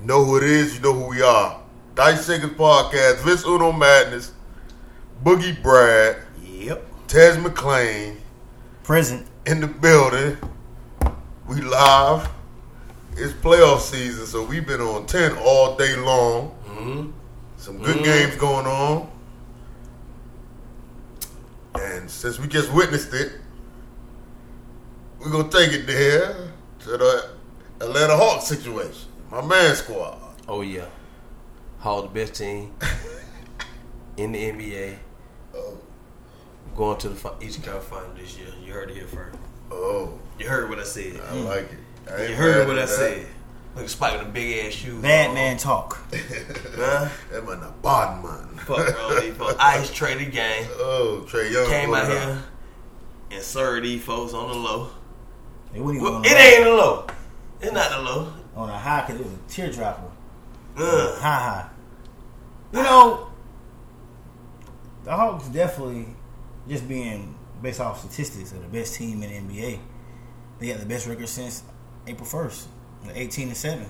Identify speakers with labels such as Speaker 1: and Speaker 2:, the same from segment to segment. Speaker 1: You know who it is, you know who we are. Dice Shakers Podcast, Vince Uno Madness, Boogie Brad,
Speaker 2: Yep.
Speaker 1: Tez McClain
Speaker 2: Present.
Speaker 1: in the building. We live. It's playoff season, so we've been on 10 all day long. Some good games going on. And since we just witnessed it, we're going to take it there to the Atlanta Hawks situation. My man squad.
Speaker 3: Oh yeah, Hall the best team in the NBA. Going to the fi- Eastern Conference Final this year. You heard it here first.
Speaker 1: Oh,
Speaker 3: You heard what I said.
Speaker 1: I like it. I ain't
Speaker 3: Hmm. you
Speaker 1: mad
Speaker 3: heard what I
Speaker 1: at that.
Speaker 3: said. Look, Spike with a big ass shoe.
Speaker 2: Bad man talk.
Speaker 3: Huh?
Speaker 1: That man a bad man.
Speaker 3: Fuck, bro. These folks. Ice traded game.
Speaker 1: Oh, Trey Young.
Speaker 3: Came out
Speaker 1: going out.
Speaker 3: here and served these folks on the low.
Speaker 2: They wouldn't even
Speaker 3: Well,
Speaker 2: on
Speaker 3: it
Speaker 2: a,
Speaker 3: ain't the low. It's not the low.
Speaker 2: on a high because it was a teardropper. Ha
Speaker 3: Ugh.
Speaker 2: ha. You know, the Hawks definitely, just being based off statistics, are the best team in the NBA. They got the best record since April 1st, the 18 and 7.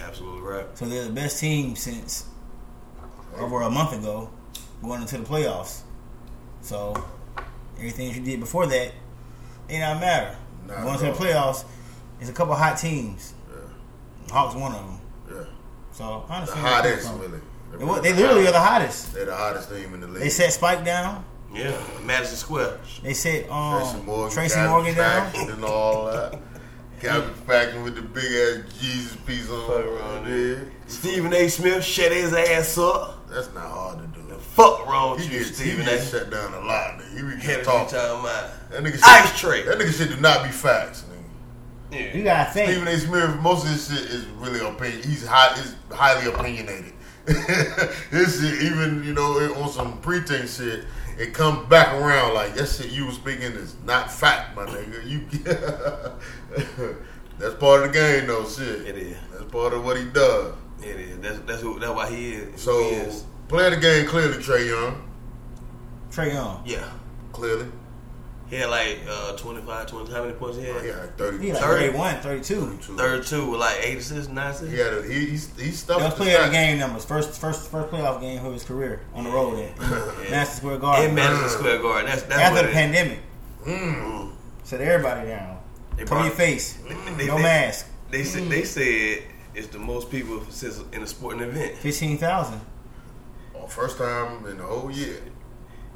Speaker 3: Absolutely right.
Speaker 2: So they're the best team since over a month ago going into the playoffs. So everything that you did before that ain't not matter.
Speaker 1: Not
Speaker 2: going
Speaker 1: at
Speaker 2: to the
Speaker 1: all.
Speaker 2: playoffs, there's a couple hot teams. Hawks one of them.
Speaker 1: Yeah.
Speaker 2: So
Speaker 1: The
Speaker 2: honestly,
Speaker 1: hottest,
Speaker 2: so-
Speaker 1: really.
Speaker 2: They, wa- they literally are the hottest.
Speaker 1: They're the hottest team in the league.
Speaker 2: They set Spike down.
Speaker 3: Yeah. Madison Square.
Speaker 2: They set um,
Speaker 1: Tracy Morgan,
Speaker 2: Tracy
Speaker 1: Gavin
Speaker 2: Morgan down.
Speaker 1: Paxton and all that. Captain Faction with the big ass Jesus piece on
Speaker 3: Fuck
Speaker 1: around
Speaker 3: around
Speaker 1: there.
Speaker 3: Stephen A. Smith shut his ass up.
Speaker 1: That's not hard to do.
Speaker 3: Fuck wrong
Speaker 1: He
Speaker 3: with you, eh?
Speaker 1: gets, he
Speaker 3: Stephen A.
Speaker 1: gets shut down a lot, nigga. He be
Speaker 3: Hell,
Speaker 1: just
Speaker 3: you
Speaker 1: talking.
Speaker 3: talking about?
Speaker 1: That nigga shit,
Speaker 3: Ice tray.
Speaker 1: That nigga shit do not be facts, nigga.
Speaker 3: Yeah.
Speaker 2: You gotta think.
Speaker 1: Stephen A. Smith, most of his shit is really opinion. He's high, is highly opinionated. This shit, even you know, it- on some pretense shit, it comes back around like that shit you was speaking is not fact, my nigga. You, that's part of the game, though. Shit,
Speaker 3: It is.
Speaker 1: That's part of what he does.
Speaker 3: It is. That's that's who that's why he is.
Speaker 1: So
Speaker 3: he is.
Speaker 1: play the game clearly, Trey Young.
Speaker 2: Trey Young.
Speaker 3: yeah.
Speaker 1: Clearly,
Speaker 3: He had like uh 25, 20, how many points he had?
Speaker 1: he had thirty.
Speaker 2: He like
Speaker 3: 30.
Speaker 2: 31, 32.
Speaker 3: Third two with like eight assists, nine assists.
Speaker 1: He had a, he, he, he stuffed
Speaker 2: Best
Speaker 1: the
Speaker 2: player of the
Speaker 1: stats.
Speaker 2: game numbers. First, first, first playoff game of his career on the road in
Speaker 3: Yeah.
Speaker 2: Madison Square
Speaker 3: In
Speaker 2: Garden.
Speaker 1: Mm.
Speaker 3: Madison Square Garden. That's that's
Speaker 2: After
Speaker 3: what
Speaker 2: the
Speaker 3: it is.
Speaker 2: pandemic,
Speaker 3: Mm.
Speaker 2: set everybody down.
Speaker 3: They
Speaker 2: Cover
Speaker 3: brought-
Speaker 2: your face. Mm.
Speaker 3: they-
Speaker 2: no
Speaker 3: they-
Speaker 2: mask.
Speaker 3: They said they said it's the most people since in a sporting event.
Speaker 2: Fifteen thousand.
Speaker 1: Oh, first time in the whole year.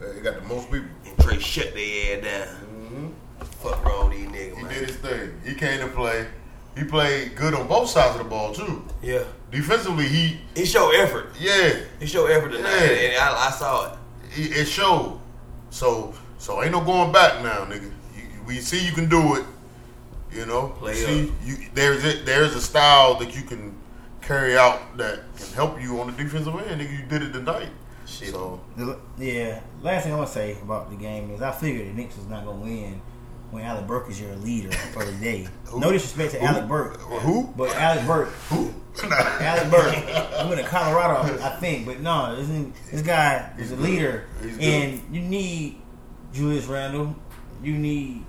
Speaker 1: They got the most people.
Speaker 3: And Trey shut their ass down. Fuck wrong with these niggas,
Speaker 1: Mm-hmm. He
Speaker 3: man.
Speaker 1: did his thing. He came to play. He played good on both sides of the ball too.
Speaker 3: Yeah.
Speaker 1: Defensively, he
Speaker 3: It's your effort.
Speaker 1: yeah,
Speaker 3: It's your effort tonight.
Speaker 1: Yeah.
Speaker 3: And I, I saw it.
Speaker 1: he, it showed. So so ain't no going back now, nigga. You, we see you can do it. You know,
Speaker 3: Play
Speaker 1: see
Speaker 3: up.
Speaker 1: you there's a, there's a style that you can carry out that can help you on the defensive end. Nigga, you did it tonight.
Speaker 3: Shit.
Speaker 1: So
Speaker 2: The- Yeah. Last thing I want to say about the game is I figured the Knicks was not gonna win when Alec Burke is your leader for the day. No disrespect to Alec Burke,
Speaker 1: who? Oh,
Speaker 2: but Alec Burke,
Speaker 1: Who?
Speaker 2: Alec Burke, he went to Colorado, I think. But no, this, nigga- this guy is a leader,
Speaker 1: He's good.
Speaker 2: and you need Julius Randle. You need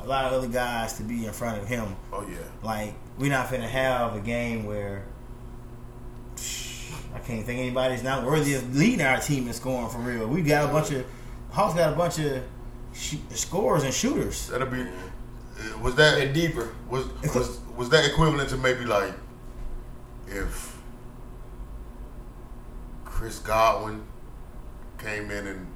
Speaker 2: a lot of other guys to be in front of him.
Speaker 1: oh yeah.
Speaker 2: Like, we're not finna have a game where I can't think anybody's not worthy of leading our team and scoring for real. We got a bunch of Hawks got a bunch of sh- scorers and shooters.
Speaker 1: That'll be. uh, Was that
Speaker 3: And deeper.
Speaker 1: Was was was that equivalent to maybe like if Chris Godwin came in and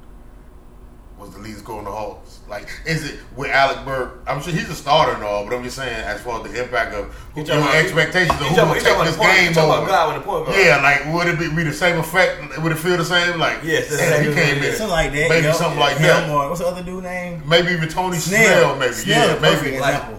Speaker 1: was the lead scorer on the Hawks? Like, is it with Alec Burke? I'm sure he's a starter and all, but I'm just saying as far as the impact of
Speaker 3: You
Speaker 1: your
Speaker 3: talking about-
Speaker 1: expectations of
Speaker 3: You
Speaker 1: who
Speaker 3: talking about-
Speaker 1: will
Speaker 3: you
Speaker 1: take
Speaker 3: talking
Speaker 1: this
Speaker 3: about the point- you
Speaker 1: game
Speaker 3: talking about
Speaker 1: over.
Speaker 3: God with the point guard.
Speaker 1: Yeah, like would it be, be the same effect? Would it feel the same? Like,
Speaker 3: Yes, that's
Speaker 1: man, he
Speaker 3: exactly what
Speaker 1: came
Speaker 3: it
Speaker 1: in,
Speaker 3: is.
Speaker 2: Something like that.
Speaker 1: maybe
Speaker 2: you know?
Speaker 1: something like
Speaker 2: Him
Speaker 1: that.
Speaker 2: or- what's the other dude name?
Speaker 1: Maybe even Tony
Speaker 2: Snell.
Speaker 1: Snell, maybe.
Speaker 2: Snell
Speaker 1: yeah,
Speaker 2: the perfect
Speaker 1: maybe.
Speaker 2: example.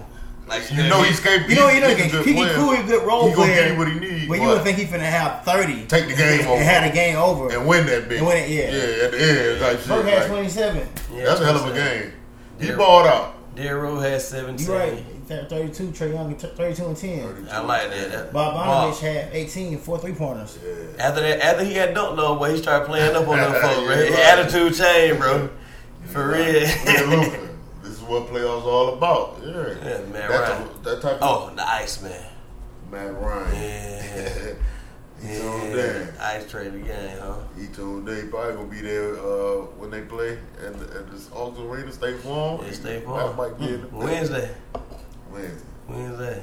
Speaker 3: Like
Speaker 1: You know he's capable.
Speaker 2: You know, you know,
Speaker 1: he's a good
Speaker 2: Kiki
Speaker 1: player.
Speaker 2: Cool, a good role
Speaker 1: He gonna
Speaker 2: player.
Speaker 1: give you what he needs.
Speaker 2: But you would think he finna have thirty.
Speaker 1: Take the game
Speaker 2: and
Speaker 1: over.
Speaker 2: have the game over.
Speaker 1: and win that bitch.
Speaker 2: And win it, yeah.
Speaker 1: Yeah, at the end, like shit.
Speaker 2: Burke had
Speaker 1: like,
Speaker 2: twenty-seven.
Speaker 1: that's a hell of a game. He
Speaker 3: Yeah.
Speaker 1: balled out.
Speaker 3: Daryl had 17.
Speaker 2: You right? Thirty-two. Trey Young, thirty-two and ten.
Speaker 3: I like that. that
Speaker 2: Bob
Speaker 3: Wow.
Speaker 2: Bonovich had 18 four three pointers.
Speaker 3: After that, after he got dunked on, boy, he started playing up on them folks, bro. His
Speaker 1: Yeah, right.
Speaker 3: attitude changed, bro. For real.
Speaker 1: Yeah, Luka. This is what playoffs all about. Yeah,
Speaker 3: Yeah, Matt
Speaker 1: That's
Speaker 3: Ryan.
Speaker 1: a- that type of
Speaker 3: oh, the Iceman.
Speaker 1: Matt Ryan.
Speaker 3: Yeah.
Speaker 1: He tuned in.
Speaker 3: Ice trade again, huh?
Speaker 1: He tuned in. He probably gonna be there uh, when they play at, the- at this Oakland Raiders State Farm.
Speaker 3: Yeah, State
Speaker 1: That
Speaker 3: Farm. Hmm.
Speaker 1: might be in the
Speaker 3: Wednesday.
Speaker 1: Wednesday.
Speaker 3: Wednesday.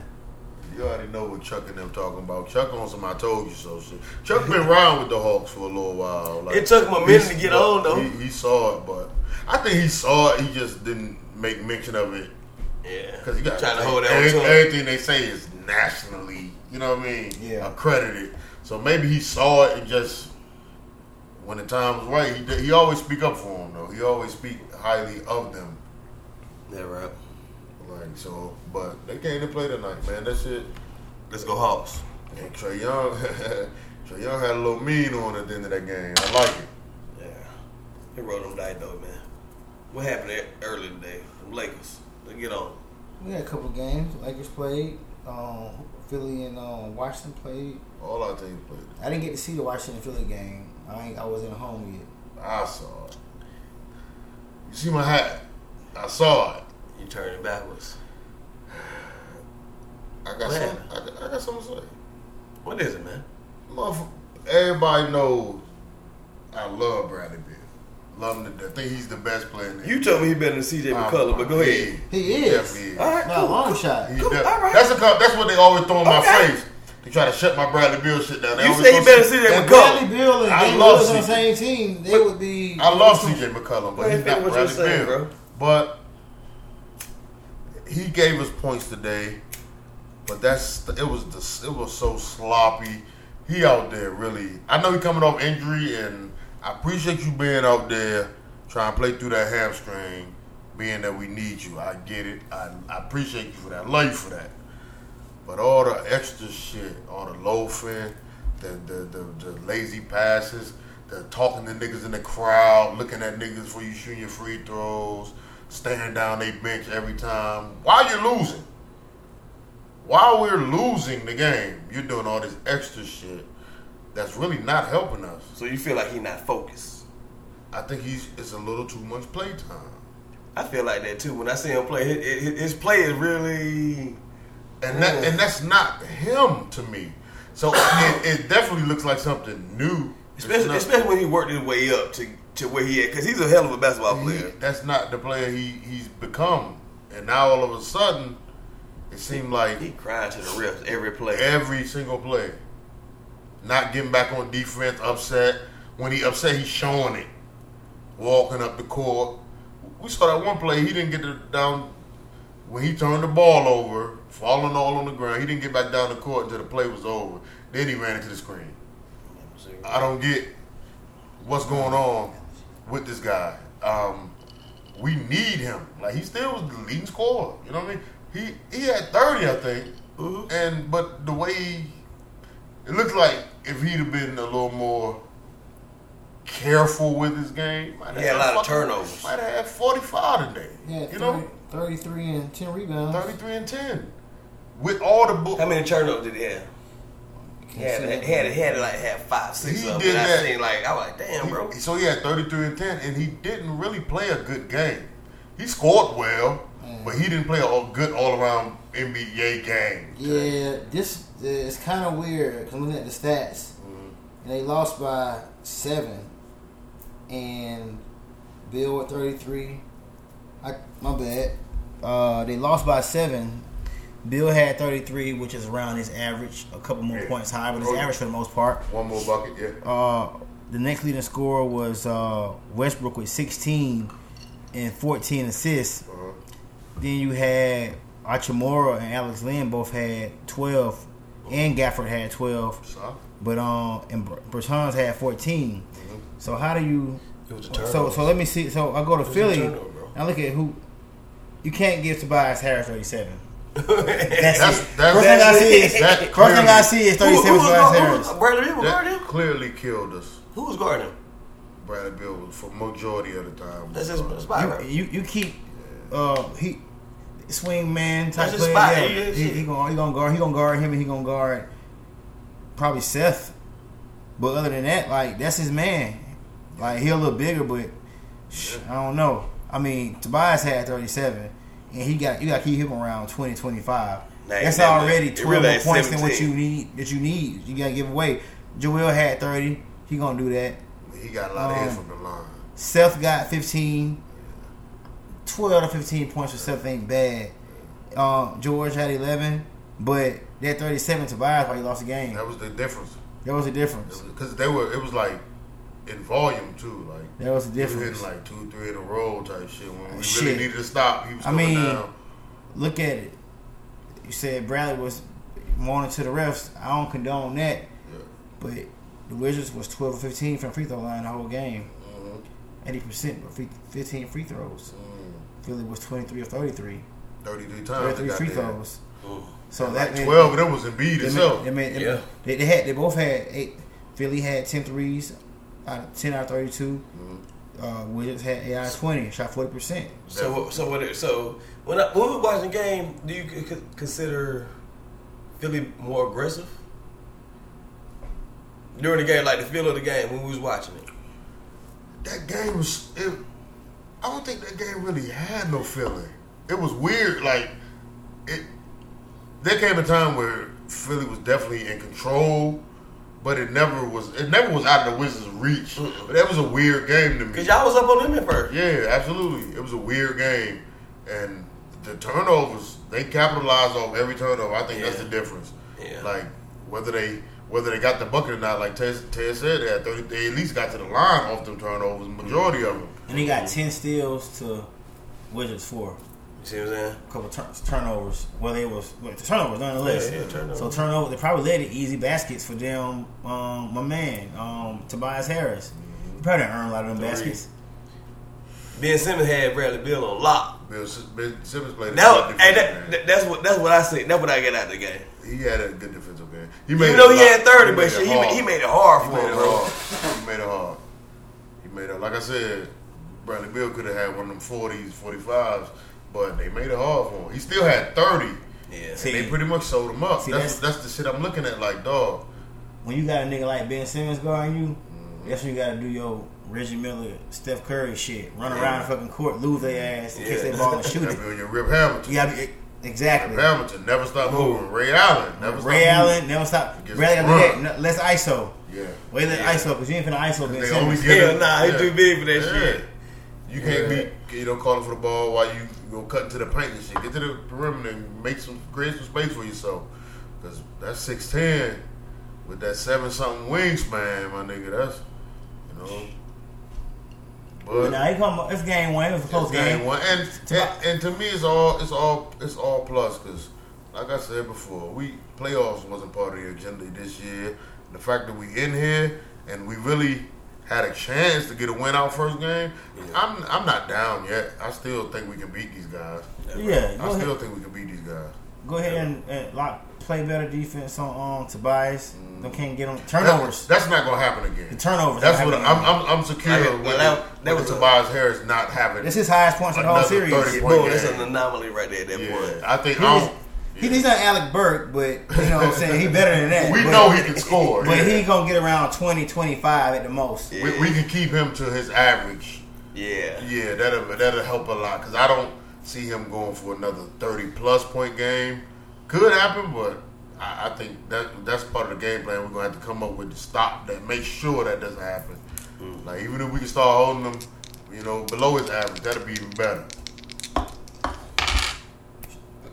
Speaker 1: You already know what Chuck and them talking about. Chuck on some I told you so shit. Chuck been around with the Hawks for a little while. Like,
Speaker 3: It took him a minute
Speaker 1: he-
Speaker 3: to get
Speaker 1: but
Speaker 3: on, though.
Speaker 1: He, he saw it, but I think he saw it. He just didn't make mention of it
Speaker 3: Yeah.
Speaker 1: because you got
Speaker 3: trying to hold that one
Speaker 1: every-
Speaker 3: to him.
Speaker 1: everything they say is nationally. You know what I mean?
Speaker 2: Yeah.
Speaker 1: Accredited. So maybe he saw it and just when the time was right, he did- he always speak up for them though. He always speak highly of them.
Speaker 3: Never up.
Speaker 1: Like so, but they came to play tonight, man. That shit.
Speaker 3: Let's go Hawks.
Speaker 1: And Trey Young, Trey Young had a little mean on at the end of that game. I like it.
Speaker 3: Yeah. They rolled them dice though, man. What happened there earlier today? Them Lakers. They get on.
Speaker 2: We had a couple games. Lakers played. Um, Philly and um, Washington played.
Speaker 1: All our teams played.
Speaker 2: I didn't get to see the Washington Philly game. I ain't, I wasn't home yet.
Speaker 1: I saw it. You see my hat? I saw it.
Speaker 3: You turn it backwards.
Speaker 1: I got
Speaker 3: Man.
Speaker 1: some. I, got- I got something to say.
Speaker 3: What is it, man?
Speaker 1: Motherf- everybody knows I love Bradley Bill. Love him to death. I think he's the best player. In the
Speaker 3: You told me he better than CJ McCulloum, but go ahead.
Speaker 1: Oh, Yeah,
Speaker 2: He is.
Speaker 1: definitely
Speaker 3: All right,
Speaker 2: Not a
Speaker 3: cool.
Speaker 2: long shot.
Speaker 1: He
Speaker 3: Cool,
Speaker 1: def-
Speaker 3: all right.
Speaker 1: That's a co- that's what they always throw in my
Speaker 3: Okay.
Speaker 1: face. They try to shut my Bradley Bill shit down. They
Speaker 3: You
Speaker 1: always
Speaker 3: say he
Speaker 1: go
Speaker 3: better
Speaker 1: see-
Speaker 3: than CJ
Speaker 1: that-
Speaker 3: McCollum.
Speaker 2: Bradley Beal and
Speaker 1: I
Speaker 2: Damian
Speaker 1: love
Speaker 2: Lillard on the
Speaker 1: CJ.
Speaker 2: same team, they would be.
Speaker 1: I love CJ McCullum, but
Speaker 3: Man,
Speaker 1: he's
Speaker 3: think
Speaker 1: not
Speaker 3: what you're
Speaker 1: Bradley
Speaker 3: saying,
Speaker 1: Bill.
Speaker 3: bro.
Speaker 1: But he gave us points today. But that's it was the, it was so sloppy. He out there really. I know he coming off injury, and I appreciate you being out there trying to play through that hamstring. Being that we need you, I get it. I, I appreciate you for that. I love you for that. But all the extra shit, all the loafing, the the, the, the lazy passes, the talking to niggas in the crowd, looking at niggas before you shooting your free throws, staring down they bench every time. Why you losing? While we're losing the game, you're doing all this extra shit that's really not helping us.
Speaker 3: So you feel like he not focused.
Speaker 1: I think he's it's a little too much playtime.
Speaker 3: I feel like that too. When I see him play, his, his- his play is really
Speaker 1: and that
Speaker 3: Yeah.
Speaker 1: and that's not him to me. So it, it definitely looks like something new. It's
Speaker 3: Especially,
Speaker 1: not-
Speaker 3: especially when he worked his way up to, to where he at, because he's a hell of a basketball
Speaker 1: he-
Speaker 3: player.
Speaker 1: that's not the player he, he's become. And now all of a sudden, it seemed like
Speaker 3: He crying to the refs every play.
Speaker 1: every single play, not getting back on defense, upset. When he upset, he's showing it, walking up the court. We saw that one play. He didn't get the down when he turned the ball over, falling all on the ground. He didn't get back down the court until the play was over. Then he ran into the screen. I don't get what's going on with this guy. Um, we need him. Like he still was the leading scorer. You know what I mean? He he had thirty, I think.
Speaker 3: Mhm.
Speaker 1: And but the way he, it looked like if he'd have been a little more careful with his game, might
Speaker 3: He
Speaker 1: have
Speaker 3: had a lot of
Speaker 1: fucking-
Speaker 3: turnovers.
Speaker 1: Might have had forty five today.
Speaker 2: Yeah,
Speaker 1: you know,
Speaker 2: 33 and 10 rebounds.
Speaker 1: thirty three and ten. With all the book,
Speaker 3: How many turnovers did he have? He had,
Speaker 2: Can't
Speaker 3: he had,
Speaker 2: say
Speaker 3: he had like had five, six
Speaker 1: He
Speaker 3: of them.
Speaker 1: did
Speaker 3: And I
Speaker 1: that.
Speaker 3: seen like I was like, damn,
Speaker 1: He-
Speaker 3: bro.
Speaker 1: So he had 33 and 10, and he didn't really play a good game. He scored well, but he didn't play a all- good all around NBA game.
Speaker 2: Yeah, this uh, it's kind of weird. i I'm looking at the stats, and they lost by seven, and Bill at 33. I my bad. Uh, they lost by seven. Bill had 33, which is around his average, a couple more
Speaker 1: Yeah.
Speaker 2: points higher, but his
Speaker 1: Oh, yeah.
Speaker 2: average for the most part.
Speaker 1: One more bucket, yeah.
Speaker 2: Uh, the next leading scorer was uh, Westbrook with 16 and 14 assists.
Speaker 1: Uh-huh.
Speaker 2: Then you had Achimura and Alex Lynn both had 12, and Gafford had 12,
Speaker 1: So,
Speaker 2: but um, and Br- Bertans had 14. So how do you?
Speaker 3: Mm-hmm. It was a
Speaker 2: So so let me see. So I go to
Speaker 3: a
Speaker 2: Philly.
Speaker 3: turnover, bro.
Speaker 2: and I look at who. You can't give Tobias Harris 37. That's,
Speaker 1: That's-
Speaker 2: it.
Speaker 1: that's-
Speaker 2: first thing I
Speaker 3: that's
Speaker 2: see
Speaker 3: it.
Speaker 2: is
Speaker 1: That
Speaker 2: first thing I
Speaker 1: clearly-
Speaker 2: see is
Speaker 3: Who,
Speaker 2: 37
Speaker 3: who, was
Speaker 2: Tobias
Speaker 3: guard- who,
Speaker 2: Harris.
Speaker 3: was- Bradley Beal was guarding
Speaker 1: that
Speaker 3: him?
Speaker 1: clearly killed us,
Speaker 3: Who was guarding him?
Speaker 1: Bradley Bill, for majority of the time.
Speaker 3: That's his spot, right?
Speaker 2: You, you you keep uh he swing man type
Speaker 3: That's
Speaker 2: player.
Speaker 3: his spot.
Speaker 2: yeah.
Speaker 3: He is.
Speaker 2: He, he gonna he gonna guard he gonna guard him and he gonna guard probably Seth. But other than that, like that's his man. Like he a little bigger, but sh I don't know. I mean, Tobias had thirty seven, and he got you got to keep him around 20, 25.
Speaker 3: Nah,
Speaker 2: that's
Speaker 3: that-
Speaker 2: already
Speaker 3: it
Speaker 2: twelve
Speaker 3: really
Speaker 2: more
Speaker 3: ain't
Speaker 2: points than what
Speaker 3: 17.
Speaker 2: you need that you need. You gotta give away. Joel had thirty. He gonna do that.
Speaker 1: He got a lot of hits
Speaker 2: Um,
Speaker 1: from the line.
Speaker 2: Seth got 15. 12 to 15 points for Seth ain't bad. Um, George had 11, but that 37 to Tobias while he lost the game.
Speaker 1: That was the difference.
Speaker 2: There was a difference.
Speaker 1: Because they were, it was like in volume too. Like
Speaker 2: There was a
Speaker 1: he was
Speaker 2: difference.
Speaker 1: hitting like two, three in a row type shit. When we
Speaker 2: Shit.
Speaker 1: really needed to stop, he was
Speaker 2: I
Speaker 1: coming
Speaker 2: mean-
Speaker 1: down.
Speaker 2: Look at it. You said Bradley was moaning to the refs. I don't condone that,
Speaker 1: Yeah.
Speaker 2: but the Wizards was 12 to 15 from free throw line the whole game.
Speaker 1: Mhm.
Speaker 2: 80%, but free- 15 free throws.
Speaker 1: Mm.
Speaker 2: Philly was 23 or 33.
Speaker 1: 33 times. Oh, They
Speaker 2: 33
Speaker 1: got
Speaker 2: free
Speaker 1: free
Speaker 2: throws.
Speaker 3: Mm.
Speaker 2: So
Speaker 1: Like
Speaker 2: that meant-
Speaker 1: 12 of them was Embiid
Speaker 2: They
Speaker 1: itself.
Speaker 2: made- they made- they-
Speaker 3: Yeah.
Speaker 2: they, they had they both had eight. Philly had 10 threes, out of 10 out of 32.
Speaker 1: Mhm.
Speaker 3: Mm-hmm.
Speaker 2: Uh, Wizards had AI 20, shot 40%.
Speaker 3: So what- so what? it- So when I, when we watching the game, do you c- c- consider Philly more aggressive during the game, like the feel of the game when we was watching it?
Speaker 1: That game was. It, I don't think that game really had no feeling. It was weird. Like it. There came a time where Philly was definitely in control, but it never was. It never was out of the Wizards' reach. But that was a weird game to me.
Speaker 3: Cause y'all was up on them at first.
Speaker 1: Yeah, absolutely. It was a weird game, and the turnovers they capitalized off every turnover. I think that's
Speaker 3: Yeah.
Speaker 1: the difference.
Speaker 3: Yeah.
Speaker 1: Like whether they whether they got the bucket or not, like Ted, Ted said, they, had 30, they at least got to the line off them turnovers. Majority of them.
Speaker 2: And he
Speaker 3: Mm-hmm.
Speaker 2: got 10 steals to Wizards for
Speaker 3: You see what I'm saying?
Speaker 2: a couple tur- turnovers. Well, they was well, turnovers nonetheless.
Speaker 3: Yeah, yeah, turnover.
Speaker 2: So turnover, they probably led to easy baskets for them. Um, my man, um, Tobias Harris, he probably didn't earn a lot of them
Speaker 3: Mm-hmm. Three.
Speaker 2: baskets.
Speaker 3: Ben Simmons had Bradley Bill on lock.
Speaker 1: Bill, S- ben Simmons played. a
Speaker 3: That,
Speaker 1: good
Speaker 3: hey,
Speaker 1: defensive game.
Speaker 3: that, that- that's what that's what I see. That's what I get out of the game.
Speaker 1: he had a good defensive game. He
Speaker 3: You
Speaker 1: it
Speaker 3: know
Speaker 1: a
Speaker 3: he
Speaker 1: lot-
Speaker 3: had thirty,
Speaker 1: made
Speaker 3: but
Speaker 1: it
Speaker 3: shit, he,
Speaker 1: hard.
Speaker 3: ma- he made it hard
Speaker 1: He
Speaker 3: for
Speaker 1: made it
Speaker 3: him. bro.
Speaker 1: hard. He made it hard. He made it. Like I said, Bradley Bill could have had one of them forties, forty fives, but they made it hard for him. He still had thirty.
Speaker 3: Yeah.
Speaker 2: See,
Speaker 1: They pretty much sold him up.
Speaker 2: See,
Speaker 1: that's
Speaker 2: that's-
Speaker 1: that's the shit I'm looking at. Like dog,
Speaker 2: when you got a nigga like Ben Simmons guarding you,
Speaker 1: Mm-hmm.
Speaker 2: that's when you got to do your Reggie Miller, Steph Curry shit. Run around the fucking court, lose their ass, and catch
Speaker 3: Yeah.
Speaker 2: that ball and shoot
Speaker 1: that
Speaker 2: it.
Speaker 1: million Rip Hamilton.
Speaker 2: You got to be exactly.
Speaker 1: Rip Hamilton never stop moving. Ray Allen never stop
Speaker 2: Ray
Speaker 1: moving.
Speaker 2: Allen, never stop.
Speaker 1: Just
Speaker 2: Ray Allen,
Speaker 1: run.
Speaker 2: do that. No, let's ISO.
Speaker 1: Yeah.
Speaker 2: Wait, let
Speaker 3: Yeah.
Speaker 2: ISO because you ain't finna ISO Ben
Speaker 1: They only
Speaker 2: Simmons.
Speaker 1: get
Speaker 3: Hell
Speaker 1: him-
Speaker 3: nah, he
Speaker 1: yeah.
Speaker 3: too big for that
Speaker 1: Yeah.
Speaker 3: shit.
Speaker 1: You can't
Speaker 2: Yeah.
Speaker 1: be you know calling for the ball while you go cutting to the paint and shit. Get to the perimeter and make some create some space for yourself. Cause that's six ten with that seven something wingspan, my nigga. That's you know. But
Speaker 2: Nah, he come. It's game one. It was a close
Speaker 1: it's game
Speaker 2: game.
Speaker 1: one, and, and and to me, it's all it's all it's all plus because, like I said before, we playoffs wasn't part of the agenda this year. The fact that we in here and we really had a chance to get a win out first game, I'm I'm not down yet. I still think we can beat these guys.
Speaker 2: Yeah, go
Speaker 1: I
Speaker 2: ahead,
Speaker 1: still think we can beat these guys.
Speaker 2: go ahead and, and lock, play better defense on um, Tobias.
Speaker 1: Mm.
Speaker 2: They can't get him
Speaker 1: That's,
Speaker 2: turnovers.
Speaker 1: that's not gonna happen again.
Speaker 2: The turnovers.
Speaker 1: That's
Speaker 2: not
Speaker 1: what I'm,
Speaker 2: happening.
Speaker 1: I'm. I'm secure
Speaker 3: Like,
Speaker 1: with,
Speaker 3: well, that-
Speaker 1: with
Speaker 3: that was a-
Speaker 1: Tobias Harris not having.
Speaker 2: That's his highest points in the whole
Speaker 1: Another
Speaker 2: series.
Speaker 1: 30
Speaker 3: Boom, that's
Speaker 1: game.
Speaker 3: an anomaly right there at that
Speaker 1: yeah,
Speaker 3: point.
Speaker 1: I think.
Speaker 2: He
Speaker 1: I
Speaker 2: was-
Speaker 1: don't-
Speaker 2: he- he's not Alec Burke, but you know what I'm saying? He better than that.
Speaker 1: we
Speaker 2: but,
Speaker 1: know he can score,
Speaker 2: But
Speaker 1: yeah.
Speaker 2: he gonna get around 20, 25 at the most.
Speaker 3: Yeah.
Speaker 1: we, we can keep him to his average.
Speaker 3: Yeah.
Speaker 1: Yeah, that'll that'll help a lot because I don't see him going for another thirty plus point game. Could happen, but I, I think that that's part of the game plan. We're gonna have to come up with to stop that, make sure that doesn't happen.
Speaker 2: Mm.
Speaker 1: Like even if we can start holding him, you know, below his average, that'll be even better.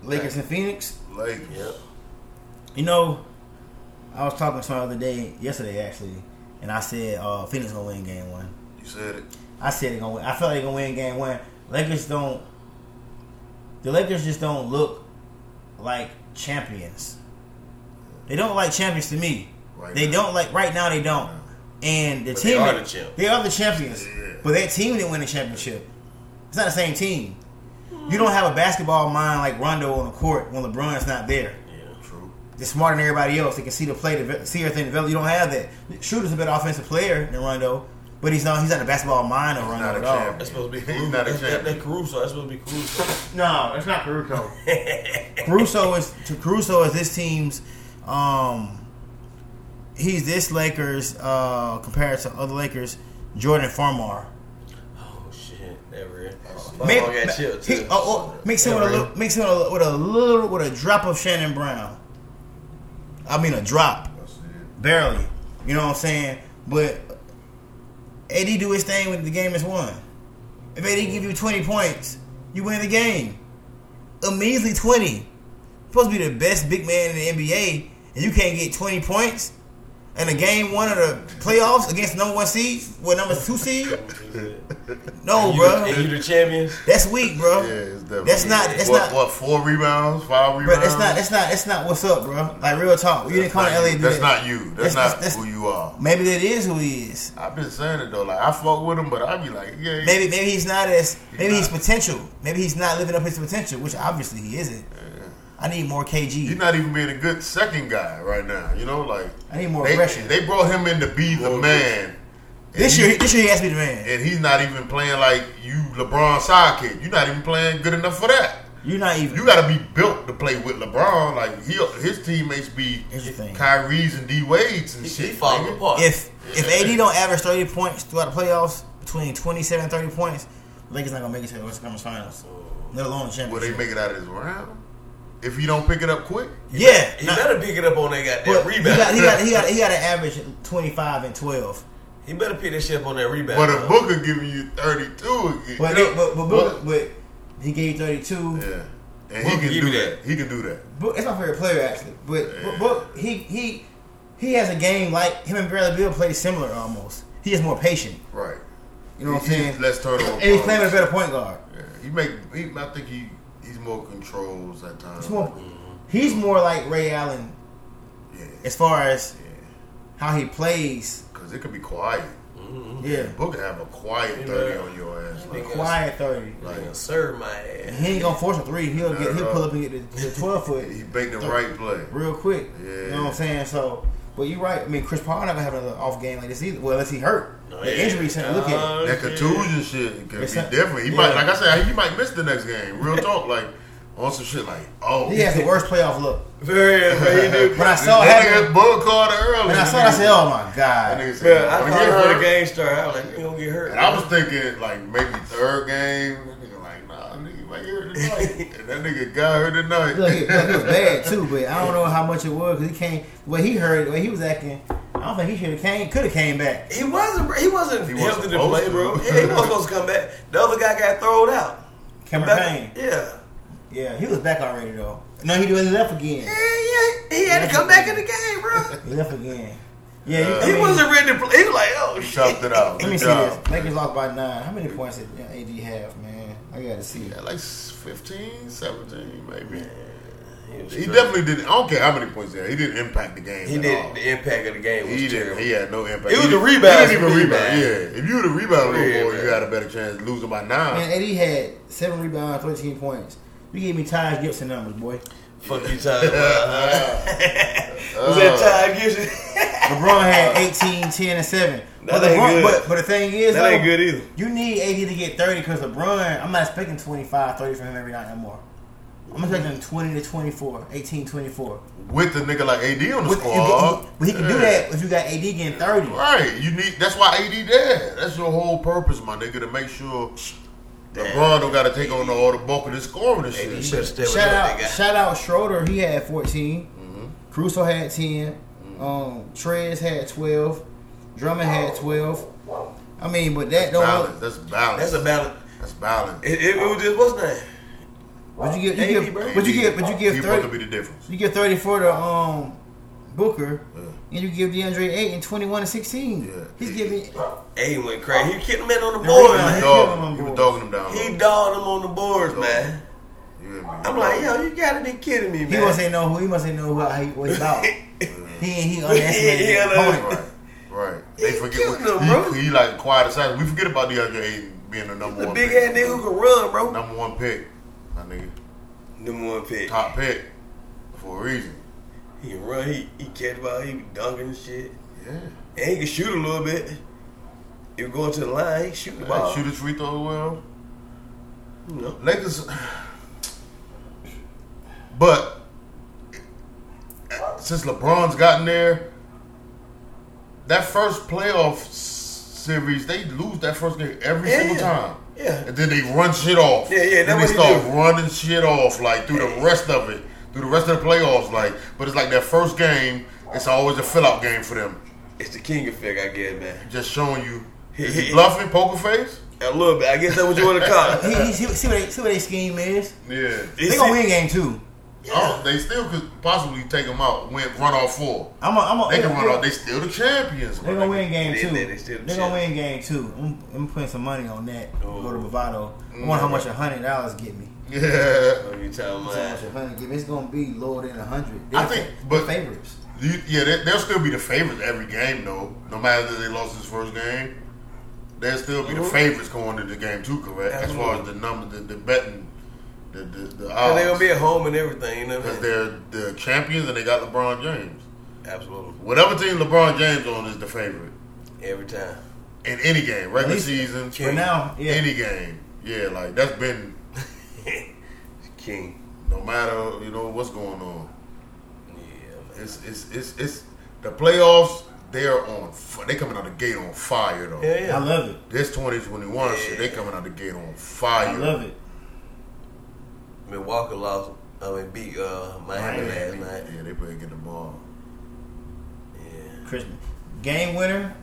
Speaker 2: Lakers and Phoenix.
Speaker 1: Like
Speaker 3: Yeah.
Speaker 2: You know, I was talking to someone the other day, yesterday actually, and I said uh, Phoenix gonna win game one.
Speaker 1: you said it.
Speaker 2: I said they're gonna win. I feel like they're gonna win game one. Lakers don't. The Lakers just don't look like champions. They don't like champions to me.
Speaker 1: Right
Speaker 2: they
Speaker 1: now.
Speaker 2: don't like right now. They don't. And the
Speaker 3: But they
Speaker 2: team,
Speaker 3: are
Speaker 2: that-
Speaker 3: the champ.
Speaker 2: they are the champions.
Speaker 1: Yeah.
Speaker 2: But that team didn't win the championship. It's not the same team. You don't have a basketball mind like Rondo on the court when LeBron's not there
Speaker 3: Yeah.
Speaker 1: True.
Speaker 2: they're smarter than everybody else. They can see the play, develop, see everything develop. You don't have that. Shooter's a better offensive player than Rondo, but he's not. He's not a basketball mind of
Speaker 1: not
Speaker 2: Rondo
Speaker 1: a
Speaker 2: at all.
Speaker 1: champion.
Speaker 3: That's supposed to be
Speaker 1: He's
Speaker 3: Caruso.
Speaker 1: not a
Speaker 3: That's, that,
Speaker 1: champion.
Speaker 3: that Caruso. That's supposed to be Caruso.
Speaker 2: No, that's not Caruso. Caruso is to Caruso is this team's. Um, he's this Lakers uh, compared to other Lakers. Jordan Farmar.
Speaker 3: oh shit. That real.
Speaker 2: Mix-
Speaker 3: Fuck, I got chill
Speaker 2: he-
Speaker 3: too.
Speaker 2: oh, oh, mix him with a
Speaker 3: That real.
Speaker 2: little, mix him with a, with a little with a drop of Shannon Brown. I mean a drop,
Speaker 1: That's it.
Speaker 2: barely. You know what I'm saying? But AD do his thing when the game is won. If AD give you 20 points, you win the game. A measly 20. Supposed to be the best big man in the NBA, and you can't get 20 points in a game one of the playoffs against number one seed, with number two seed. No,
Speaker 3: you,
Speaker 2: bro,
Speaker 3: and you the champions.
Speaker 2: that's weak, bro.
Speaker 1: Yeah, it's definitely.
Speaker 2: That's not- that's
Speaker 1: what,
Speaker 2: not-
Speaker 1: What four rebounds, five
Speaker 2: Bro,
Speaker 1: rebounds?
Speaker 2: that's not. That's not. That's not what's up, bro. Like real talk. You didn't
Speaker 1: That's
Speaker 2: come
Speaker 1: not
Speaker 2: to LA.
Speaker 1: you.
Speaker 2: to do
Speaker 1: That's
Speaker 2: that.
Speaker 1: not you. That's,
Speaker 2: That's-
Speaker 1: not
Speaker 2: that's-
Speaker 1: who you are.
Speaker 2: Maybe that is who he is.
Speaker 1: I've been saying it though. Like I fuck with him, but I be like, yeah, yeah.
Speaker 2: Maybe maybe he's not as maybe
Speaker 1: He's
Speaker 2: he's potential. Maybe he's not living up his potential, which obviously he isn't. I need more
Speaker 1: He's
Speaker 2: KG.
Speaker 1: not even being a good second guy right now. You know, like
Speaker 2: I need more
Speaker 1: they,
Speaker 2: aggression.
Speaker 1: they brought him in to be the
Speaker 3: More
Speaker 1: man.
Speaker 2: This
Speaker 1: And
Speaker 2: year this year he has to be the man.
Speaker 1: and he's not even playing like you LeBron sidekick. You're not even playing good enough for that.
Speaker 2: You're not even.
Speaker 1: You got to be built to play with LeBron. Like he, his teammates be
Speaker 2: Here's the thing.
Speaker 1: Kyrie's and D Wade's and
Speaker 3: He,
Speaker 1: shit.
Speaker 3: he falling
Speaker 1: nigga.
Speaker 3: apart.
Speaker 2: if if AD don't average 30 points throughout the playoffs, between 27 and 30 points, the Lakers not gonna make it to the Western Conference Finals, let alone the
Speaker 1: Will they
Speaker 2: championship.
Speaker 1: make it out of this round? If he don't pick it up quick,
Speaker 2: yeah,
Speaker 3: he
Speaker 2: nah,
Speaker 3: better pick it up on that
Speaker 2: but
Speaker 3: goddamn
Speaker 2: he
Speaker 3: rebound.
Speaker 2: got he got he got he got an average 25 and 12.
Speaker 3: He better pick that shit up on that rebound.
Speaker 1: but if
Speaker 3: bro.
Speaker 1: Booker giving you thirty two,
Speaker 2: uh, But they- but but, but, but he gave 32.
Speaker 1: yeah, and
Speaker 3: Booker
Speaker 1: he can
Speaker 3: give
Speaker 1: do
Speaker 3: you
Speaker 1: that. He can do that.
Speaker 2: Book, that's my favorite player actually. But but, but he he he has a game like him and Bradley Bill play similar almost. He is more patient.
Speaker 1: Right.
Speaker 2: You know what I'm
Speaker 1: He-
Speaker 2: saying?
Speaker 1: Less turnover.
Speaker 2: And he's playing with a
Speaker 1: problems.
Speaker 2: better point guard.
Speaker 1: Yeah, He make. He, I think he he's more controls at times.
Speaker 2: He's more, he's more like Ray Allen
Speaker 1: Yeah.
Speaker 2: as far as
Speaker 1: Yeah.
Speaker 2: how he plays.
Speaker 1: Cause it could be quiet.
Speaker 2: Yeah,
Speaker 1: Booker have a quiet
Speaker 3: Yeah.
Speaker 1: thirty on your ass.
Speaker 3: Yeah.
Speaker 1: Like,
Speaker 2: quiet thirty.
Speaker 1: like
Speaker 3: Nigga, serve my
Speaker 2: And
Speaker 3: ass.
Speaker 2: he ain't gonna force a three. He'll
Speaker 1: Not
Speaker 2: get
Speaker 1: at
Speaker 2: he'll
Speaker 1: all.
Speaker 2: pull up and get the, the twelve foot
Speaker 1: he made the right play.
Speaker 2: real quick. You
Speaker 1: Yeah.
Speaker 2: know what I'm saying? So, but you're right. I mean, Chris Paul not gonna have another off game like this either. Well, unless he hurt,
Speaker 3: No,
Speaker 2: the
Speaker 3: yeah.
Speaker 2: injury center. Look at it.
Speaker 3: Oh,
Speaker 1: That
Speaker 3: shit.
Speaker 1: contusion shit could
Speaker 2: It's
Speaker 1: be
Speaker 2: not-
Speaker 1: different. He
Speaker 2: yeah.
Speaker 1: might, like I said, he might miss the next game. Real talk, like on some shit like, oh,
Speaker 2: He has the worst playoff look.
Speaker 3: Very, very good.
Speaker 2: When I
Speaker 1: This
Speaker 2: saw it happen,
Speaker 1: nigga bug Carter early.
Speaker 2: And I saw it, I said, oh my
Speaker 1: That
Speaker 2: God.
Speaker 1: nigga said,
Speaker 3: Bro, I
Speaker 1: "Oh,
Speaker 3: thought
Speaker 1: he
Speaker 3: before
Speaker 1: hurt."
Speaker 3: the game started, I was like, you gonna get hurt.
Speaker 1: And I was thinking like maybe third game. Nigga, like nah, nigga might get hurt tonight. and that nigga got hurt tonight.
Speaker 2: Look, it, look, it was bad too, but I don't know how much it was because he came, the way he heard, the way he was acting, I don't think he should have came, could have came back.
Speaker 3: He wasn't. bro. He wasn't
Speaker 1: He wasn't
Speaker 3: healthy to
Speaker 1: supposed
Speaker 3: play,
Speaker 1: to.
Speaker 3: bro. Yeah, he wasn't supposed to come back. The other guy got thrown out.
Speaker 2: Cameron Payne.
Speaker 3: Back- Yeah.
Speaker 2: Yeah, he was back already though. No, he was left again.
Speaker 3: Yeah, yeah. He had to come back in the game, bro.
Speaker 2: He left again. Yeah, you- I
Speaker 1: Uh,
Speaker 3: He
Speaker 2: mean,
Speaker 3: wasn't ready to play. He was like, oh
Speaker 1: He
Speaker 3: shit.
Speaker 1: chopped it out.
Speaker 2: Let me
Speaker 1: Good
Speaker 2: see
Speaker 1: job.
Speaker 2: this. Lakers lost by nine. How many points did uh, AD have, man? I gotta see.
Speaker 1: Yeah, like 15, 17 maybe.
Speaker 3: was
Speaker 1: He
Speaker 3: straight.
Speaker 1: definitely didn't. I don't care how many points he had. He didn't impact the game.
Speaker 3: He
Speaker 1: at
Speaker 3: did.
Speaker 1: all.
Speaker 3: The impact of the game was
Speaker 1: He
Speaker 3: terrible.
Speaker 1: didn't. He had no impact.
Speaker 3: It was
Speaker 1: He
Speaker 3: the
Speaker 1: didn't-
Speaker 3: rebounds
Speaker 1: He didn't even
Speaker 3: for
Speaker 1: rebound.
Speaker 3: rebound.
Speaker 1: Yeah, if you would have rebounded a little more, you
Speaker 3: Rebound.
Speaker 1: had a better chance of losing by nine.
Speaker 2: Man, AD had seven rebounds, 13 points. You gave me Taj Gibson numbers, boy.
Speaker 3: Fuck you, Ty. was
Speaker 1: Uh.
Speaker 3: that Ty Gibson?
Speaker 2: LeBron had 18, 10, and 7. But,
Speaker 3: That ain't
Speaker 2: LeBron,
Speaker 3: good.
Speaker 2: but, but the thing is,
Speaker 3: that ain't
Speaker 2: though,
Speaker 3: good either.
Speaker 2: You need AD to get 30 because LeBron, I'm not expecting 25, 30 from him every night no more. I'm expecting 20 to 24, 18, 24.
Speaker 1: With a nigga like AD on the
Speaker 2: With- you
Speaker 1: squad,
Speaker 2: get- but he can do
Speaker 1: Yeah.
Speaker 2: that if you got AD getting 30.
Speaker 1: Right, you need. That's why AD there. That's your whole purpose, my nigga, to make sure LeBron don't got to take on all the bulk of the scoring and
Speaker 3: He
Speaker 1: shit.
Speaker 3: should stay with
Speaker 2: Shout
Speaker 3: that
Speaker 2: out,
Speaker 3: guy.
Speaker 2: shout out Schroeder, he had 14. Crusoe had 10. Um, Trez had 12. Drummond had 12. I mean, but that don't.
Speaker 1: Balance. That's balance.
Speaker 3: That's a balance.
Speaker 1: That's balance.
Speaker 3: It, it, it was just what's that?
Speaker 2: But you give,
Speaker 3: AD,
Speaker 2: you give,
Speaker 3: bro.
Speaker 2: but you give, but you
Speaker 1: He
Speaker 2: give
Speaker 1: about
Speaker 2: 30.
Speaker 1: to be the difference.
Speaker 2: You give 34 to um Booker,
Speaker 1: Yeah.
Speaker 2: and you give DeAndre 8 and 21 and 16.
Speaker 1: Yeah.
Speaker 2: He's giving.
Speaker 3: A went crazy. He kicked him in on the
Speaker 1: He
Speaker 2: He
Speaker 1: was
Speaker 2: rebound.
Speaker 3: boards.
Speaker 1: dogging,
Speaker 2: on
Speaker 1: he was
Speaker 2: board.
Speaker 1: dogging him down.
Speaker 3: He dogged him on the boards, man. I'm like, yo, you gotta be kidding me, man.
Speaker 2: He must ain't know who. He must ain't know who, how he, what he's about. he he underestimated
Speaker 3: Yeah,
Speaker 2: his
Speaker 3: yeah,
Speaker 2: opponent.
Speaker 1: Right, right. They
Speaker 3: He
Speaker 1: forget.
Speaker 3: killed
Speaker 1: What,
Speaker 3: him, bro.
Speaker 1: he, he like quiet assassin. We forget about DeAndre Ayton being the number
Speaker 3: the
Speaker 1: one
Speaker 3: big
Speaker 1: pick.
Speaker 3: ass nigga who can run, bro.
Speaker 1: Number one pick, my nigga.
Speaker 3: Number one pick.
Speaker 1: Top pick for a reason.
Speaker 3: He can run. He he catch ball. He be dunking and shit.
Speaker 1: Yeah.
Speaker 3: And he can shoot a little bit. If going to the line, he can shoot the ball.
Speaker 1: Like, shoot his free throw well.
Speaker 3: You know.
Speaker 1: Lakers, but since LeBron's gotten there, that first playoff s- series they lose that first game every
Speaker 3: Yeah,
Speaker 1: single
Speaker 3: yeah.
Speaker 1: time.
Speaker 3: Yeah.
Speaker 1: and then they run shit off.
Speaker 3: Yeah, yeah,
Speaker 1: Then they
Speaker 3: that's what
Speaker 1: start
Speaker 3: they do.
Speaker 1: running shit off like through the rest of it, through the rest of the playoffs. Like, but it's like that first game. It's always a fill out game for them.
Speaker 3: It's the king effect, I guess, man.
Speaker 1: Just showing you. Is he bluffing, poker face?
Speaker 3: A little bit. I guess that's what you want to call it.
Speaker 2: He, he, see, see, what they, see what they scheme is.
Speaker 1: Yeah.
Speaker 2: They gonna win game two.
Speaker 1: Oh, they still could possibly take him out, win, run all four.
Speaker 2: I'm a, I'm a,
Speaker 1: They can run all. They still the champions.
Speaker 2: They're gonna win game
Speaker 3: They-
Speaker 2: two.
Speaker 3: they-
Speaker 2: They're
Speaker 3: they still the
Speaker 2: gonna
Speaker 3: champ.
Speaker 2: win game two. I'm, I'm putting some money on that.
Speaker 3: Oh.
Speaker 2: Go to Bovado. I wonder how much a hundred dollars get me.
Speaker 1: Yeah.
Speaker 3: Oh, you tell him
Speaker 2: I wonder How much
Speaker 3: that.
Speaker 2: a hundred get me? It's gonna be lower than a hundred.
Speaker 1: I think- but-
Speaker 2: favorites.
Speaker 1: You, yeah, they, they'll still be the favorites every game, though. No matter that they lost this first game, they'll still be the
Speaker 3: Mhm.
Speaker 1: favorites going into the game too. Correct, as far as
Speaker 3: Absolutely.
Speaker 1: the number, the, the betting, the the, the
Speaker 3: And they're gonna
Speaker 1: odds,
Speaker 3: be at home and everything. You know
Speaker 1: because
Speaker 3: what I mean?
Speaker 1: they're the champions and they got LeBron James.
Speaker 3: Absolutely.
Speaker 1: Whatever team LeBron James on is the favorite
Speaker 3: Every time.
Speaker 1: in any game, regular
Speaker 2: least-
Speaker 1: season,
Speaker 2: For now, yeah.
Speaker 1: any game. Yeah, like that's been
Speaker 3: king.
Speaker 1: no matter you know what's going on.
Speaker 3: Yeah, man.
Speaker 1: It's it's it's it's the playoffs. They're on. f- They coming out the gate on fire though.
Speaker 3: Yeah, yeah.
Speaker 2: I love it.
Speaker 1: This 2021 shit, they coming out the gate on fire.
Speaker 2: I love it.
Speaker 3: Milwaukee lost. I mean, beat uh, Miami last night.
Speaker 1: Yeah, they play again tomorrow.
Speaker 3: Yeah.
Speaker 2: Christmas game winner.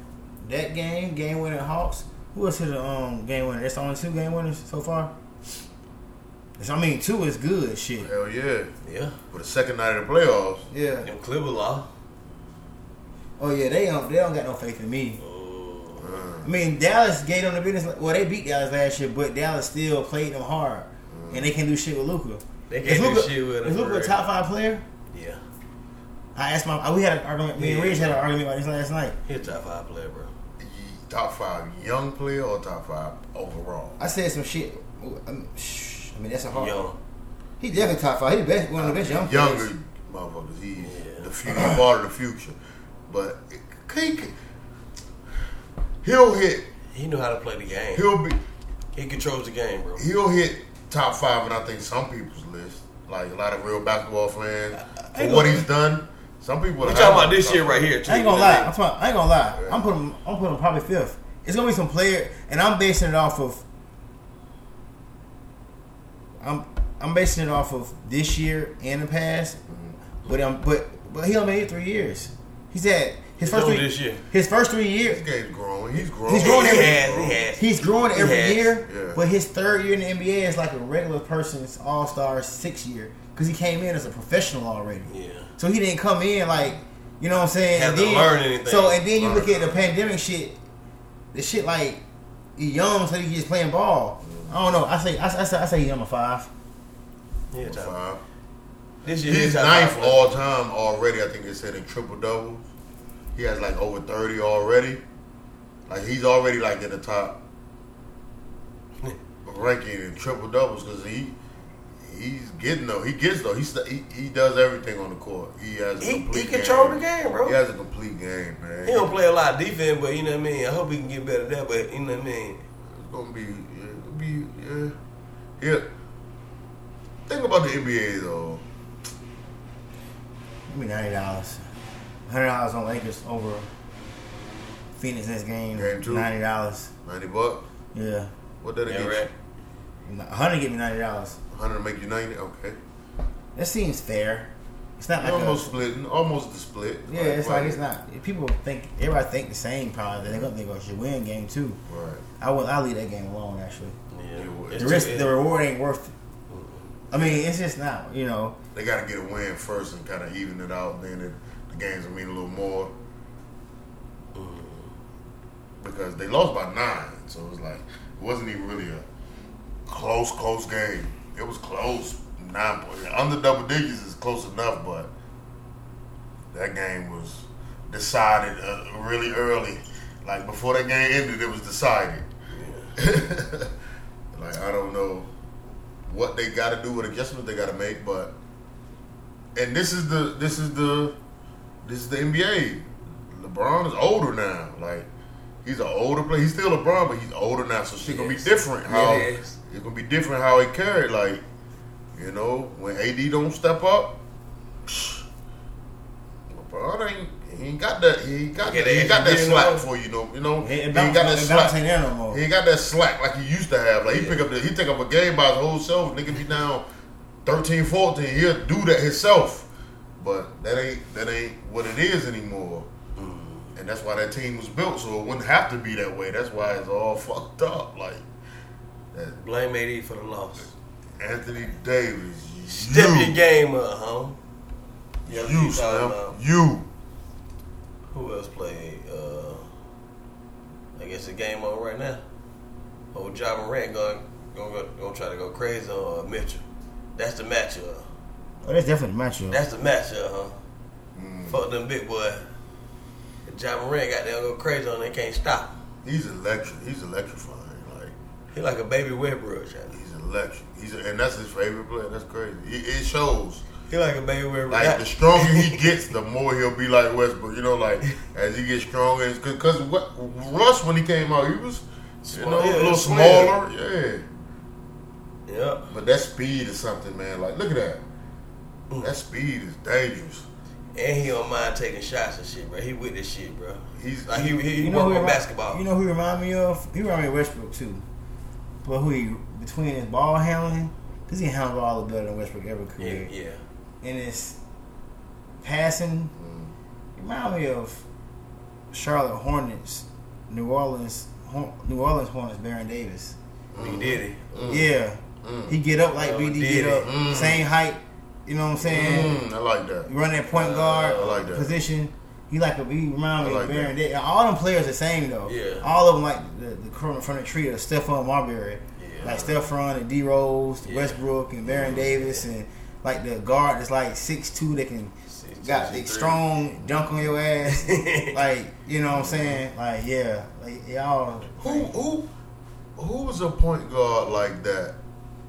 Speaker 2: That game game winner Hawks. Who else hit the um game winner? That's the only two game winners so far. It's- I mean, two is good shit.
Speaker 1: Hell yeah.
Speaker 3: Yeah.
Speaker 1: For the second night of the playoffs.
Speaker 2: Yeah.
Speaker 3: And Clippers lost.
Speaker 2: Oh yeah, they don't they don't got no faith in me.
Speaker 3: Oh.
Speaker 2: I mean, Dallas gave them the business. Well, they beat Dallas last year, but Dallas still played them hard, and they can do shit with Luca.
Speaker 3: They can't do shit with
Speaker 2: Is
Speaker 3: him,
Speaker 2: Luca a
Speaker 3: bro.
Speaker 2: top five player?
Speaker 3: Yeah.
Speaker 2: I asked my. We had an argument. Me and
Speaker 3: Yeah.
Speaker 2: Ridge had an argument about this last night.
Speaker 3: He a top five player, bro.
Speaker 1: Ye- Top five young player or top five overall?
Speaker 2: I said some shit. I mean, shh, I mean that's a hard.
Speaker 3: Young.
Speaker 2: He definitely top five. He the best one of the best young
Speaker 1: Younger
Speaker 2: players.
Speaker 1: motherfuckers. He's
Speaker 3: Yeah.
Speaker 1: the future, part of the future. But he, can- he'll hit.
Speaker 3: He knew how to play the game.
Speaker 1: He'll be.
Speaker 3: He controls the game, bro.
Speaker 1: He'll hit top five in I think some people's list. Like a lot of real basketball fans for
Speaker 2: ain't
Speaker 1: what
Speaker 2: gonna-
Speaker 1: he's done. Some people.
Speaker 3: We talking about this year right here. Too.
Speaker 2: I ain't gonna lie. I'm talking, I ain't gonna lie. I'm putting. him- I'm putting him probably fifth. It's gonna be some player, and I'm basing it off of. I'm I'm basing it off of this year and the past,
Speaker 3: Mm-hmm.
Speaker 2: but um, but but he only made it three years. He's had his first
Speaker 3: doing
Speaker 2: three,
Speaker 3: this year.
Speaker 2: His first three years,
Speaker 1: This game's growing. He's growing.
Speaker 2: He's growing
Speaker 3: He
Speaker 2: every-
Speaker 3: has. He has.
Speaker 2: he's growing every
Speaker 3: has,
Speaker 2: year.
Speaker 1: yeah.
Speaker 2: But his third year in the NBA is like a regular person's All Star six year because he came in as a professional already.
Speaker 3: yeah.
Speaker 2: So he didn't come in like, you know what I'm saying?
Speaker 3: Have
Speaker 2: and
Speaker 3: to
Speaker 2: then,
Speaker 3: learn anything.
Speaker 2: So and then you
Speaker 1: Learn.
Speaker 2: look at the pandemic shit. The shit like he young, so he just playing ball. I don't know. I say I, I say I say he number five.
Speaker 3: He a top five.
Speaker 1: Five.
Speaker 3: This year
Speaker 1: He's
Speaker 3: he top
Speaker 1: ninth
Speaker 3: five player.
Speaker 1: all time already. I think they said in triple doubles. He has like over thirty already. Like he's already like in the top ranking in triple doubles because he he's getting though. He gets though. He, st- he he does everything on the court. He has a
Speaker 3: He,
Speaker 1: complete
Speaker 3: he control the
Speaker 1: game.
Speaker 3: game, bro.
Speaker 1: He has a complete game, man.
Speaker 3: He don't play a lot of defense, but you know what I mean. I hope he can get better there, but you know what I mean.
Speaker 1: It's gonna be, yeah, it'll be, yeah, yeah. Think about the NBA though.
Speaker 2: Give me ninety dollars. Hundred dollars on Lakers over Phoenix next game.
Speaker 1: Game two.
Speaker 2: Ninety dollars.
Speaker 1: Ninety bucks.
Speaker 2: Yeah.
Speaker 1: What did it
Speaker 3: Yeah,
Speaker 1: get?
Speaker 3: right.
Speaker 2: Hundred give me ninety dollars.
Speaker 1: Hundred to make you ninety. Okay.
Speaker 2: That seems fair. It's not like
Speaker 1: You're
Speaker 2: a-
Speaker 1: almost splitting, almost the split.
Speaker 2: yeah, it's like it's not. People think everybody think the same. Probably they're gonna think oh should win game two.
Speaker 1: Right.
Speaker 2: I will. I leave that game alone actually.
Speaker 3: Yeah.
Speaker 1: The
Speaker 3: It's
Speaker 2: the
Speaker 3: too
Speaker 2: risk,
Speaker 3: bad.
Speaker 2: the reward ain't worth it. I mean, it's just not, you know.
Speaker 1: They got to get a win first and kind of even it out. Then it, the games will mean a little more because they lost by nine, so it was like it wasn't even really a close, close game. It was close, nine points under double digits is close enough, but that game was decided uh, really early. Like before that game ended, it was decided. like I don't know what they got to do, what adjustments they got to make, but and this is the this is the this is the NBA. LeBron is older now. Like he's an older player. He's still LeBron, but he's older now. So shit gonna be
Speaker 3: Yes.
Speaker 1: different. How
Speaker 3: Yes.
Speaker 1: it's gonna be different how he carried. Like you know, when AD don't step up, psh, LeBron ain't. He ain't got that. He ain't got
Speaker 3: Yeah,
Speaker 1: that. He
Speaker 3: they
Speaker 1: ain't got that
Speaker 3: didn't
Speaker 1: slack
Speaker 3: know.
Speaker 1: for you, know. You know. He
Speaker 2: It,
Speaker 1: ain't
Speaker 2: it
Speaker 1: got
Speaker 2: bounce,
Speaker 1: that
Speaker 2: it bounce
Speaker 1: slack.
Speaker 2: ain't there no more.
Speaker 1: He ain't got that slack like he used to have. Like he
Speaker 3: Yeah.
Speaker 1: pick up the, he take up a game by his whole self. Nigga be down 13, 14. He'll
Speaker 3: Mm.
Speaker 1: do that himself. But that ain't that ain't what it is anymore. and that's why that team was built so it wouldn't have to be that way. That's why it's all fucked up. Like that
Speaker 3: Blame AD for the loss.
Speaker 1: Anthony Davis, you,
Speaker 3: Step your game up, huh? Yeah,
Speaker 1: you,
Speaker 3: you talking
Speaker 1: Slim,
Speaker 3: about
Speaker 1: you.
Speaker 3: who else played? Uh, I guess the game on right now. Old John Morant gonna, gonna gonna try to go crazy on uh, Mitchell. That's the matchup.
Speaker 2: Oh, that's definitely the matchup.
Speaker 3: That's the matchup, huh?
Speaker 1: Mm.
Speaker 3: Fuck them big boy. John Morant got there go crazy on it, can't stop. him.
Speaker 1: He's electric. He's electrifying. Like
Speaker 3: He like a baby Westbrook. child.
Speaker 1: he's electric. He's and that's his favorite player. That's crazy. It, it shows.
Speaker 3: He like a baby Westbrook.
Speaker 1: Like the stronger he gets, the more he'll be like Westbrook. You know, like as he gets stronger, it's because what Russ when he came out, he was you know,
Speaker 3: Small, yeah,
Speaker 1: a little
Speaker 3: slim.
Speaker 1: smaller. Yeah,
Speaker 3: Yep.
Speaker 1: but that speed is something, man. Like look at that. That speed is dangerous.
Speaker 3: And he don't mind taking shots and shit, bro. He with this shit, bro.
Speaker 1: He's
Speaker 3: Like he, he,
Speaker 2: you
Speaker 3: work
Speaker 2: know who
Speaker 3: on
Speaker 2: remi-
Speaker 3: basketball.
Speaker 2: You know who he remind me of? He remind me of Westbrook too. But who he between his ball handling, because he handled the ball better than Westbrook ever could.
Speaker 3: yeah, yeah.
Speaker 2: And his passing
Speaker 1: mm,
Speaker 2: he remind me of Charlotte Hornets, New Orleans, Hor- New Orleans Hornets, Baron Davis.
Speaker 3: He did it.
Speaker 2: Yeah, he get up like
Speaker 3: Oh,
Speaker 2: BD
Speaker 3: did
Speaker 2: get
Speaker 3: it.
Speaker 2: up,
Speaker 1: Mm.
Speaker 2: same height. You know what I'm saying?
Speaker 1: Mm, I like that.
Speaker 2: You run that point guard
Speaker 1: I like that.
Speaker 2: position. He like a he remind me
Speaker 1: I like
Speaker 2: of Baron. Davis. All them players the same though.
Speaker 3: Yeah.
Speaker 2: All of them like the, the crew in front of the tree of Stephon Marbury.
Speaker 3: Yeah.
Speaker 2: Like Stephon and D Rose,
Speaker 3: Yeah.
Speaker 2: Westbrook and Baron Davis and like the guard that's like six two that can
Speaker 3: Six,
Speaker 2: got
Speaker 3: two,
Speaker 2: they
Speaker 3: three.
Speaker 2: strong dunk on your ass. like, you know what I'm saying? Like yeah. Like y'all
Speaker 1: Who who who was a point guard like that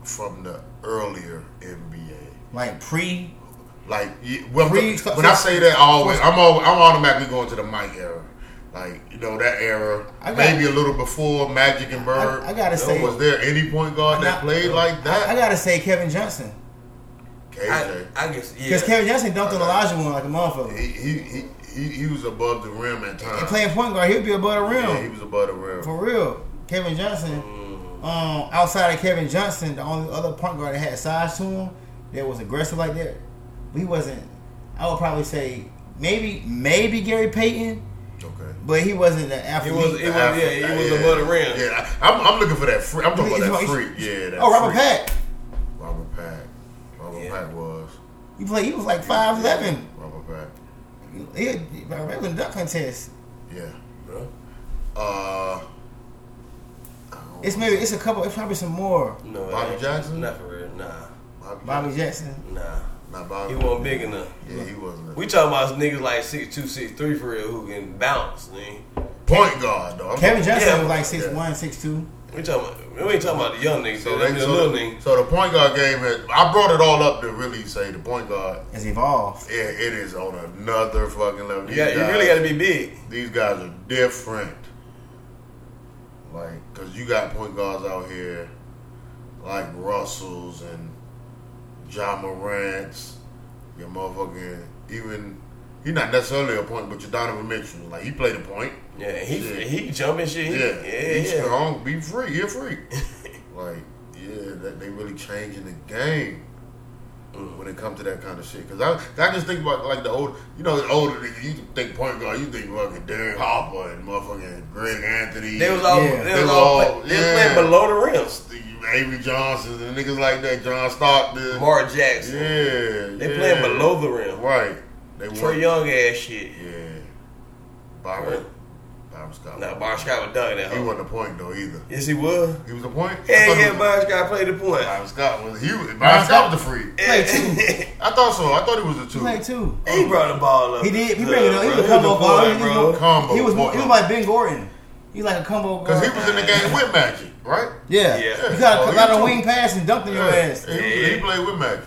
Speaker 1: from the earlier NBA?
Speaker 2: like pre
Speaker 1: Like yeah, well,
Speaker 2: Free-
Speaker 1: when I say that, I always I'm al I'm automatically going to the Mike era, like you know that era,
Speaker 2: I got-
Speaker 1: maybe a little before Magic and Bird.
Speaker 2: I- I gotta
Speaker 1: You know,
Speaker 2: say-
Speaker 1: was there any point guard that
Speaker 2: Not-
Speaker 1: played like that?
Speaker 2: I gotta say Kevin Johnson.
Speaker 1: KJ,
Speaker 3: I, I guess yeah.
Speaker 2: Because Kevin Johnson dunked on Elijah one like a motherfucker.
Speaker 1: he, he, he he he was above the rim at
Speaker 2: And
Speaker 1: times.
Speaker 2: playing point guard, he'll be above the rim.
Speaker 1: yeah, he was above the rim.
Speaker 2: For real, Kevin Johnson.
Speaker 3: Mm,
Speaker 2: Um, outside of Kevin Johnson, the only other point guard that had size to him that was aggressive like that, he wasn't. I would probably say maybe maybe Gary Payton,
Speaker 1: okay.
Speaker 2: but he wasn't an athlete.
Speaker 3: It was- it was- yeah, he
Speaker 1: After-
Speaker 3: was above the rim.
Speaker 1: Yeah, I, I'm, I'm looking for that. Free, I'm talking
Speaker 2: He's
Speaker 1: about that
Speaker 2: like-
Speaker 1: freak. Yeah, that
Speaker 2: oh, Robert
Speaker 1: freak.
Speaker 2: Pack.
Speaker 1: Robert Pack. Robert
Speaker 3: Yeah.
Speaker 1: Pack was
Speaker 2: He played. He was like five eleven.
Speaker 1: Robert Pack.
Speaker 2: He had Robert Pack was in duck contest.
Speaker 1: Yeah.
Speaker 3: Huh?
Speaker 1: Uh,
Speaker 2: It's maybe it's a couple. It's probably some more.
Speaker 3: No,
Speaker 1: Bobby
Speaker 3: that-
Speaker 1: Jackson?
Speaker 3: Not for real. Nah,
Speaker 1: Bobby,
Speaker 2: Bobby Jackson.
Speaker 3: nah.
Speaker 1: Not Bobby.
Speaker 3: He wasn't big enough.
Speaker 1: Yeah, he wasn't.
Speaker 3: We talking about niggas like six two, six three for real who can bounce. Man.
Speaker 1: point guard though. I'm-
Speaker 2: Kevin Johnson
Speaker 3: Yeah.
Speaker 2: was like six one, six two.
Speaker 3: We talking about we ain't talking about the young niggas.
Speaker 1: So,
Speaker 3: So
Speaker 1: they,
Speaker 3: the
Speaker 1: so,
Speaker 3: little
Speaker 1: the,
Speaker 3: niggas.
Speaker 1: so the point guard game. Has, I brought it all up to really say the point guard.
Speaker 2: Has evolved.
Speaker 1: Yeah, it is on another fucking level.
Speaker 3: You, got,
Speaker 1: These
Speaker 3: you really got to be big.
Speaker 1: These guys are different. Like, cause you got point guards out here, like Russells and John Morant's, your motherfucking even. He's not necessarily a point, but your Donovan Mitchell. Like he played a point.
Speaker 3: Yeah, he
Speaker 1: Shit.
Speaker 3: he jumping shit. He,
Speaker 1: Yeah,
Speaker 3: yeah,
Speaker 1: be
Speaker 3: yeah.
Speaker 1: strong, be free, you're free. like, yeah, that, they really changing the game
Speaker 3: Mm.
Speaker 1: when it comes to that kind of shit. Cause I, I just think about like the old, you know, the older nigga. You think point guard, you think fucking Derek Harper and motherfucking Greg Anthony.
Speaker 3: They was all
Speaker 2: Yeah.
Speaker 3: they was all, play- they was
Speaker 1: yeah.
Speaker 3: playing below the rim.
Speaker 1: and Avery Johnson and niggas like that. John Stockton.
Speaker 3: Mark
Speaker 1: yeah,
Speaker 3: Jackson.
Speaker 1: they
Speaker 3: They
Speaker 1: yeah.
Speaker 3: playing below the rim.
Speaker 1: Right. They
Speaker 3: Trey
Speaker 1: were.
Speaker 3: Young ass shit.
Speaker 1: Yeah. Bobby. Bobby Scott.
Speaker 3: Nah, Bob Scott was dunking that
Speaker 1: He
Speaker 3: hoe.
Speaker 1: wasn't a point though either.
Speaker 3: Yes, he was.
Speaker 1: He was a point. I
Speaker 3: Hell
Speaker 1: thought he
Speaker 3: yeah,
Speaker 1: was-
Speaker 3: Bob Scott played the point.
Speaker 1: Byron Scott was he was Byron Scott was the free.
Speaker 2: Played
Speaker 3: Yeah.
Speaker 1: I thought so. I thought he was a
Speaker 2: He
Speaker 1: two.
Speaker 2: played two.
Speaker 3: He brought the ball up.
Speaker 2: He did. He
Speaker 3: Look,
Speaker 2: bring it up. He
Speaker 3: bro,
Speaker 2: was a combo
Speaker 3: the
Speaker 2: guard.
Speaker 3: boy,
Speaker 2: He was
Speaker 3: bro.
Speaker 2: more-
Speaker 1: Combo
Speaker 2: He was more,
Speaker 1: guard.
Speaker 2: he was like Ben Gordon. He like a combo guard.
Speaker 1: Because he was in the game with Magic, right?
Speaker 2: yeah.
Speaker 3: Yeah.
Speaker 2: He got
Speaker 1: Oh,
Speaker 2: a
Speaker 1: he
Speaker 2: lot of
Speaker 1: too.
Speaker 2: wing pass and dunked in your ass.
Speaker 1: He, was- he
Speaker 3: Yeah.
Speaker 1: played with Magic.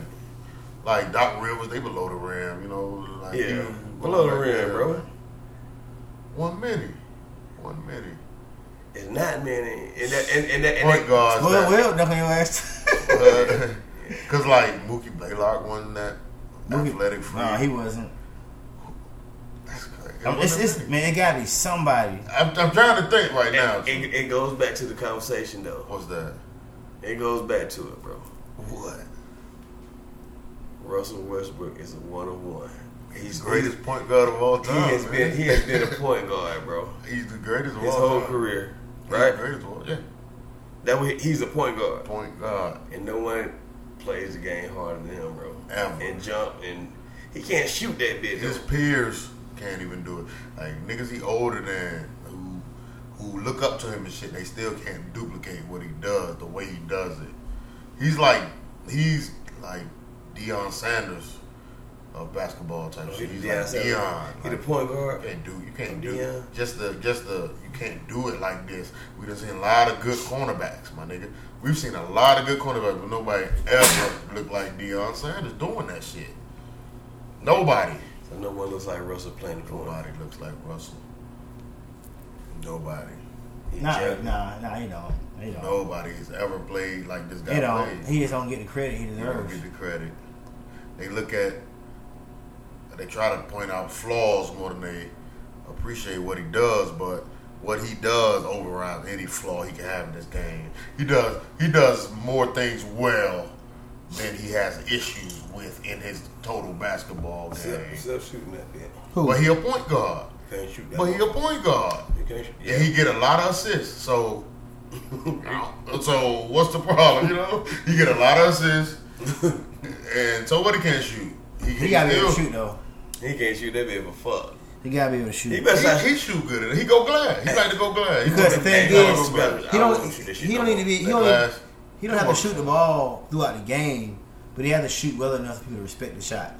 Speaker 1: Like Doc Rivers, they below the rim, you know. Like, he
Speaker 3: Yeah,
Speaker 1: was-
Speaker 3: below the
Speaker 1: like,
Speaker 3: rim,
Speaker 1: yeah.
Speaker 3: bro.
Speaker 1: One minute, one minute.
Speaker 3: It's not many. And that and, and that and
Speaker 1: Point
Speaker 3: that,
Speaker 1: guards.
Speaker 2: Well,
Speaker 1: that-
Speaker 2: well, dunk on your ass.
Speaker 1: Cause like Mookie Blaylock won that
Speaker 2: Mookie-
Speaker 1: athletic free.
Speaker 2: no, he wasn't.
Speaker 1: That's crazy. It
Speaker 2: It's,
Speaker 1: wasn't
Speaker 2: it's
Speaker 1: many.
Speaker 2: man, it gotta be somebody.
Speaker 1: I'm, I'm trying to think right now.
Speaker 3: it, it, it goes back to the conversation though.
Speaker 1: What's that?
Speaker 3: It goes back to it, bro.
Speaker 1: What?
Speaker 3: Russell Westbrook is a one on one.
Speaker 1: He's the greatest point guard of all
Speaker 3: He
Speaker 1: time.
Speaker 3: has
Speaker 1: man.
Speaker 3: been he has been a point guard, bro.
Speaker 1: He's the greatest of
Speaker 3: His
Speaker 1: all
Speaker 3: whole
Speaker 1: time.
Speaker 3: career,
Speaker 1: He's the
Speaker 3: right?
Speaker 1: greatest of all. Yeah.
Speaker 3: That way, he's a point guard,
Speaker 1: Point guard.
Speaker 3: and no one plays the game harder than him, bro.
Speaker 1: Ever.
Speaker 3: And jump, and he can't shoot that bit.
Speaker 1: His
Speaker 3: though.
Speaker 1: peers can't even do it. Like niggas he older than who who look up to him and shit, they still can't duplicate what he does, the way he does it. He's like he's like Deion Sanders of basketball type shit. He's
Speaker 3: Oh, Deion
Speaker 1: like
Speaker 3: Sanders.
Speaker 1: Deion.
Speaker 3: He the
Speaker 1: Like,
Speaker 3: point
Speaker 1: you
Speaker 3: guard.
Speaker 1: can't do you can't do
Speaker 3: Deion.
Speaker 1: just the just the you can't do it like this. We done seen a lot of good cornerbacks, my nigga. We've seen a lot of good cornerbacks, but nobody ever looked like Deion Sanders doing that shit. Nobody.
Speaker 3: So no one looks like Russell playing the corner.
Speaker 1: Nobody looks like Russell. Nobody.
Speaker 3: He
Speaker 2: Nah,
Speaker 3: jump.
Speaker 2: nah, nah. He don't. He don't.
Speaker 1: Nobody has ever played like this guy
Speaker 2: He don't.
Speaker 1: played.
Speaker 2: He just don't get the credit he
Speaker 1: They don't
Speaker 2: deserves.
Speaker 1: get the credit. They look at, they try to point out flaws more than they appreciate what he does, but what he does overrides any flaw he can have in this game. He does he does more things well than he has issues with in his total basketball game.
Speaker 3: Except, except shooting that bit.
Speaker 2: Who?
Speaker 1: But he a point guard.
Speaker 3: Can't shoot that.
Speaker 1: But he a point guard.
Speaker 3: You can't shoot.
Speaker 1: and he get a lot of assists. So, so what's the problem? You know, he get a lot of assists, and somebody can't shoot.
Speaker 2: He gotta be able
Speaker 1: still-
Speaker 2: to shoot though.
Speaker 3: He can't shoot that bit for fuck.
Speaker 2: He gotta be able to shoot.
Speaker 3: He
Speaker 2: He,
Speaker 3: better not
Speaker 1: He, he shoot good. at it. He go glad. He like to go glad. He
Speaker 2: Because
Speaker 1: go
Speaker 2: the thing
Speaker 1: he go
Speaker 2: is,
Speaker 1: glad.
Speaker 3: I
Speaker 2: don't.
Speaker 3: wouldn't shoot that shit
Speaker 2: He don't
Speaker 3: no
Speaker 2: need to be. He
Speaker 1: That
Speaker 2: don't.
Speaker 1: glass.
Speaker 2: He don't have to shoot the ball throughout the game, but he has to shoot well enough for people to respect the shot.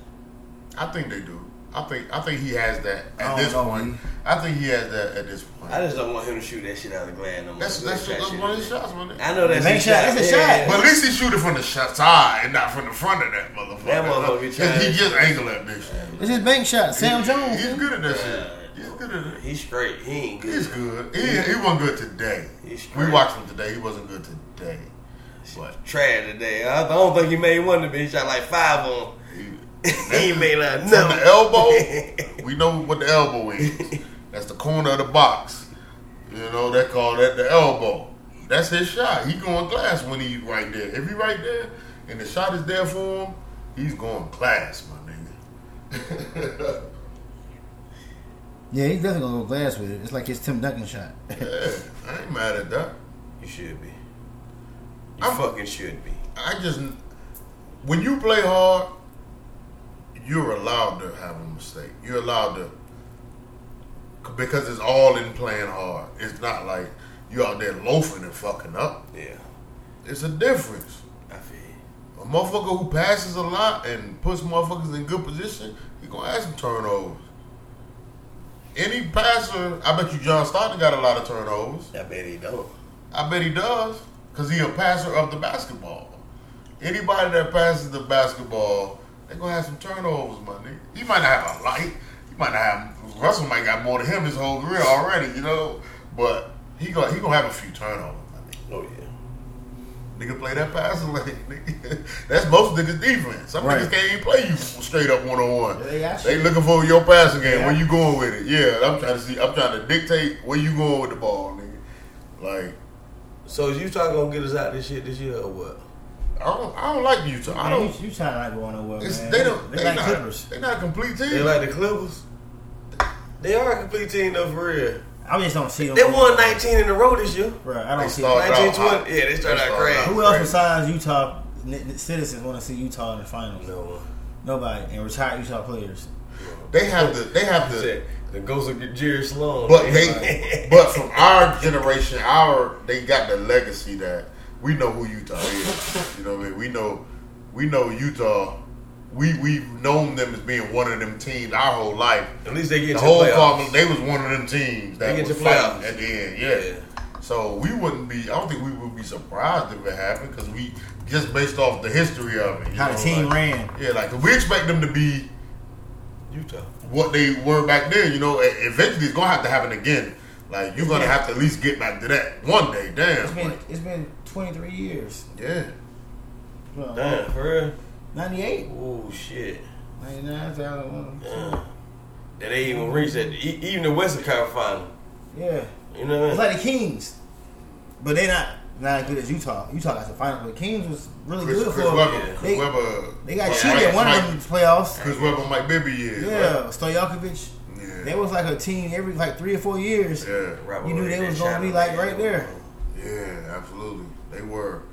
Speaker 1: I think they do. I think I think he has that
Speaker 2: I
Speaker 1: at
Speaker 2: don't
Speaker 1: this
Speaker 2: know,
Speaker 1: point.
Speaker 2: man.
Speaker 1: I think he has that at this point.
Speaker 3: I just don't want him to shoot that shit out of the glass no more.
Speaker 1: That's that's,
Speaker 3: That
Speaker 1: that's
Speaker 3: shit
Speaker 1: one of
Speaker 3: is-
Speaker 1: his shots, man.
Speaker 3: I know that's
Speaker 2: Make
Speaker 3: his
Speaker 2: sure- that's a shot.
Speaker 1: But at least he shoot it from the shot side and not from the front of that motherfucker.
Speaker 3: That motherfucker
Speaker 1: He
Speaker 3: trash.
Speaker 1: just angle that bitch.
Speaker 2: It's his bank shot. Sam
Speaker 1: He-
Speaker 2: Jones.
Speaker 1: He's
Speaker 2: man.
Speaker 1: good at that shit.
Speaker 3: Yeah.
Speaker 1: He's good at it.
Speaker 3: He's straight. He ain't good.
Speaker 1: He's good. He, he wasn't good today.
Speaker 3: He's
Speaker 1: we
Speaker 3: straight.
Speaker 1: watched him today. He wasn't good today. But
Speaker 3: Trash today. I don't think he made one of them. He shot like five on.
Speaker 1: he,
Speaker 3: he ain't made like
Speaker 1: from
Speaker 3: nothing.
Speaker 1: the elbow, we know what the elbow is. That's the corner of the box. You know they call that the elbow. That's his shot. He going glass when he right there. If he right there and the shot is there for him, he's going glass, my nigga.
Speaker 2: Yeah, he's definitely gonna go glass with it. It's like his Tim Duncan shot.
Speaker 1: yeah, I ain't mad at that.
Speaker 3: You should be. You
Speaker 1: I'm-
Speaker 3: fucking should be.
Speaker 1: I just when you play hard, you're allowed to have a mistake. You're allowed to because it's all in playing hard. It's not like you out there loafing and fucking up.
Speaker 3: Yeah.
Speaker 1: It's a difference.
Speaker 3: I feel you.
Speaker 1: A motherfucker who passes a lot and puts motherfuckers in good position, he gonna have some turnovers. Any passer, I bet you John Stockton got a lot of turnovers.
Speaker 3: I bet he don't.
Speaker 1: I bet he does, cause he a passer of the basketball. Anybody that passes the basketball, they gonna have some turnovers, my nigga. He might not have a light. He might not have Russell might got more than him his whole career already, you know. But he gonna he gonna have a few turnovers, my nigga.
Speaker 3: Oh yeah.
Speaker 1: Nigga play that passing lane. nigga. That's most niggas defense. Some
Speaker 2: Right.
Speaker 1: niggas can't even play you straight up one on one.
Speaker 2: They got you.
Speaker 1: They looking for your passing game.
Speaker 2: Yeah.
Speaker 1: Where you going with it? Yeah, I'm trying to see. I'm trying to dictate where you going with the ball, nigga. Like
Speaker 3: So is Utah gonna get us out this shit this year or what?
Speaker 1: I don't. I don't like Utah. I
Speaker 2: Man,
Speaker 1: don't.
Speaker 2: you, you trying to not go
Speaker 3: Oh,
Speaker 2: nowhere,
Speaker 1: It's,
Speaker 2: man.
Speaker 1: they don't. They,
Speaker 2: like
Speaker 1: not.
Speaker 2: Clippers.
Speaker 1: They not a complete team.
Speaker 3: They like the Clippers. They are a complete team though for real.
Speaker 2: I just don't see them.
Speaker 3: They won 19 in a row this year.
Speaker 2: Bro, I don't
Speaker 1: They
Speaker 2: see
Speaker 1: start-
Speaker 2: them.
Speaker 3: 19,
Speaker 1: out hot.
Speaker 3: 20. Yeah, they started
Speaker 1: They
Speaker 3: out
Speaker 1: started
Speaker 3: crazy.
Speaker 1: out
Speaker 2: Who else besides Utah n- n- citizens want to see Utah in the finals?
Speaker 3: No one.
Speaker 2: Nobody. And retired Utah players.
Speaker 1: They have the. They have the.
Speaker 3: Shit, The ghost of Jerry Sloan.
Speaker 1: But
Speaker 3: man.
Speaker 1: they. but from our generation, our they got the legacy that we know who Utah is. You know what I mean? We know. We know Utah. We we've known them as being one of them teams our whole life.
Speaker 3: at least they get
Speaker 1: The
Speaker 3: to the
Speaker 1: whole
Speaker 3: playoffs.
Speaker 1: Cardinals, they was one of them teams that
Speaker 3: They get
Speaker 1: was
Speaker 3: to
Speaker 1: fighting
Speaker 3: playoffs.
Speaker 1: at the end. Yeah. So we wouldn't be. I don't think we would be surprised if it happened because we just based off the history of it. you
Speaker 2: How the
Speaker 1: know,
Speaker 2: team
Speaker 1: like-
Speaker 2: ran.
Speaker 1: Yeah, like we expect them to be
Speaker 3: Utah.
Speaker 1: what they were back then. You know, E- eventually it's gonna have to happen again. Like you're gonna
Speaker 2: Yeah.
Speaker 1: have to at least get back to that one day.
Speaker 2: It's
Speaker 1: Damn.
Speaker 2: been
Speaker 1: like,
Speaker 2: it's been 23 years.
Speaker 1: yeah.
Speaker 2: Well,
Speaker 3: Damn, for
Speaker 2: 98,
Speaker 3: real? Oh, shit.
Speaker 2: 99, 2001.
Speaker 3: Damn. Did they even reach that? E- even the Western Conference Final.
Speaker 2: Yeah,
Speaker 3: You know what I
Speaker 2: it's
Speaker 3: mean?
Speaker 2: like the Kings, but they not not as good as Utah. Utah got to the final, but Kings was really
Speaker 1: Chris,
Speaker 2: good
Speaker 1: Chris
Speaker 2: for
Speaker 1: Webber.
Speaker 2: them.
Speaker 3: yeah.
Speaker 1: Chris
Speaker 2: They,
Speaker 1: Webber.
Speaker 2: they got
Speaker 1: Mike-
Speaker 2: cheated in one of
Speaker 1: Mike-
Speaker 2: them playoffs.
Speaker 1: Chris Webber, Mike Bibby years.
Speaker 2: Yeah,
Speaker 1: right?
Speaker 2: Stojakovic.
Speaker 1: Yeah.
Speaker 2: They was like a team every like three or four years.
Speaker 1: Yeah.
Speaker 3: Robert
Speaker 2: You knew they
Speaker 3: Williams
Speaker 2: was
Speaker 3: and
Speaker 2: gonna be,
Speaker 3: Shannon.
Speaker 2: like, right there.
Speaker 1: Yeah, absolutely. They were.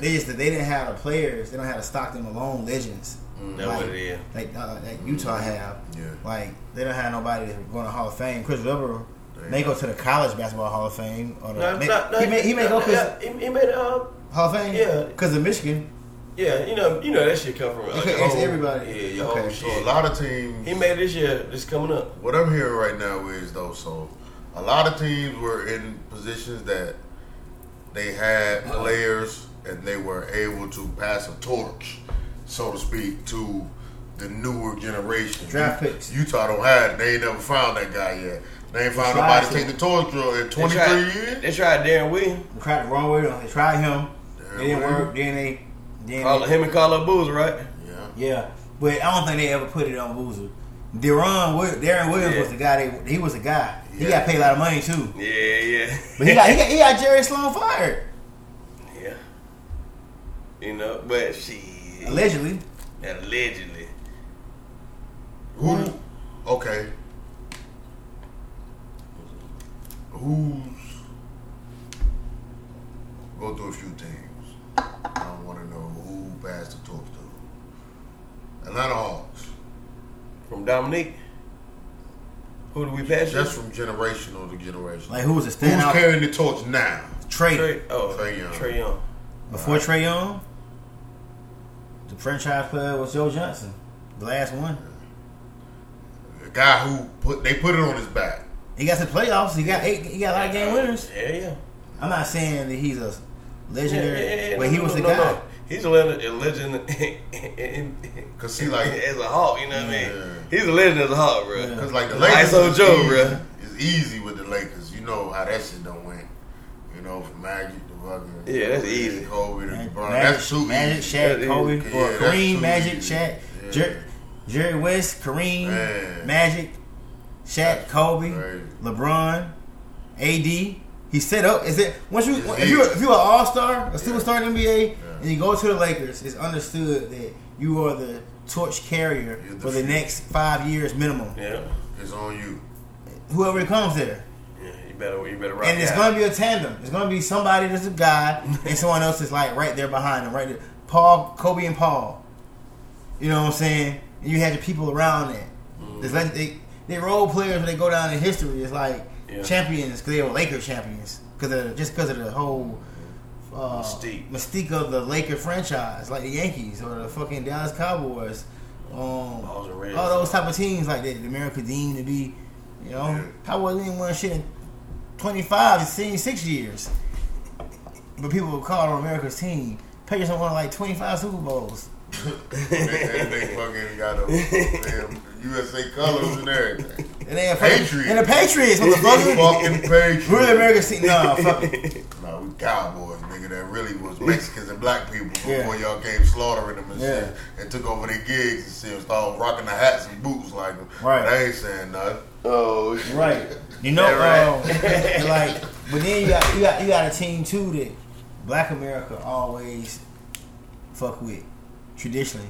Speaker 2: They just they didn't have the players. They don't have the Stockton Malone legends
Speaker 3: That's Mm, what it is.
Speaker 2: like uh, that Utah have.
Speaker 1: Yeah.
Speaker 2: Like they don't have nobody that's going to Hall of Fame. Chris Webber
Speaker 1: They-
Speaker 2: may go to the college basketball Hall of Fame or the,
Speaker 3: No,
Speaker 2: may-
Speaker 3: no, no,
Speaker 2: he may he may
Speaker 3: no,
Speaker 2: go to
Speaker 3: yeah, he, he made um
Speaker 2: Hall of Fame.
Speaker 3: Yeah.
Speaker 2: because of Michigan.
Speaker 3: yeah you know you know that shit come from like,
Speaker 2: Okay,
Speaker 3: your
Speaker 2: ask
Speaker 3: whole-
Speaker 2: everybody.
Speaker 3: yeah your
Speaker 2: Okay.
Speaker 3: whole
Speaker 1: So a
Speaker 3: shit
Speaker 1: lot of teams.
Speaker 3: he made it this year this coming up
Speaker 1: What I'm hearing right now is though, so a lot of teams were in positions that they had players and they were able to pass a torch, so to speak, to the newer generation.
Speaker 2: Draft picks.
Speaker 1: Utah don't have. it. They ain't never found that guy yet. They ain't found
Speaker 2: tried
Speaker 1: nobody to
Speaker 2: to.
Speaker 1: take the torch drill in
Speaker 3: They
Speaker 1: 23
Speaker 3: tried-
Speaker 1: years.
Speaker 3: They tried Darren Williams.
Speaker 2: They tried the wrong way. They tried him.
Speaker 1: Darren
Speaker 2: It didn't
Speaker 1: Williams.
Speaker 2: work. Then they then
Speaker 3: Call
Speaker 2: they-
Speaker 3: him and call up Boozer, right?
Speaker 1: Yeah.
Speaker 2: Yeah, but I don't think they ever put it on Boozer. Deron, Wi- Darren Williams
Speaker 3: Yeah.
Speaker 2: was the guy. They, he was the guy. He
Speaker 1: Yeah.
Speaker 2: got paid a lot of money too.
Speaker 3: Yeah, yeah.
Speaker 2: But he got he got, he got Jerry Sloan fired
Speaker 3: yeah. You know, but she
Speaker 2: allegedly.
Speaker 3: allegedly.
Speaker 1: Who? Okay. Who's go through a few teams? I don't want to know who passed the torch to. Atlanta Hawks.
Speaker 3: From Dominique. Who do we pass?
Speaker 1: That's from generational to generation.
Speaker 2: Like who was the
Speaker 1: Who's
Speaker 2: standout?
Speaker 1: carrying the torch now?
Speaker 2: Trey.
Speaker 3: Trey. Oh,
Speaker 1: Trae Young.
Speaker 3: Trey Young.
Speaker 2: Before Trey Young, the franchise player was Joe Johnson, the last one.
Speaker 1: The guy who put they put it on his back.
Speaker 2: He got to the playoffs. He got eight. He got a lot of game winners.
Speaker 3: Yeah, yeah.
Speaker 2: I'm not saying that he's a
Speaker 3: Yeah,
Speaker 2: legendary,
Speaker 3: yeah, yeah.
Speaker 2: but he
Speaker 3: No,
Speaker 2: was
Speaker 3: no,
Speaker 2: the
Speaker 3: no,
Speaker 2: guy.
Speaker 3: no. He's a legend, a legend in-
Speaker 1: Cause he like-
Speaker 3: as a hawk, you know what I mean?
Speaker 1: Yeah.
Speaker 3: He's a legend as a hawk, bro.
Speaker 2: Yeah.
Speaker 1: Cause like the
Speaker 3: Like
Speaker 1: Lakers,
Speaker 3: so
Speaker 1: is
Speaker 3: Joe,
Speaker 1: easy-
Speaker 3: bruh.
Speaker 1: It's easy with the Lakers. You know how that shit done went. You know from Magic to fucking
Speaker 3: Yeah, that's easy.
Speaker 1: Kobe to
Speaker 2: Magic,
Speaker 1: LeBron.
Speaker 2: Magic,
Speaker 1: that's too
Speaker 2: Magic,
Speaker 1: easy.
Speaker 3: That
Speaker 2: Shaq,
Speaker 3: is-
Speaker 2: Kobe,
Speaker 1: yeah,
Speaker 2: or
Speaker 1: that's
Speaker 2: Kareem,
Speaker 1: too
Speaker 2: Magic,
Speaker 1: easy.
Speaker 2: Shaq,
Speaker 1: Yeah.
Speaker 2: Jer- Jerry West, Kareem,
Speaker 1: Man.
Speaker 2: Magic, Shaq, Kobe,
Speaker 1: crazy.
Speaker 2: LeBron, AD. He set up. Is it once you
Speaker 1: It's
Speaker 2: if you
Speaker 1: easy.
Speaker 2: if you're an all star, a superstar in the NBA, and you go to the Lakers, it's understood that you are the torch carrier
Speaker 1: You're the
Speaker 2: for the
Speaker 1: future.
Speaker 2: next five years minimum.
Speaker 3: Yeah.
Speaker 1: It's on you.
Speaker 2: Whoever comes there.
Speaker 3: Yeah, you better you better rock
Speaker 2: And it's
Speaker 3: out.
Speaker 2: going to be a tandem. It's going to be somebody that's a guy, and someone else is like right there behind him, right there. Paul, Kobe, and Paul. You know what I'm saying? And you had the people around that. It's like they they role players when they go down in history. It's like
Speaker 3: Yeah.
Speaker 2: champions because they were Laker champions because just because of the whole uh,
Speaker 3: Mystique.
Speaker 2: mystique of the Laker franchise, like the Yankees or the fucking Dallas Cowboys. Um,
Speaker 3: Balls and Reds.
Speaker 2: all those type of teams like that, the America deemed to be, you know,
Speaker 1: Yeah.
Speaker 2: how was anyone won shit in 25, it seems six years. But people were called on America's team. Patriots have won like 25 Super Bowls.
Speaker 1: they, they fucking got a damn USA colors and everything.
Speaker 2: And they have
Speaker 1: Patriots.
Speaker 2: And the Patriots, motherfucker.
Speaker 1: fucking Patriots.
Speaker 2: We're the America's team. Nah, fuck it.
Speaker 1: No, we cowboys, nigga. That really was Mexicans and black people
Speaker 2: Yeah.
Speaker 1: before y'all came slaughtering them and shit,
Speaker 2: Yeah.
Speaker 1: and took over their gigs and shit, and started rocking the hats and boots like them.
Speaker 2: Right.
Speaker 1: But I ain't saying nothing.
Speaker 3: Oh shit.
Speaker 2: Right. You know,
Speaker 1: Yeah,
Speaker 2: um, like, but then you got, you got you got a team too that Black America always fuck with traditionally.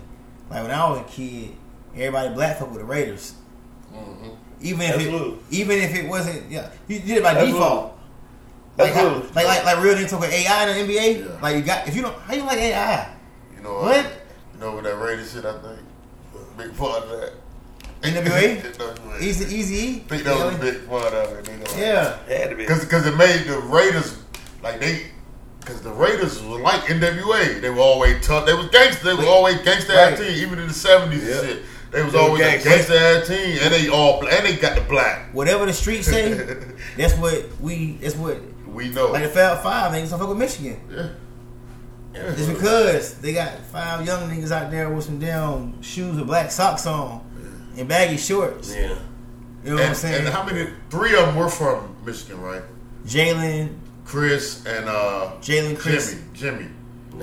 Speaker 2: Like when I was a kid, everybody black fuck with the Raiders.
Speaker 1: Mm-hmm.
Speaker 2: Even if
Speaker 3: Absolutely.
Speaker 2: it, even if it wasn't, yeah, you did it by
Speaker 3: Absolutely.
Speaker 2: default. Like, how,
Speaker 3: Absolutely.
Speaker 2: like, like, like, real niggas talk with AI in the NBA.
Speaker 1: Yeah.
Speaker 2: Like, you got if you don't, how you like AI?
Speaker 1: You know
Speaker 2: What?
Speaker 1: You know what that Raiders shit? I think big part of that.
Speaker 2: NWA?
Speaker 1: NWA.
Speaker 2: Easy, easy.
Speaker 1: I think that was a big part of it. Nigga.
Speaker 2: Yeah,
Speaker 3: Had to be.
Speaker 1: Cause, cause it made the Raiders like they, cause the Raiders were like NWA. They were always tough. They was gangster. They were always gangster ass
Speaker 2: Right.
Speaker 1: team. Even in the seventies
Speaker 3: Yeah.
Speaker 1: and shit, they was
Speaker 3: They were
Speaker 1: always a
Speaker 3: gangsta.
Speaker 1: gangster ass team. And they all bla- and they got the black.
Speaker 2: whatever the streets say, that's what we. That's what
Speaker 1: We know.
Speaker 2: Like the Fab Five niggas don't fuck with Michigan.
Speaker 1: yeah.
Speaker 2: It's because they got five young niggas out there with some damn shoes with black socks on and baggy shorts.
Speaker 3: Yeah.
Speaker 2: You know what I'm
Speaker 1: And,
Speaker 2: saying?
Speaker 1: and how many? Three of them were from Michigan, right?
Speaker 2: Jalen,
Speaker 1: Chris and uh,
Speaker 2: Jalen, Chris,
Speaker 1: Jimmy. Jimmy.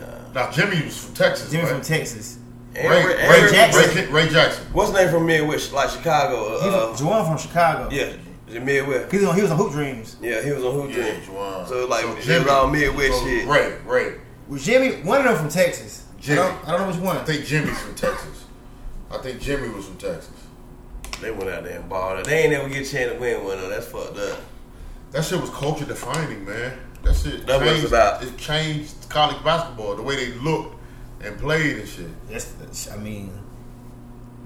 Speaker 3: Nah.
Speaker 1: Now Jimmy was from Texas.
Speaker 2: Jimmy
Speaker 1: right?
Speaker 2: from Texas.
Speaker 3: And
Speaker 1: Ray,
Speaker 3: Ray-
Speaker 1: Ray,
Speaker 3: and
Speaker 1: Ray
Speaker 3: Ray-
Speaker 1: Jackson.
Speaker 2: Jackson.
Speaker 1: Ray, Ray Jackson.
Speaker 3: What's the name from Midwest, like Chicago?
Speaker 2: He
Speaker 3: Uh,
Speaker 2: from, Juwan from Chicago.
Speaker 3: yeah, Jameer Webb.
Speaker 2: He was on, he was on Hoop Dreams.
Speaker 3: Yeah, he was on Hoop
Speaker 1: Yeah,
Speaker 3: Dreams.
Speaker 1: Juwan.
Speaker 3: So like Jimmy around Midwest
Speaker 1: so
Speaker 3: shit.
Speaker 1: Ray, Ray.
Speaker 2: Was Jimmy one of them from Texas?
Speaker 1: Jimmy.
Speaker 2: I don't, I don't know which
Speaker 1: I
Speaker 2: one.
Speaker 1: think Jimmy's from Texas. I think Jimmy was from Texas.
Speaker 3: They went out there and balled it. They ain't never get a chance to win one though. That's fucked up.
Speaker 1: That shit was culture defining, man. That shit
Speaker 3: That was
Speaker 1: changed,
Speaker 3: about-
Speaker 1: it changed college basketball, the way they looked and played and shit.
Speaker 2: That's, that's I mean,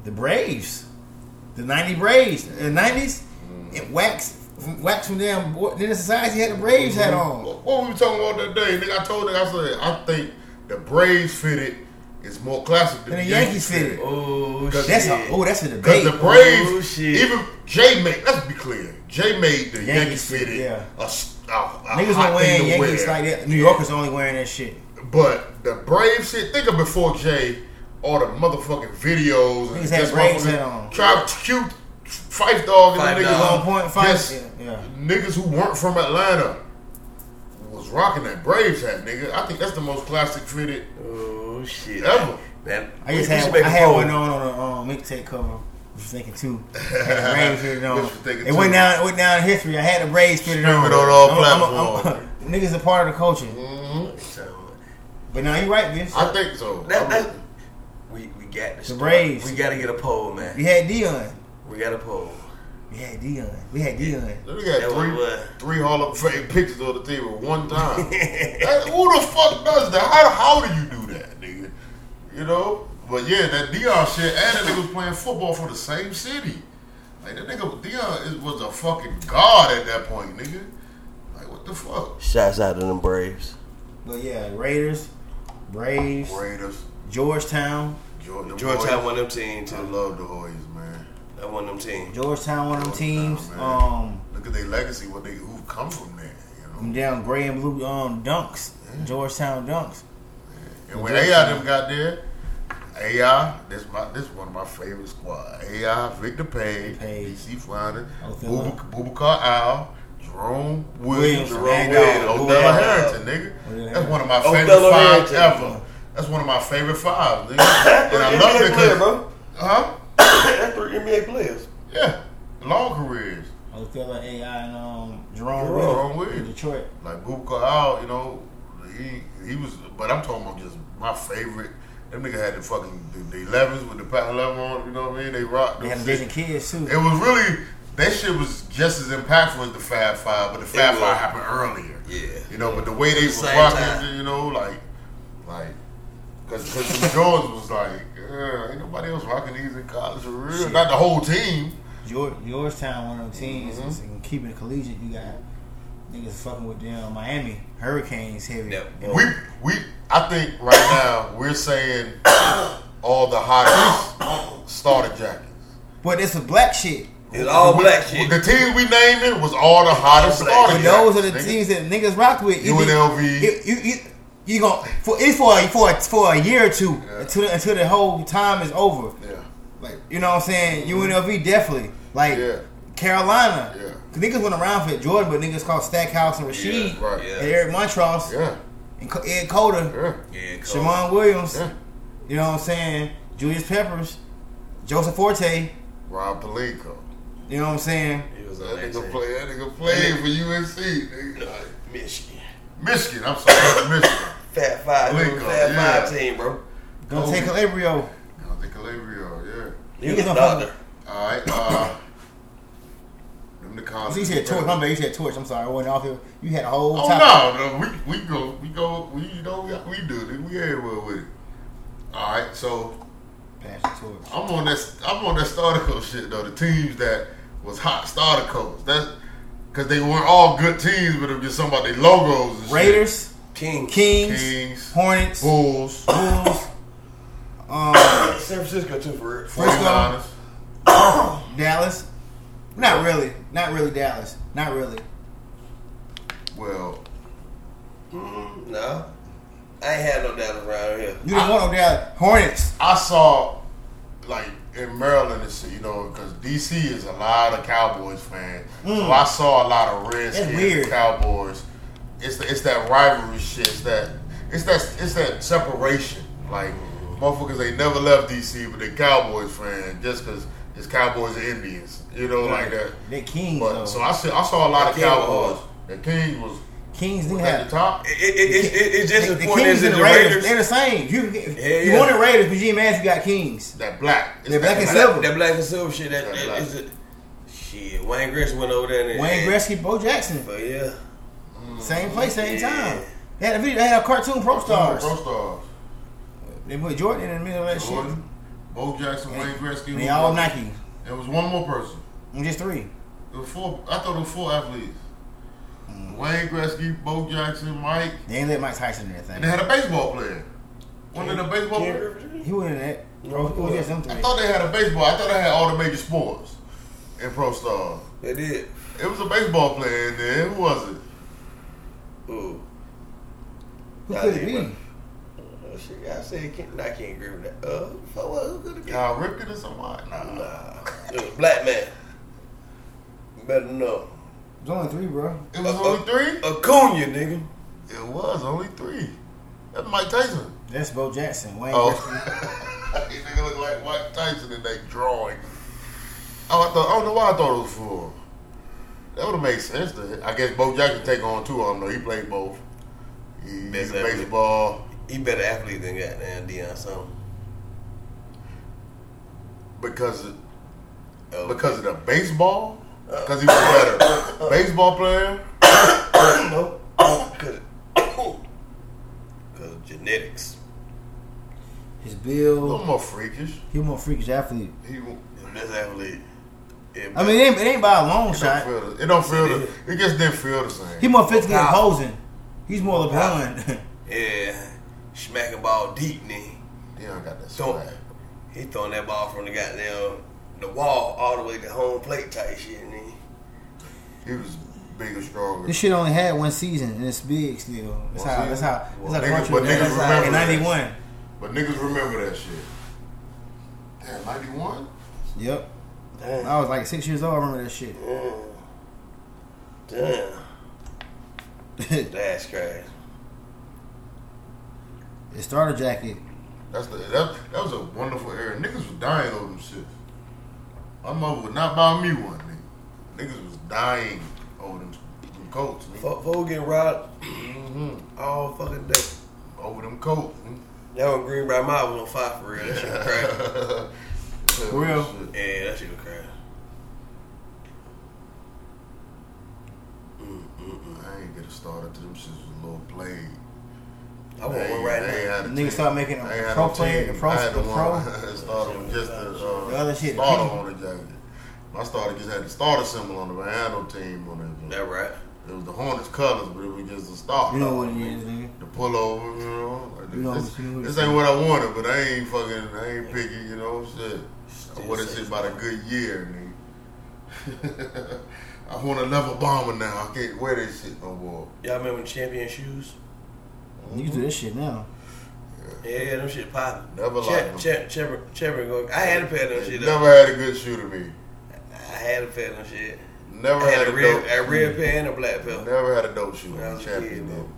Speaker 2: the Braves, the '90 Braves, the '90s.
Speaker 1: Mm.
Speaker 2: It waxed, waxed from them. boy- Then the society had the Braves hat on.
Speaker 1: What what we were talking about that day, nigga? I told nigga, I said, I think the Braves fitted is more classic than
Speaker 2: And
Speaker 1: the
Speaker 2: the Yankees fitted.
Speaker 3: Oh shit.
Speaker 2: That's a, oh, that's a
Speaker 1: Because
Speaker 2: debate.
Speaker 1: the Braves,
Speaker 3: Oh, shit.
Speaker 1: even Jay made. Let's be clear, Jay made the Yankees,
Speaker 2: Yankees
Speaker 1: fitted
Speaker 2: fit, yeah.
Speaker 1: a, s- a- a
Speaker 2: Niggas
Speaker 1: hot
Speaker 2: don't wear
Speaker 1: thing to wear.
Speaker 2: Yankees like that. New Yorkers only wearing that shit.
Speaker 1: But the Braves shit. Think of before Jay, all the motherfucking videos.
Speaker 2: Niggas had Braves hat on.
Speaker 1: Tribe cute Fife dog and
Speaker 3: Fife
Speaker 1: the niggas
Speaker 3: Dog.
Speaker 2: One point five.
Speaker 1: Yes.
Speaker 2: Yeah, yeah.
Speaker 1: Niggas who weren't from Atlanta was rocking that Braves hat, nigga. I think that's the most classic fitted.
Speaker 3: Oh shit.
Speaker 1: Ever.
Speaker 3: Man,
Speaker 2: I just
Speaker 3: we- we
Speaker 2: had,
Speaker 3: should make
Speaker 2: I
Speaker 3: a
Speaker 2: had
Speaker 3: poll.
Speaker 2: one on on a um, mixtape cover. I was thinking too. Had the Braves fitted on.
Speaker 1: What you thinking
Speaker 2: It went
Speaker 1: too?
Speaker 2: down, it went down in history. I had the Braves fitted
Speaker 1: Stream
Speaker 2: on.
Speaker 1: it on all platforms. Mm-hmm.
Speaker 2: niggas a part of the culture.
Speaker 3: So,
Speaker 2: But now you right, Vince.
Speaker 1: I think so.
Speaker 3: That, that, we we got to start.
Speaker 2: Braves.
Speaker 3: We got to get a poll, man.
Speaker 2: We had Dion.
Speaker 3: We got a poll.
Speaker 2: We had Dion. We had Dion.
Speaker 1: They got
Speaker 3: That
Speaker 1: three,
Speaker 3: was what?
Speaker 1: three Hall of Fame pictures on the table at one time. That- who the fuck does that? How, how do you do that, nigga? You know? But yeah, that Dion shit, and that nigga was playing football for the same city. Like, that nigga, Dion is, was a fucking god at that point, nigga. Like, what the fuck?
Speaker 3: Shouts out to them Braves.
Speaker 2: But yeah, Raiders, Braves,
Speaker 1: Raiders,
Speaker 2: Georgetown.
Speaker 1: Georgia. Warriors.
Speaker 3: Georgetown won them team
Speaker 1: I
Speaker 3: too.
Speaker 1: love the Warriors, man.
Speaker 3: That won them team.
Speaker 2: Georgetown, one of them
Speaker 1: Georgetown,
Speaker 2: teams.
Speaker 1: man.
Speaker 2: Um,
Speaker 1: Look at their legacy, what they who come from there, you know?
Speaker 2: them down gray and blue um dunks.
Speaker 1: Mm.
Speaker 2: Georgetown dunks.
Speaker 1: And when AI them got there, AI, this my this one of my favorite squad. AI, Victor Page,
Speaker 2: Page.
Speaker 1: DC Flounder,
Speaker 2: Othello.
Speaker 1: Bubba- Bubakar Owl, Jerome Williams,
Speaker 2: Williams,
Speaker 1: Jerome
Speaker 2: Mad
Speaker 1: Williams,
Speaker 3: Dog,
Speaker 1: Odell
Speaker 3: Odell.
Speaker 1: Harrington, nigga.
Speaker 2: Odell
Speaker 1: That's one of my
Speaker 3: Odell
Speaker 1: favorite fives
Speaker 3: Harrington.
Speaker 1: ever. That's one of my favorite fives, nigga. and I love it, because- huh?
Speaker 3: That's three NBA players.
Speaker 1: Yeah, long careers.
Speaker 2: Othello, AI, and um, Jerome,
Speaker 3: Jerome
Speaker 2: Williams
Speaker 1: Williams.
Speaker 2: in Detroit.
Speaker 1: Like Bubakar Owl, you know, he he was, but I'm talking about just my favorite. Them nigga had the fucking the, the 11s with the patent 11 on, you know what I mean? They rocked.
Speaker 2: They
Speaker 1: them
Speaker 2: had
Speaker 1: shit.
Speaker 2: Jason Kidd too.
Speaker 1: It was really that shit was just as impactful as the Fab Five, but the Fab
Speaker 3: was.
Speaker 1: Five happened earlier.
Speaker 3: Yeah.
Speaker 1: You know, but the way they was
Speaker 3: Same
Speaker 1: rocking,
Speaker 3: time.
Speaker 1: you know, like, like, because because the Jordans was like, "Yeah, ain't nobody else rocking these in college for real.
Speaker 2: Shit.
Speaker 1: Not the whole team.
Speaker 2: George, Georgetown, one of them teams,
Speaker 1: Mm-hmm.
Speaker 2: and keeping it collegiate. You got niggas fucking with them. Miami Hurricanes heavy.
Speaker 3: Yep.
Speaker 2: And
Speaker 1: We we I think right now we're saying all the hottest starter jackets.
Speaker 2: But it's a black shit.
Speaker 3: It's all
Speaker 1: We-
Speaker 3: black shit.
Speaker 1: The team we naming was all the hottest
Speaker 3: Black.
Speaker 1: starter
Speaker 2: But
Speaker 1: jackets.
Speaker 2: those are the
Speaker 1: nigga.
Speaker 2: teams that niggas rock with. Either-
Speaker 1: UNLV.
Speaker 2: You, you, you, you gonna for it's for a, for a, for a year or two
Speaker 1: Yeah.
Speaker 2: until until the whole time is over.
Speaker 1: Yeah. Mm-hmm.
Speaker 2: Like you know what I'm saying? UNLV definitely. Like
Speaker 1: Yeah.
Speaker 2: Carolina.
Speaker 1: Yeah.
Speaker 2: 'Cause Niggas went around for Jordan, but niggas called Stackhouse and Rasheed
Speaker 1: Yeah, right.
Speaker 2: and Eric Montross
Speaker 1: Yeah.
Speaker 2: and Co- Ed Coda.
Speaker 1: Yeah.
Speaker 3: Yeah, coach.
Speaker 2: Shamon Williams.
Speaker 1: Yeah.
Speaker 2: You know what I'm saying? Julius Peppers, Joseph Forte.
Speaker 1: Rob Palenko.
Speaker 2: You know what I'm saying?
Speaker 3: He was on
Speaker 1: That
Speaker 3: that
Speaker 1: nigga
Speaker 3: team.
Speaker 1: play. That nigga played for UNC. Nigga.
Speaker 3: Michigan.
Speaker 1: Michigan. I'm sorry, Michigan.
Speaker 3: Fat five.
Speaker 1: Lincoln,
Speaker 3: dude, Fat
Speaker 1: yeah.
Speaker 3: five team, bro.
Speaker 2: Don't
Speaker 1: Kobe.
Speaker 2: take Calabrio.
Speaker 1: I think Calabria.
Speaker 3: He
Speaker 2: He
Speaker 3: was
Speaker 2: was
Speaker 3: a
Speaker 2: on
Speaker 3: doctor.
Speaker 1: Yeah. oh, All right. Uh, them the college.
Speaker 2: He said torch. My bad. He said torch. I'm sorry. I wasn't off here. You had a whole
Speaker 1: Oh
Speaker 2: topic.
Speaker 1: no, no. We we go we go we you know we do it. We everywhere with it. All right. So
Speaker 2: Pass the torch.
Speaker 1: I'm on that I'm on that starter coach shit though. The teams that was hot starter coach. That's because they weren't all good teams, but it was just something about their logos. And
Speaker 2: Raiders,
Speaker 3: King.
Speaker 2: Kings,
Speaker 1: Shit. Kings,
Speaker 2: Hornets,
Speaker 1: Bulls,
Speaker 2: Bulls, um,
Speaker 3: San Francisco too for real.
Speaker 1: 49ers.
Speaker 2: Dallas. Not really. Not really Dallas. Not really.
Speaker 1: Well,
Speaker 3: Mm, no. I ain't had no Dallas around here.
Speaker 2: You don't want no Dallas. Hornets.
Speaker 1: I saw like in Maryland and shit, you know, because DC is a lot of Cowboys fans, so I saw a lot of Redskins,
Speaker 2: Hmm. weird.
Speaker 1: Cowboys. It's the, it's that rivalry shit. It's that it's that it's that
Speaker 2: Hmm.
Speaker 1: separation. Like motherfuckers, they never left DC, but they Cowboys fan just because It's Cowboys and Indians. You know, like that.
Speaker 2: They Kings.
Speaker 1: But
Speaker 2: though.
Speaker 1: so I see, I saw a lot of
Speaker 3: The Kings were
Speaker 1: Cowboys.
Speaker 3: hard.
Speaker 1: The Kings was
Speaker 2: Kings didn't
Speaker 1: at the
Speaker 2: have.
Speaker 1: top.
Speaker 3: It, it, it, it, it's just
Speaker 2: the,
Speaker 3: as
Speaker 2: the
Speaker 3: important as
Speaker 2: Kings
Speaker 3: the
Speaker 2: and the Raiders,
Speaker 3: Raiders.
Speaker 2: they're the same. You,
Speaker 3: Yeah,
Speaker 2: you
Speaker 3: yeah.
Speaker 2: wanted Raiders, but you didn't ask if you got Kings.
Speaker 1: That black. It's
Speaker 2: They're black
Speaker 1: that
Speaker 2: and
Speaker 1: black.
Speaker 2: silver.
Speaker 3: That black and silver shit. That,
Speaker 1: That
Speaker 3: that
Speaker 1: black.
Speaker 3: is it. Shit, Wayne Gretzky went over there. And,
Speaker 2: Wayne
Speaker 3: and-
Speaker 2: Gretzky, Bo Jackson,
Speaker 3: But yeah,
Speaker 2: same place, same
Speaker 3: Yeah.
Speaker 2: time. They had a video. They had cartoon pro
Speaker 1: Pro
Speaker 2: stars.
Speaker 1: stars.
Speaker 2: They put Jordan in the middle of that
Speaker 1: Jordan, Bo Jackson, Wayne Gretzky.
Speaker 2: shit.
Speaker 1: who
Speaker 2: They all
Speaker 1: was-
Speaker 2: Nike.
Speaker 1: There was one more person.
Speaker 2: I'm just three.
Speaker 1: There were four. I thought there were four athletes.
Speaker 2: Mm.
Speaker 1: Wayne Gretzky, Bo Jackson, Mike,
Speaker 2: They ain't let Mike Tyson in that
Speaker 1: and they
Speaker 2: thing.
Speaker 1: had a baseball player. One of the baseball. players.
Speaker 2: He went in that. It was just them
Speaker 1: I
Speaker 2: three.
Speaker 1: thought they had a baseball. I thought they had all the major sports in pro stars.
Speaker 3: they did.
Speaker 1: It was a baseball player in there. Who was it?
Speaker 3: Ooh,
Speaker 2: Who could it be?
Speaker 3: Oh, shit, I said can't, I can't agree with that. Uh, fuck what? Who could it be?
Speaker 1: Kyle Ripken or somebody?
Speaker 2: Oh.
Speaker 1: Nah.
Speaker 3: Nah, it was a black man. Better know.
Speaker 2: There's only three, bro.
Speaker 1: It was only three.
Speaker 3: Acuna, nigga.
Speaker 1: It was only three. That's Mike Tyson.
Speaker 2: That's Bo Jackson. Wayne
Speaker 1: Oh.
Speaker 2: Gretzky.
Speaker 1: he nigga look like Mike Tyson in that drawing. Oh, I thought. I don't know why I thought it was four. That would have made sense. To, I guess Bo Jackson take on two of them though. He played both. He, he's a
Speaker 3: Exactly.
Speaker 1: baseball,
Speaker 3: He better athlete than goddamn Deion Something.
Speaker 1: because of,
Speaker 3: Oh,
Speaker 1: because of the baseball. Because he was a better baseball player.
Speaker 3: no, because because genetics.
Speaker 2: His
Speaker 1: A little
Speaker 2: build.
Speaker 1: more freakish.
Speaker 2: He more freakish athlete.
Speaker 1: He. won't-
Speaker 3: That's athlete. Yeah,
Speaker 2: I mean, it ain't, it ain't by a long
Speaker 1: It don't
Speaker 2: shot.
Speaker 1: feel. The, it don't feel. The, it just didn't feel the same.
Speaker 2: He more physically
Speaker 3: Nah.
Speaker 2: imposing. He's more LeBron.
Speaker 3: yeah, smacking ball deep, nigga.
Speaker 1: Deion got that
Speaker 3: Don't-
Speaker 1: swag.
Speaker 3: He throwing that ball from the goddamn the wall all the way to home plate type shit, nigga.
Speaker 1: He was bigger, stronger.
Speaker 2: this shit only had one season and it's big still. That's
Speaker 1: One
Speaker 2: how. That's how.
Speaker 1: season?
Speaker 2: That's how the
Speaker 1: Well, niggas- but
Speaker 2: country. was
Speaker 1: niggas
Speaker 2: that's how, in
Speaker 1: remember that.
Speaker 2: '91.
Speaker 1: But niggas remember that shit. Damn, 91?
Speaker 2: Yep.
Speaker 3: Damn.
Speaker 2: I was like six years old. I remember that shit.
Speaker 3: Mm. Damn. That's crazy.
Speaker 2: His starter jacket.
Speaker 1: That's the that, that was a wonderful era. Niggas was dying over them shit. My mother would not buy me one, nigga. Niggas was dying over them, them coats, nigga.
Speaker 3: Folk, folk getting robbed
Speaker 1: Mm-hmm.
Speaker 3: all fucking day.
Speaker 1: Over them coats. nigga.
Speaker 3: That one Green Bay Mile was on fire for real. That shit was crazy.
Speaker 1: For
Speaker 2: real?
Speaker 3: yeah, that shit was crazy.
Speaker 1: I ain't get a starter to them shits with a little blade.
Speaker 3: I want one right now.
Speaker 2: Niggas start making
Speaker 1: I
Speaker 2: a
Speaker 1: had
Speaker 2: pro
Speaker 1: no
Speaker 2: player.
Speaker 1: team.
Speaker 2: The pro.
Speaker 1: I had
Speaker 2: The
Speaker 1: the
Speaker 2: pro.
Speaker 1: One. starter with just the, uh,
Speaker 2: The other shit, the
Speaker 1: starter
Speaker 2: pink.
Speaker 1: on the jacket. My starter just had the starter symbol on it, but I had no team on it.
Speaker 3: That right.
Speaker 1: It was the Hornets colors, but it was just the starter.
Speaker 2: You know what it is, nigga.
Speaker 1: The pullover, you know. Like
Speaker 2: You know
Speaker 1: this,
Speaker 2: what- you know what
Speaker 1: this
Speaker 2: it
Speaker 1: ain't what I wanted, but I ain't fucking, I ain't picky, you know. Shit, I
Speaker 3: Still
Speaker 1: wore this
Speaker 3: safe.
Speaker 1: shit about a good year, nigga. I want another bomber now. I can't wear this shit no more.
Speaker 3: Y'all remember champion shoes?
Speaker 2: You can do this shit now.
Speaker 3: Yeah, yeah, them shit popping.
Speaker 1: Never
Speaker 3: Che-
Speaker 1: liked
Speaker 3: che- che- Chevron go. I had a pair of them shit. though.
Speaker 1: Never had a good shoe to me.
Speaker 3: I had a pair of them shit.
Speaker 1: Never
Speaker 3: I had a
Speaker 1: dope.
Speaker 3: red, a red pair and a black pair.
Speaker 1: Never had a dope shoe.
Speaker 3: When I was a kid,
Speaker 1: Champion,
Speaker 3: bro.
Speaker 1: though.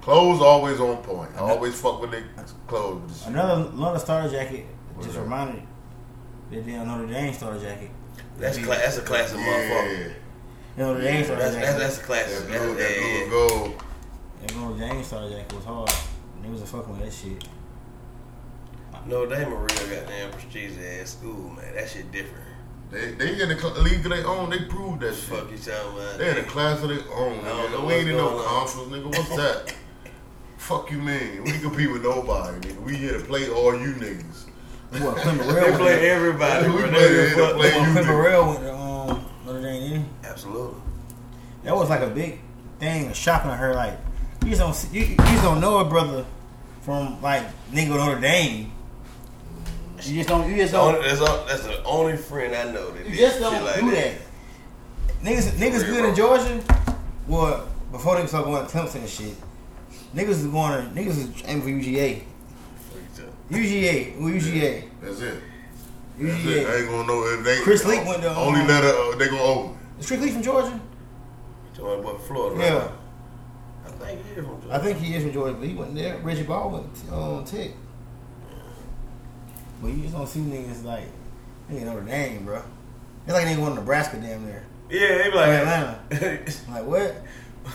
Speaker 1: Clothes always on point. I always fuck with their clothes. with the shit.
Speaker 2: Another London starter jacket
Speaker 1: What's
Speaker 2: just
Speaker 1: that?
Speaker 2: reminded me that damn Notre Dame starter jacket.
Speaker 3: That's cla- that's a classic motherfucker.
Speaker 1: Yeah,
Speaker 2: Notre Dame starter
Speaker 3: That's,
Speaker 2: jacket.
Speaker 3: that's that's a classic.
Speaker 1: that blue,
Speaker 3: That's-
Speaker 1: that blue
Speaker 3: yeah,
Speaker 1: and
Speaker 3: yeah.
Speaker 1: gold.
Speaker 2: That Notre Dame starter jacket was hard. Niggas was fucking with that shit.
Speaker 3: No, they a real goddamn prestigious ass school, man. That shit different.
Speaker 1: They they in the cl- league of their own. They proved that shit.
Speaker 3: Fuck you talking about.
Speaker 1: They in a class of their own.
Speaker 3: I don't
Speaker 1: nigga.
Speaker 3: know
Speaker 1: we ain't in no
Speaker 3: what's going on.
Speaker 1: conference, nigga. What's that? Fuck you, man. We compete with nobody, nigga. We here to play all you niggas.
Speaker 2: What Clem
Speaker 3: They
Speaker 2: Burrell?
Speaker 3: play everybody.
Speaker 1: We
Speaker 3: bro.
Speaker 1: play-
Speaker 3: They
Speaker 1: they
Speaker 3: fuck-
Speaker 1: play-
Speaker 2: Well,
Speaker 1: you
Speaker 2: Clint
Speaker 1: do.
Speaker 2: Burrell went to um, Notre Dame. didn't
Speaker 3: Absolutely.
Speaker 2: he? That was like a big thing, a shock on her. Like you just don't, see, you, you just don't know a brother from like nigga Notre Dame. You just don't. You just
Speaker 3: The only-
Speaker 2: don't.
Speaker 3: That's, all, that's the only friend I know that
Speaker 2: You
Speaker 3: did
Speaker 2: just
Speaker 3: shit
Speaker 2: don't
Speaker 3: like
Speaker 2: do that. Niggas, niggas
Speaker 3: real,
Speaker 2: good in
Speaker 3: bro.
Speaker 2: Georgia. Well, before they started going to Clemson and shit, niggas was going to niggas was aiming for UGA,
Speaker 3: Fuck you talking about.
Speaker 2: UGA, well, UGA,
Speaker 1: That's it. That's it. I
Speaker 2: UGA.
Speaker 1: ain't gonna know if they.
Speaker 2: Chris Leak went um, to-
Speaker 1: Only letter uh, they gonna open.
Speaker 2: Is Trick Lee from Georgia?
Speaker 3: You talking about Florida? right?
Speaker 2: Yeah,
Speaker 3: I think he is from Georgia.
Speaker 2: I think he is from Georgia, but he went there. Reggie Ball went to um, Tech. But you just don't see niggas like He ain't Notre Dame, bro. It's like they won Nebraska damn near.
Speaker 3: Yeah, they be
Speaker 2: Or
Speaker 3: like
Speaker 2: Atlanta. I'm like, what?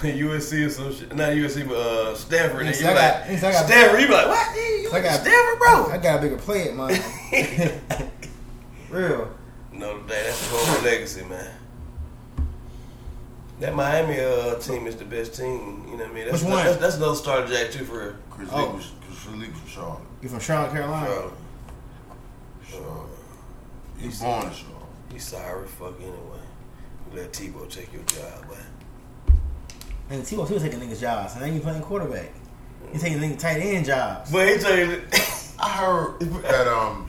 Speaker 3: USC or some shit. Not USC, but uh, Stanford.
Speaker 2: Yes,
Speaker 3: And you
Speaker 2: I
Speaker 3: like,
Speaker 2: got- yes, I got-
Speaker 3: Stanford. You be like, what? Yeah, you
Speaker 2: I got-
Speaker 3: Stanford,
Speaker 2: I
Speaker 3: bro.
Speaker 2: got a bigger play at mine. Real.
Speaker 3: Notre Dame. That's the whole legacy, man. That Miami uh, team is the best team. You know what I mean? That's,
Speaker 2: Which one?
Speaker 3: That's, that's another starter jack too for real.
Speaker 1: Chris
Speaker 2: Oh.
Speaker 1: Lee was Chris Lee was from Charlotte.
Speaker 2: You from Charlotte, Carolina?
Speaker 3: Bro,
Speaker 1: Charlotte. He was born in Charlotte.
Speaker 3: you sorry fuck anyway. You let Tebow take your job, man.
Speaker 2: And T was taking niggas' jobs, and now you playing quarterback. You taking niggas' tight end jobs.
Speaker 3: But he tell you,
Speaker 1: I heard that um,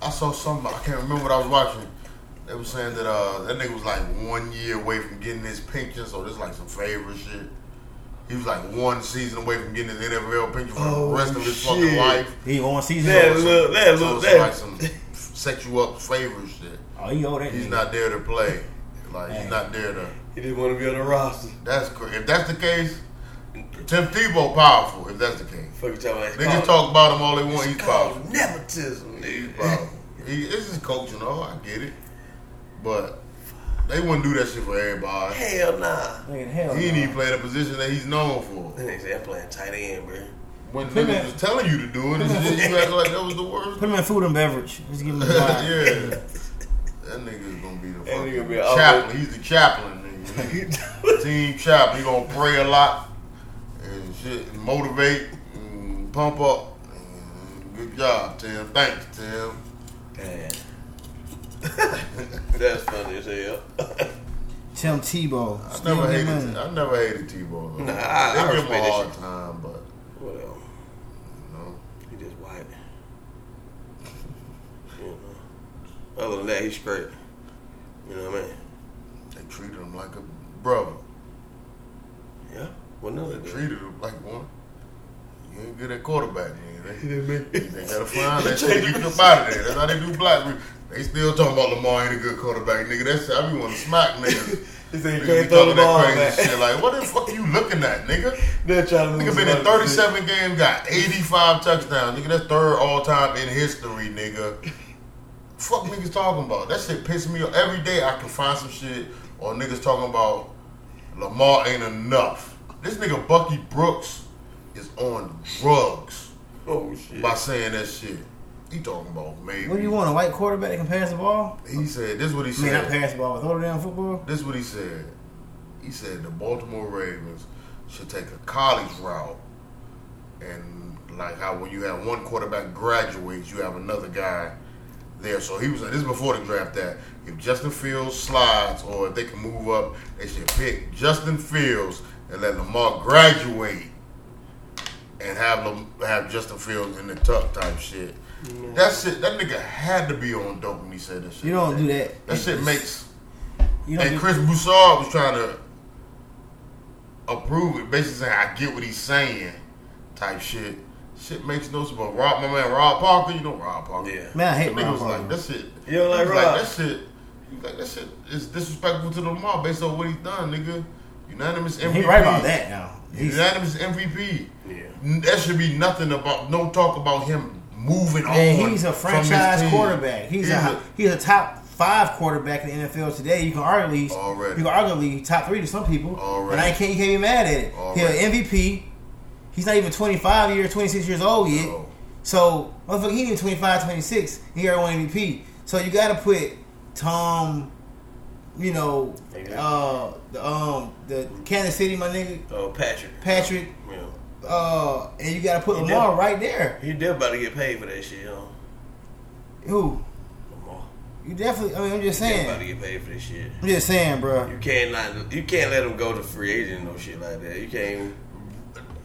Speaker 1: I saw somebody I can't remember what I was watching. They was saying that uh, that nigga was like one year away from getting his pension, so this is like some favorite shit. He was like one season away from getting his NFL pension for
Speaker 3: Oh,
Speaker 1: the rest of his
Speaker 3: shit.
Speaker 1: fucking life.
Speaker 2: He on season.
Speaker 3: That
Speaker 2: or-
Speaker 3: look, that
Speaker 1: so
Speaker 3: look,
Speaker 1: it's
Speaker 3: that-
Speaker 1: like some sexual up favorite shit.
Speaker 2: Oh, he owe that.
Speaker 1: He's
Speaker 2: nigga.
Speaker 1: not there to play. Like
Speaker 2: Man.
Speaker 1: he's not there to.
Speaker 3: he didn't want to be on the roster.
Speaker 1: That's cra if that's the case. Tim Tebow powerful if that's the case.
Speaker 3: Fuck you talking about?
Speaker 1: They can talk about him all they want. He's
Speaker 3: It's called
Speaker 1: powerful.
Speaker 3: nepotism,
Speaker 1: He's
Speaker 3: nigga.
Speaker 1: powerful. He, it's his coaching, though. I get it, but they wouldn't do that shit for everybody.
Speaker 3: Hell nah.
Speaker 2: Nigga, hell.
Speaker 1: He
Speaker 2: no.
Speaker 1: ain't even playing the position that he's known for.
Speaker 3: That nigga say I'm playing tight end, bro.
Speaker 1: When
Speaker 2: Put
Speaker 1: niggas
Speaker 2: him-
Speaker 1: was telling you to do it, and shit, you act like that was the worst.
Speaker 2: Put him in food and beverage. Just give him the vibe.
Speaker 1: yeah, that nigga's gonna be the
Speaker 3: That nigga
Speaker 1: fucking
Speaker 3: be all
Speaker 1: chaplain. He's the chaplain, nigga. team chaplain. He gonna pray a lot and shit, and motivate, and pump up. And Good job, Tim. Thanks, Tim.
Speaker 3: Damn. That's funny as hell.
Speaker 2: Tim Tebow.
Speaker 1: I
Speaker 2: Still
Speaker 1: never hated.
Speaker 2: get money.
Speaker 1: I never hated T-Bow. though.
Speaker 3: Nah, I-
Speaker 1: they
Speaker 3: I
Speaker 1: give him
Speaker 3: respect
Speaker 1: a
Speaker 3: that
Speaker 1: hard
Speaker 3: shit.
Speaker 1: time, but
Speaker 3: Whatever.
Speaker 1: you know,
Speaker 3: He just white. You know. Mm-hmm. Other than that, he's straight. You know what I mean?
Speaker 1: they treated him like a brother.
Speaker 3: Yeah. What another
Speaker 1: They
Speaker 3: dude?
Speaker 1: treated him like one. You ain't good at quarterback, man. They,
Speaker 3: didn't
Speaker 1: they gotta find that shit to get you up out of there. That's how they do black. people. They still talking about Lamar ain't a good quarterback, nigga. That's how we want to smack niggas.
Speaker 3: He said
Speaker 1: Niggas be talking that crazy shit like, what the fuck are you looking at, nigga?
Speaker 3: They're trying
Speaker 1: Nigga been in 37 games, got 85 touchdowns. Nigga, that's third all time in history, nigga. Fuck niggas talking about. That shit pissed me off. Every day I can find some shit or niggas talking about Lamar ain't enough. This nigga Bucky Brooks is on drugs
Speaker 3: Oh shit.
Speaker 1: by saying that shit. He talking about maybe.
Speaker 2: What do you want? A white quarterback that can pass the ball?
Speaker 1: He said, this is what he
Speaker 2: I mean, not
Speaker 1: said.
Speaker 2: pass the ball, but throw it down football.
Speaker 1: This is what he said. He said the Baltimore Ravens should take a college route, and like how when you have one quarterback graduates, you have another guy there. So he was this is before the draft that if Justin Fields slides or if they can move up, they should pick Justin Fields and let Lamar graduate and have Lam- have Justin Fields in the tuck type shit. That shit, that nigga had to be on dope when he said that shit.
Speaker 2: You don't do that.
Speaker 1: That shit makes.
Speaker 2: You don't
Speaker 1: And
Speaker 2: do-
Speaker 1: Chris Broussard was trying to approve it, basically saying, I get what he's saying, type shit. Shit makes no sense. But Rob, my man Rob Parker, you know Rob Parker.
Speaker 3: Yeah.
Speaker 2: Man, I
Speaker 1: That
Speaker 2: hate
Speaker 1: nigga
Speaker 2: Rob
Speaker 1: was like,
Speaker 2: Parker.
Speaker 1: that shit.
Speaker 3: You don't
Speaker 1: he
Speaker 3: like
Speaker 1: was
Speaker 3: Rob?
Speaker 1: that shit. He was like, that shit is disrespectful to Lamar based on what he's done, nigga. Unanimous MVP.
Speaker 2: He right about that now. He's,
Speaker 1: Unanimous MVP.
Speaker 3: Yeah.
Speaker 1: N- There should be nothing about, no talk about him moving on.
Speaker 2: and he's a
Speaker 1: Oh, from his
Speaker 2: franchise
Speaker 1: team.
Speaker 2: quarterback. He's a he's a top five quarterback in the NFL today. You can argue he's
Speaker 1: Already.
Speaker 2: you can arguably top three to some people.
Speaker 1: Already.
Speaker 2: And I can't you can't be mad at it. He's
Speaker 1: Already.
Speaker 2: an MVP. He's not even twenty five years, twenty six years old yet.
Speaker 1: No.
Speaker 2: So motherfucker, he even 25, 26. He already won MVP. So you got to put Tom, you know,
Speaker 3: Amen.
Speaker 2: uh, the um the Kansas City, my nigga
Speaker 3: Oh Patrick.
Speaker 2: Patrick,
Speaker 3: Yeah.
Speaker 2: uh, and you got to put
Speaker 3: He
Speaker 2: Lamar
Speaker 3: did.
Speaker 2: right there.
Speaker 3: He did about to get paid for that shit, huh?
Speaker 2: Who
Speaker 3: Lamar.
Speaker 2: you definitely? I mean, I'm just
Speaker 3: He did about to
Speaker 2: saying.
Speaker 3: get paid for this shit.
Speaker 2: I'm just saying, bro.
Speaker 3: You can't not, you can't let him go to free agent no shit like that. You can't.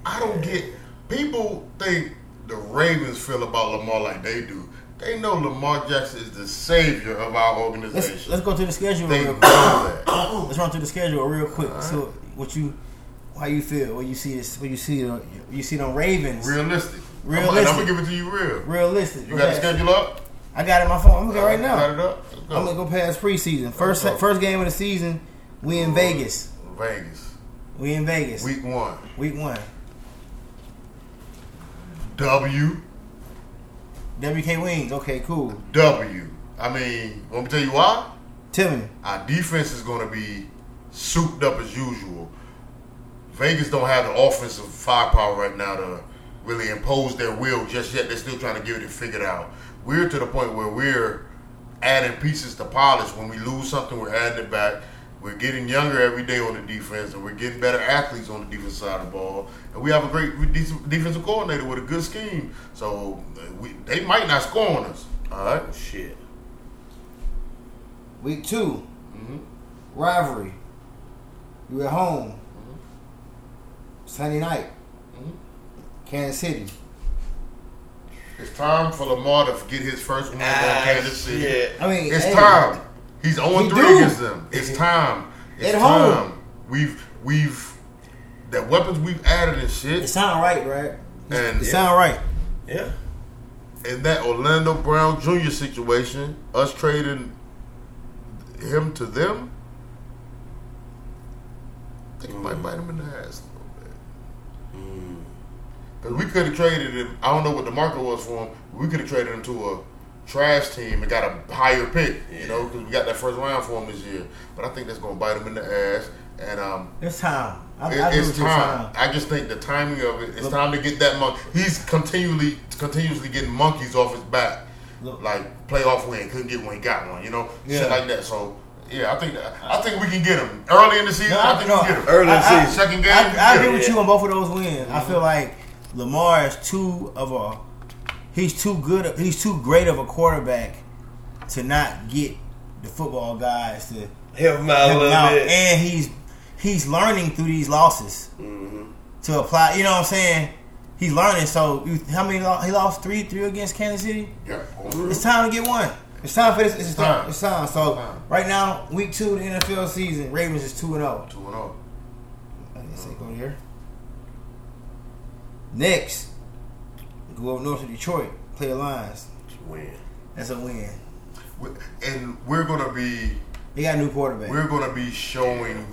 Speaker 1: I don't get. People think the Ravens feel about Lamar like they do. They know Lamar Jackson is the savior of our
Speaker 2: Let's
Speaker 1: organization.
Speaker 2: let's go through the schedule
Speaker 1: they
Speaker 2: real
Speaker 1: know
Speaker 2: quick.
Speaker 1: that.
Speaker 2: Let's run through the schedule real quick. So what you, how you feel when you see this? When you see the you see them Ravens?
Speaker 1: Realistic.
Speaker 2: Realistic.
Speaker 1: I'm, gonna give it to you real.
Speaker 2: realistic.
Speaker 1: You got the
Speaker 2: Okay.
Speaker 1: schedule up?
Speaker 2: I got it in my phone. I'm looking right now.
Speaker 1: Got it up? Let's go.
Speaker 2: I'm gonna go past preseason. First
Speaker 1: Let's go.
Speaker 2: first game of the season, we in Vegas.
Speaker 1: Vegas.
Speaker 2: We in Vegas. Week,
Speaker 1: Week one.
Speaker 2: one.
Speaker 1: W.
Speaker 2: WK Wings. Okay, cool.
Speaker 1: W. I mean, let me tell you why.
Speaker 2: Tell me.
Speaker 1: Our defense is going to be souped up as usual. Vegas don't have the offensive firepower right now to really impose their will just yet. They're still trying to get it figured out. We're to the point where we're adding pieces to polish. When we lose something, we're adding it back. We're getting younger every day on the defense, and we're getting better athletes on the defense side of the ball. And we have a great de- defensive coordinator with a good scheme. So uh, we, they might not score on us. All right.
Speaker 3: Oh, shit.
Speaker 2: Week 2
Speaker 1: Mm-hmm.
Speaker 2: rivalry. You at home.
Speaker 1: Mm-hmm.
Speaker 2: Sunday night.
Speaker 1: Mhm.
Speaker 2: Kansas City.
Speaker 1: It's time for Lamar to get his first win
Speaker 3: Ah,
Speaker 1: on Kansas City.
Speaker 3: shit.
Speaker 2: I mean,
Speaker 1: It's
Speaker 2: hey,
Speaker 1: time. He's 0
Speaker 2: He do.
Speaker 1: 3 against them. It's time. It's
Speaker 2: At
Speaker 1: time.
Speaker 2: home.
Speaker 1: We've we've the weapons we've added and
Speaker 2: It
Speaker 1: shit,
Speaker 2: sound right, right?
Speaker 1: and
Speaker 2: It sound right.
Speaker 3: Yeah.
Speaker 1: in that Orlando Brown Jr. situation, us trading him to them, I think it
Speaker 2: Mm.
Speaker 1: might bite him in the ass a little bit.
Speaker 3: Mm.
Speaker 1: Because we could have traded him. I don't know what the market was for him. We could have traded him to a trash team and got a higher pick, you know, because we got that first round for him this year. But I think that's going to bite him in the ass. And um,
Speaker 2: It's time. I,
Speaker 1: it-
Speaker 2: I agree
Speaker 1: it's
Speaker 2: with your
Speaker 1: time. I just think the timing of it. It's
Speaker 2: Look-
Speaker 1: time to get that monkey. He's continually, continuously getting monkeys off his back.
Speaker 2: Look.
Speaker 1: Like playoff win, couldn't get one, got one. You know,
Speaker 2: Yeah.
Speaker 1: shit like that. So yeah, I think that, I think we can get him early in the season.
Speaker 2: No,
Speaker 1: I think
Speaker 2: no.
Speaker 1: we can get him.
Speaker 3: Mm. Early in the
Speaker 2: I- I-
Speaker 3: season.
Speaker 1: Second game, we can
Speaker 2: I, I
Speaker 1: get
Speaker 2: agree
Speaker 1: him.
Speaker 2: with you on both of those wins. I
Speaker 1: Mm-hmm.
Speaker 2: feel like Lamar is too of a he's too good he's too great of a quarterback to not get the football guys to
Speaker 3: Help him out a
Speaker 2: help him
Speaker 3: little
Speaker 2: out.
Speaker 3: bit.
Speaker 2: and he's he's learning through these losses
Speaker 1: Mm-hmm.
Speaker 2: to apply. You know what I'm saying? He's learning. So you, how many lo- he lost three three against Kansas City?
Speaker 1: Yeah.
Speaker 2: It's time to get one. It's time for this. It's, time.
Speaker 1: Time.
Speaker 2: It's time. So
Speaker 1: Time.
Speaker 2: right now, week two of the NFL season, Ravens is two and oh. zero.
Speaker 1: Two and oh. zero.
Speaker 2: I guess they go there. Next, go up north to Detroit, play the Lions.
Speaker 3: Win.
Speaker 2: That's a win.
Speaker 1: We- and we're gonna be
Speaker 2: They got a new quarterback.
Speaker 1: we're gonna be showing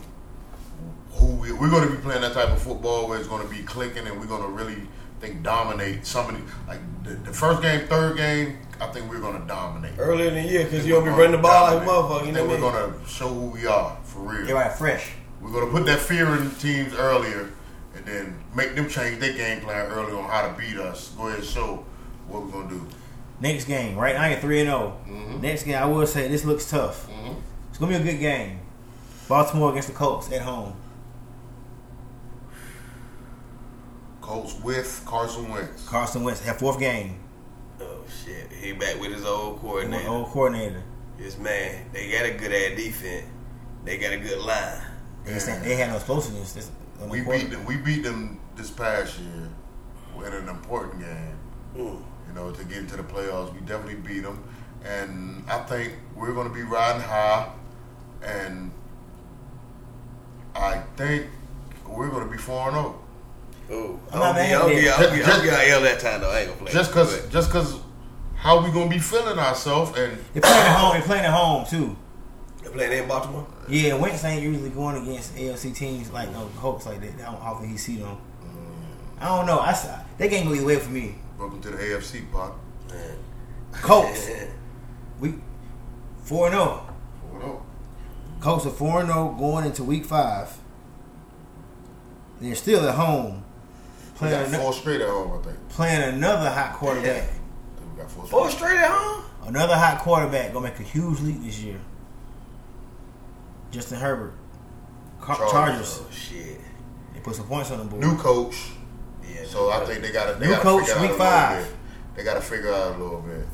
Speaker 1: who we, we're gonna be playing that type of football where it's gonna be clicking and we're gonna really I think dominate somebody like the, the first game, third game. I think we're gonna dominate.
Speaker 3: Earlier in the year, because you don't be running the ball like a motherfucker. You
Speaker 1: Dominate.
Speaker 3: know
Speaker 1: I think
Speaker 3: what I mean?
Speaker 1: We're gonna show who we are for real.
Speaker 2: They right fresh.
Speaker 1: We're gonna put that fear in teams earlier, and then make them change their game plan early on how to beat us. Go ahead, and show what we're gonna do.
Speaker 2: Next game, right now you're three and zero.
Speaker 1: Mhm.
Speaker 2: Next game, I will say this looks tough.
Speaker 1: Mhm.
Speaker 2: It's gonna be a good game. Baltimore against the Colts at home.
Speaker 1: Colts with Carson Wentz.
Speaker 2: Carson Wentz, that fourth game.
Speaker 3: Oh, shit. He back with his old
Speaker 2: One
Speaker 3: coordinator.
Speaker 2: old coordinator.
Speaker 3: This man, they got a good ass defense. They got a good line.
Speaker 2: They, just
Speaker 1: Yeah.
Speaker 2: they had no explosiveness. That's- that's
Speaker 1: We
Speaker 2: one quarter-
Speaker 1: beat them. We beat them this past year in an important game.
Speaker 3: Mm.
Speaker 1: You know, to get into the playoffs, we definitely beat them, and I think we're going to be riding high, and I think we're going to be four and oh. zero.
Speaker 3: Ooh.
Speaker 2: I'm not
Speaker 3: I'll be-
Speaker 2: mad
Speaker 3: I'll
Speaker 2: at
Speaker 3: be
Speaker 2: that.
Speaker 3: I'll be-
Speaker 1: Just-
Speaker 3: I'll be out here that time, though. I ain't gonna play.
Speaker 1: Just cause, just cause, how we going to be feeling ourselves and.
Speaker 2: They're playing at home. They're playing at home too.
Speaker 3: They playing in Baltimore?
Speaker 2: Yeah, Wentz ain't usually going against AFC teams like no Colts like that. I don't often he see them. I don't know. I s- they can't go either way for me.
Speaker 1: Welcome to the AFC, Pop.
Speaker 3: Man.
Speaker 2: Colts,
Speaker 3: Oh.
Speaker 2: we four and oh. zero.
Speaker 1: 4-0.
Speaker 2: Colts are four and zero going into week five. They're still at home
Speaker 1: We got
Speaker 2: playing an-
Speaker 1: four straight at home, I think.
Speaker 2: playing another hot quarterback.
Speaker 1: I think We got four straight.
Speaker 3: Four Oh, straight at home?
Speaker 2: Another hot quarterback gonna make a huge leap this year. Justin Herbert, Car-
Speaker 1: Chargers.
Speaker 2: Chargers.
Speaker 3: Oh, shit.
Speaker 2: They put some points on the board.
Speaker 1: New coach.
Speaker 3: Yeah.
Speaker 1: So I think they got to
Speaker 2: New coach, week five.
Speaker 1: They got to figure out a little bit.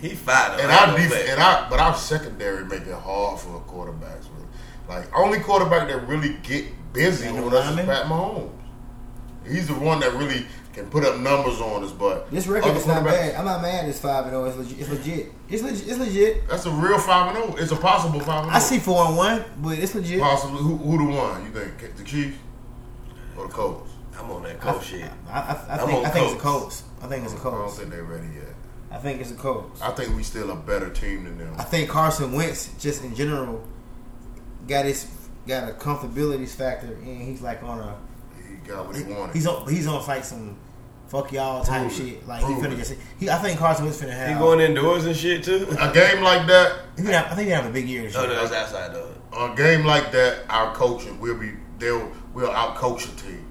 Speaker 3: he fired
Speaker 1: And our def- and our but our secondary make it hard for quarterbacks. Really. Like only quarterback that really get busy
Speaker 2: And the
Speaker 1: on us is
Speaker 2: lineman?
Speaker 1: Pat Mahomes. He's the one that really can put up numbers on us. But
Speaker 2: This record
Speaker 1: other
Speaker 2: is not
Speaker 1: quarterbacks-
Speaker 2: bad. I'm not mad. It's five and zero. It's legit. It's legit. It's legit. It's legit.
Speaker 1: That's a real five and zero. It's a possible five and
Speaker 2: I see four and one, but it's legit. I,
Speaker 1: possible. Who, who the one you think? The Chiefs or the Colts?
Speaker 3: I'm on that
Speaker 1: oh,
Speaker 3: coach shit.
Speaker 2: I, I
Speaker 3: I'm
Speaker 2: think
Speaker 3: on
Speaker 2: I think it's a
Speaker 3: Colts.
Speaker 2: Colts. I think it's a
Speaker 1: I don't
Speaker 2: Colts.
Speaker 1: think they're ready yet.
Speaker 2: I think it's a Colts.
Speaker 1: I think we still a better team than them.
Speaker 2: I think Carson Wentz, just in general, got his got a comfortability factor, and he's like on a
Speaker 1: He got what he wanted.
Speaker 2: he's on he's on like some fuck y'all type
Speaker 1: Prove it.
Speaker 2: shit. Like he
Speaker 1: Prove
Speaker 2: finna
Speaker 1: it.
Speaker 2: just he, I think Carson was finna have
Speaker 4: He going indoors and shit too.
Speaker 1: A game like that,
Speaker 2: he gonna have- I think he gonna have a big year this
Speaker 3: No,
Speaker 2: year.
Speaker 3: no, that's outside though.
Speaker 1: a game like that, our coaching will be they'll we'll outcoach the team.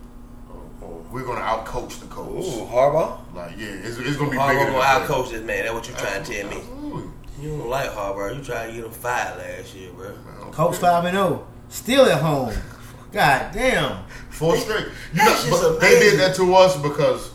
Speaker 1: We're gonna outcoach the coach.
Speaker 4: Ooh, Harbaugh.
Speaker 1: Like yeah, it's, it's gonna be bigger.
Speaker 3: Harbaugh
Speaker 1: than
Speaker 3: Oh, gonna out
Speaker 1: that.
Speaker 3: coach this man. That's what you trying to tell me.
Speaker 1: Absolutely.
Speaker 3: You don't like Harbaugh. You tried to get him fired last year, bro.
Speaker 2: Coach five and zero, still at home. God damn.
Speaker 1: Four straight. You
Speaker 3: That
Speaker 1: know,
Speaker 3: shit's
Speaker 1: but they
Speaker 3: amazing.
Speaker 1: did that to us because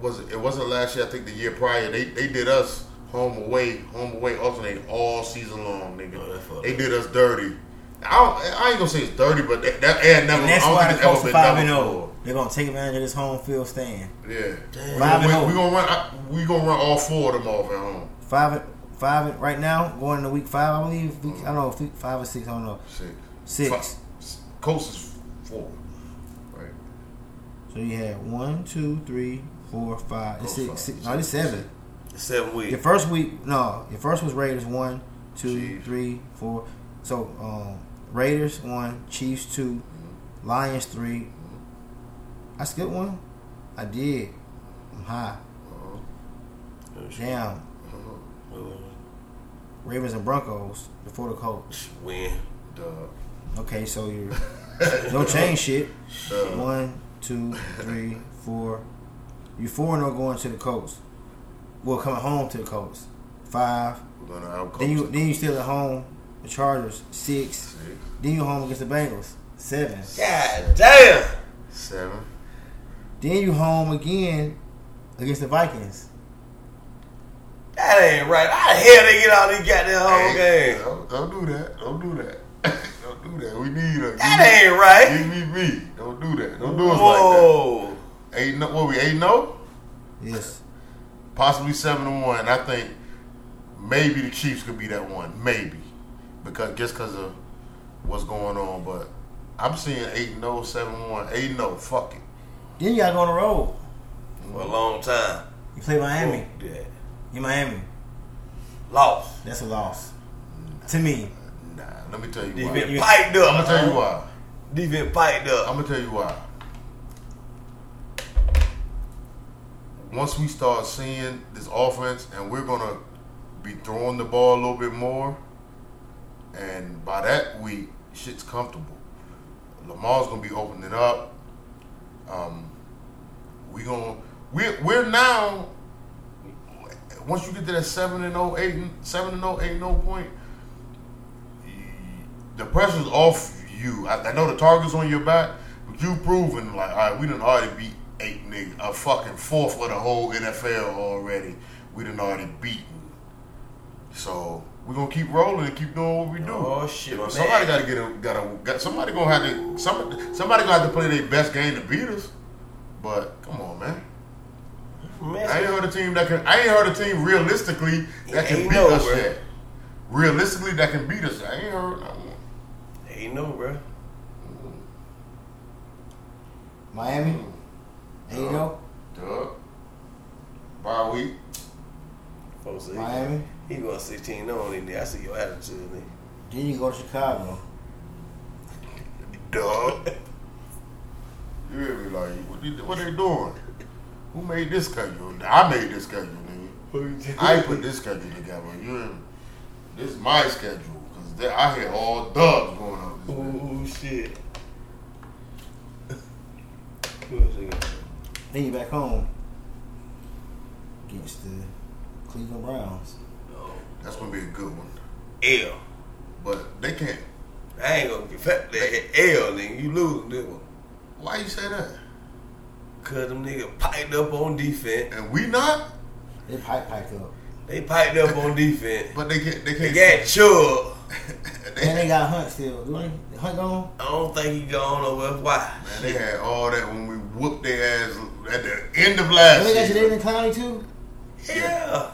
Speaker 1: was it, it wasn't last year? I think the year prior they they did us home away home away alternate all season long, nigga.
Speaker 3: Oh, that's fucked
Speaker 1: they
Speaker 3: up.
Speaker 1: did us dirty. I, don't, I ain't gonna say it's dirty, but that, that and never.
Speaker 2: And that's
Speaker 1: I don't
Speaker 2: why
Speaker 1: think
Speaker 2: the
Speaker 1: it's ever
Speaker 2: Colts
Speaker 1: been
Speaker 2: five and
Speaker 3: oh.
Speaker 1: done
Speaker 2: zero. They're gonna take advantage of this home field stand.
Speaker 1: before. Yeah,
Speaker 3: Damn.
Speaker 2: Five and oh.
Speaker 1: we,
Speaker 2: zero.
Speaker 1: we gonna run. I, we gonna run all four of them off at home.
Speaker 2: Five and five and right now going into week five, I believe. Week, I don't know if week five or six. I don't know.
Speaker 1: Shit.
Speaker 2: Six.
Speaker 1: Fi- Coast is four. Right.
Speaker 2: So you had one, two, three, four, five, and
Speaker 1: Coast
Speaker 2: six.
Speaker 1: five.
Speaker 2: six no, it's seven.
Speaker 3: Seven weeks.
Speaker 2: Your first week, no, your first was Raiders one, two,
Speaker 1: Chiefs.
Speaker 2: three, four. So um, Raiders one, Chiefs 2 Lions 3 I skipped one. I did. I'm high.
Speaker 1: Uh-huh.
Speaker 2: Damn. Ravens and Broncos before the Colts.
Speaker 3: Win.
Speaker 1: Duh.
Speaker 2: Okay, so you're no change shit.
Speaker 1: Duh.
Speaker 2: One, two, three, four. You four and no going to the Colts. Well, coming home to the Colts. Five.
Speaker 1: We're gonna outcoach.
Speaker 2: Then you
Speaker 1: them.
Speaker 2: then you still at home. The Chargers six.
Speaker 1: Six,
Speaker 2: Then you home against the Bengals seven.
Speaker 3: God damn.
Speaker 1: seven.
Speaker 2: Then you home again against the Vikings.
Speaker 3: That ain't right. How the hell they get all these goddamn
Speaker 2: Oh,
Speaker 3: home
Speaker 1: Hey,
Speaker 3: games?
Speaker 1: Don't, don't do that. Don't do that. don't do that. We need a.
Speaker 3: That ain't right.
Speaker 1: ain't. Give me me. Don't do that. Don't do us
Speaker 3: Whoa.
Speaker 1: like that. Eight no. What we eight oh? no?
Speaker 2: Yes.
Speaker 1: Possibly seven to one. I think maybe the Chiefs could be that one. Maybe because just because of what's going on. But I'm seeing eight no, seven one, eight no. Fuck it.
Speaker 2: Then you gotta go on the road.
Speaker 3: For a long time.
Speaker 2: You play Miami.
Speaker 3: Fuck that.
Speaker 2: In Miami.
Speaker 3: Lost.
Speaker 2: That's a loss. To me.
Speaker 1: Nah. Let me tell you
Speaker 3: Defense
Speaker 1: why.
Speaker 2: You-
Speaker 3: piped
Speaker 1: I'm gonna
Speaker 3: up.
Speaker 1: tell you why.
Speaker 3: Defense piped up.
Speaker 1: I'm gonna tell you why. Once we start seeing this offense, and we're gonna be throwing the ball a little bit more, and by that week, shit's comfortable. Lamar's gonna be opening up. Um, we gonna we're we're now. Once you get to that seven and 0, 8 and seven and 0, 8 and 0 point, the pressure's off you. I, I know the target's on your back, but you proven like, all right, we done already beat eight niggas, a fucking fourth of the whole NFL already. We done already beaten. So we gonna keep rolling and keep doing what we do.
Speaker 3: Oh, shit, my
Speaker 1: Somebody
Speaker 3: man.
Speaker 1: gotta get a gotta got, somebody gonna have to somebody somebody gonna have to play their best game to beat us. But come on, man. I ain't heard a team that can. I ain't heard a team realistically that can
Speaker 3: Ain't
Speaker 1: beat
Speaker 3: no,
Speaker 1: us
Speaker 3: bro.
Speaker 1: yet. Realistically, that can beat us. I ain't heard. I don't-
Speaker 3: Ain't no, bro.
Speaker 2: Miami. There you go.
Speaker 1: Duh. Bye week.
Speaker 3: Folks, he-
Speaker 2: Miami.
Speaker 3: He going 16 no on in there. I see your attitude, nigga.
Speaker 2: Then you go to Chicago.
Speaker 1: Duh. you hear me? Like, what they, what they doing? Who made this schedule? I made this schedule, nigga. I put this schedule together. You hear me? This is my schedule. Because I hear all dubs going on. This bitch.
Speaker 3: Ooh, Oh, shit. Who else we got?
Speaker 2: Then you back home against the Cleveland Browns.
Speaker 1: That's going to be a good one.
Speaker 3: Oh, L.
Speaker 1: But they can't.
Speaker 3: I ain't gonna get fat that L, nigga. You losing this one.
Speaker 1: Why you say that?
Speaker 3: Cause them nigga piped up on defense.
Speaker 1: And we not?
Speaker 2: They pipe pipe up.
Speaker 3: They piped up on defense.
Speaker 1: But they can't. They
Speaker 3: They
Speaker 1: can't.
Speaker 3: got Chubb.
Speaker 1: they,
Speaker 2: And
Speaker 1: had-
Speaker 2: they got Hunt still. Do they? Hunt gone?
Speaker 3: I don't think he gone nowhere. Why?
Speaker 1: man, they had all that when we whooped their ass at the end of
Speaker 2: And
Speaker 1: last
Speaker 2: they got
Speaker 1: season.
Speaker 2: Jadavion Clowney too?
Speaker 3: Yeah.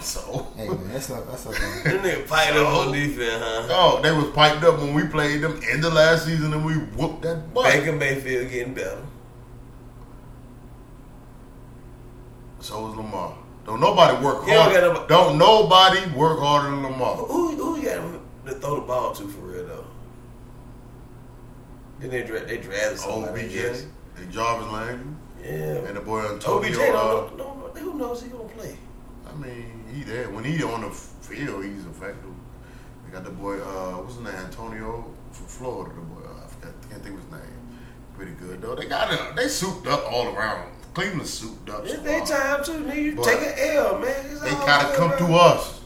Speaker 1: So.
Speaker 2: Hey man, that's like that's like
Speaker 3: Them nigga piped up on defense, huh?
Speaker 1: Oh, they was piped up when we played them in the last season and we whooped that butt.
Speaker 3: Baker Mayfield getting better.
Speaker 1: So was Lamar. Don't nobody work
Speaker 3: He don't
Speaker 1: hard.
Speaker 3: got
Speaker 1: Don't,
Speaker 3: nobody-
Speaker 1: nobody work harder than Lamar.
Speaker 3: Who who you got to throw the ball to for real though? Then they dra- they drafted somebody. I
Speaker 1: OBJ,
Speaker 3: guess.
Speaker 1: and Jarvis Landry.
Speaker 3: Yeah.
Speaker 1: and the boy
Speaker 3: OBJ
Speaker 1: Antonio. uh,
Speaker 3: don't, know- don't, know who knows he gonna play.
Speaker 1: I mean, he there when he on the field, he's effective. They got the boy, uh, what's his name, Antonio from Florida. The boy, uh, I forgot, can't think of his name. Pretty good though. They got a, they souped up all around. Cleveland souped up.
Speaker 3: It's
Speaker 1: squad.
Speaker 3: their time too, nigga. You
Speaker 1: But
Speaker 3: take an L, man. It's
Speaker 1: They
Speaker 3: all
Speaker 1: gotta
Speaker 3: good,
Speaker 1: come
Speaker 3: bro.
Speaker 1: through us.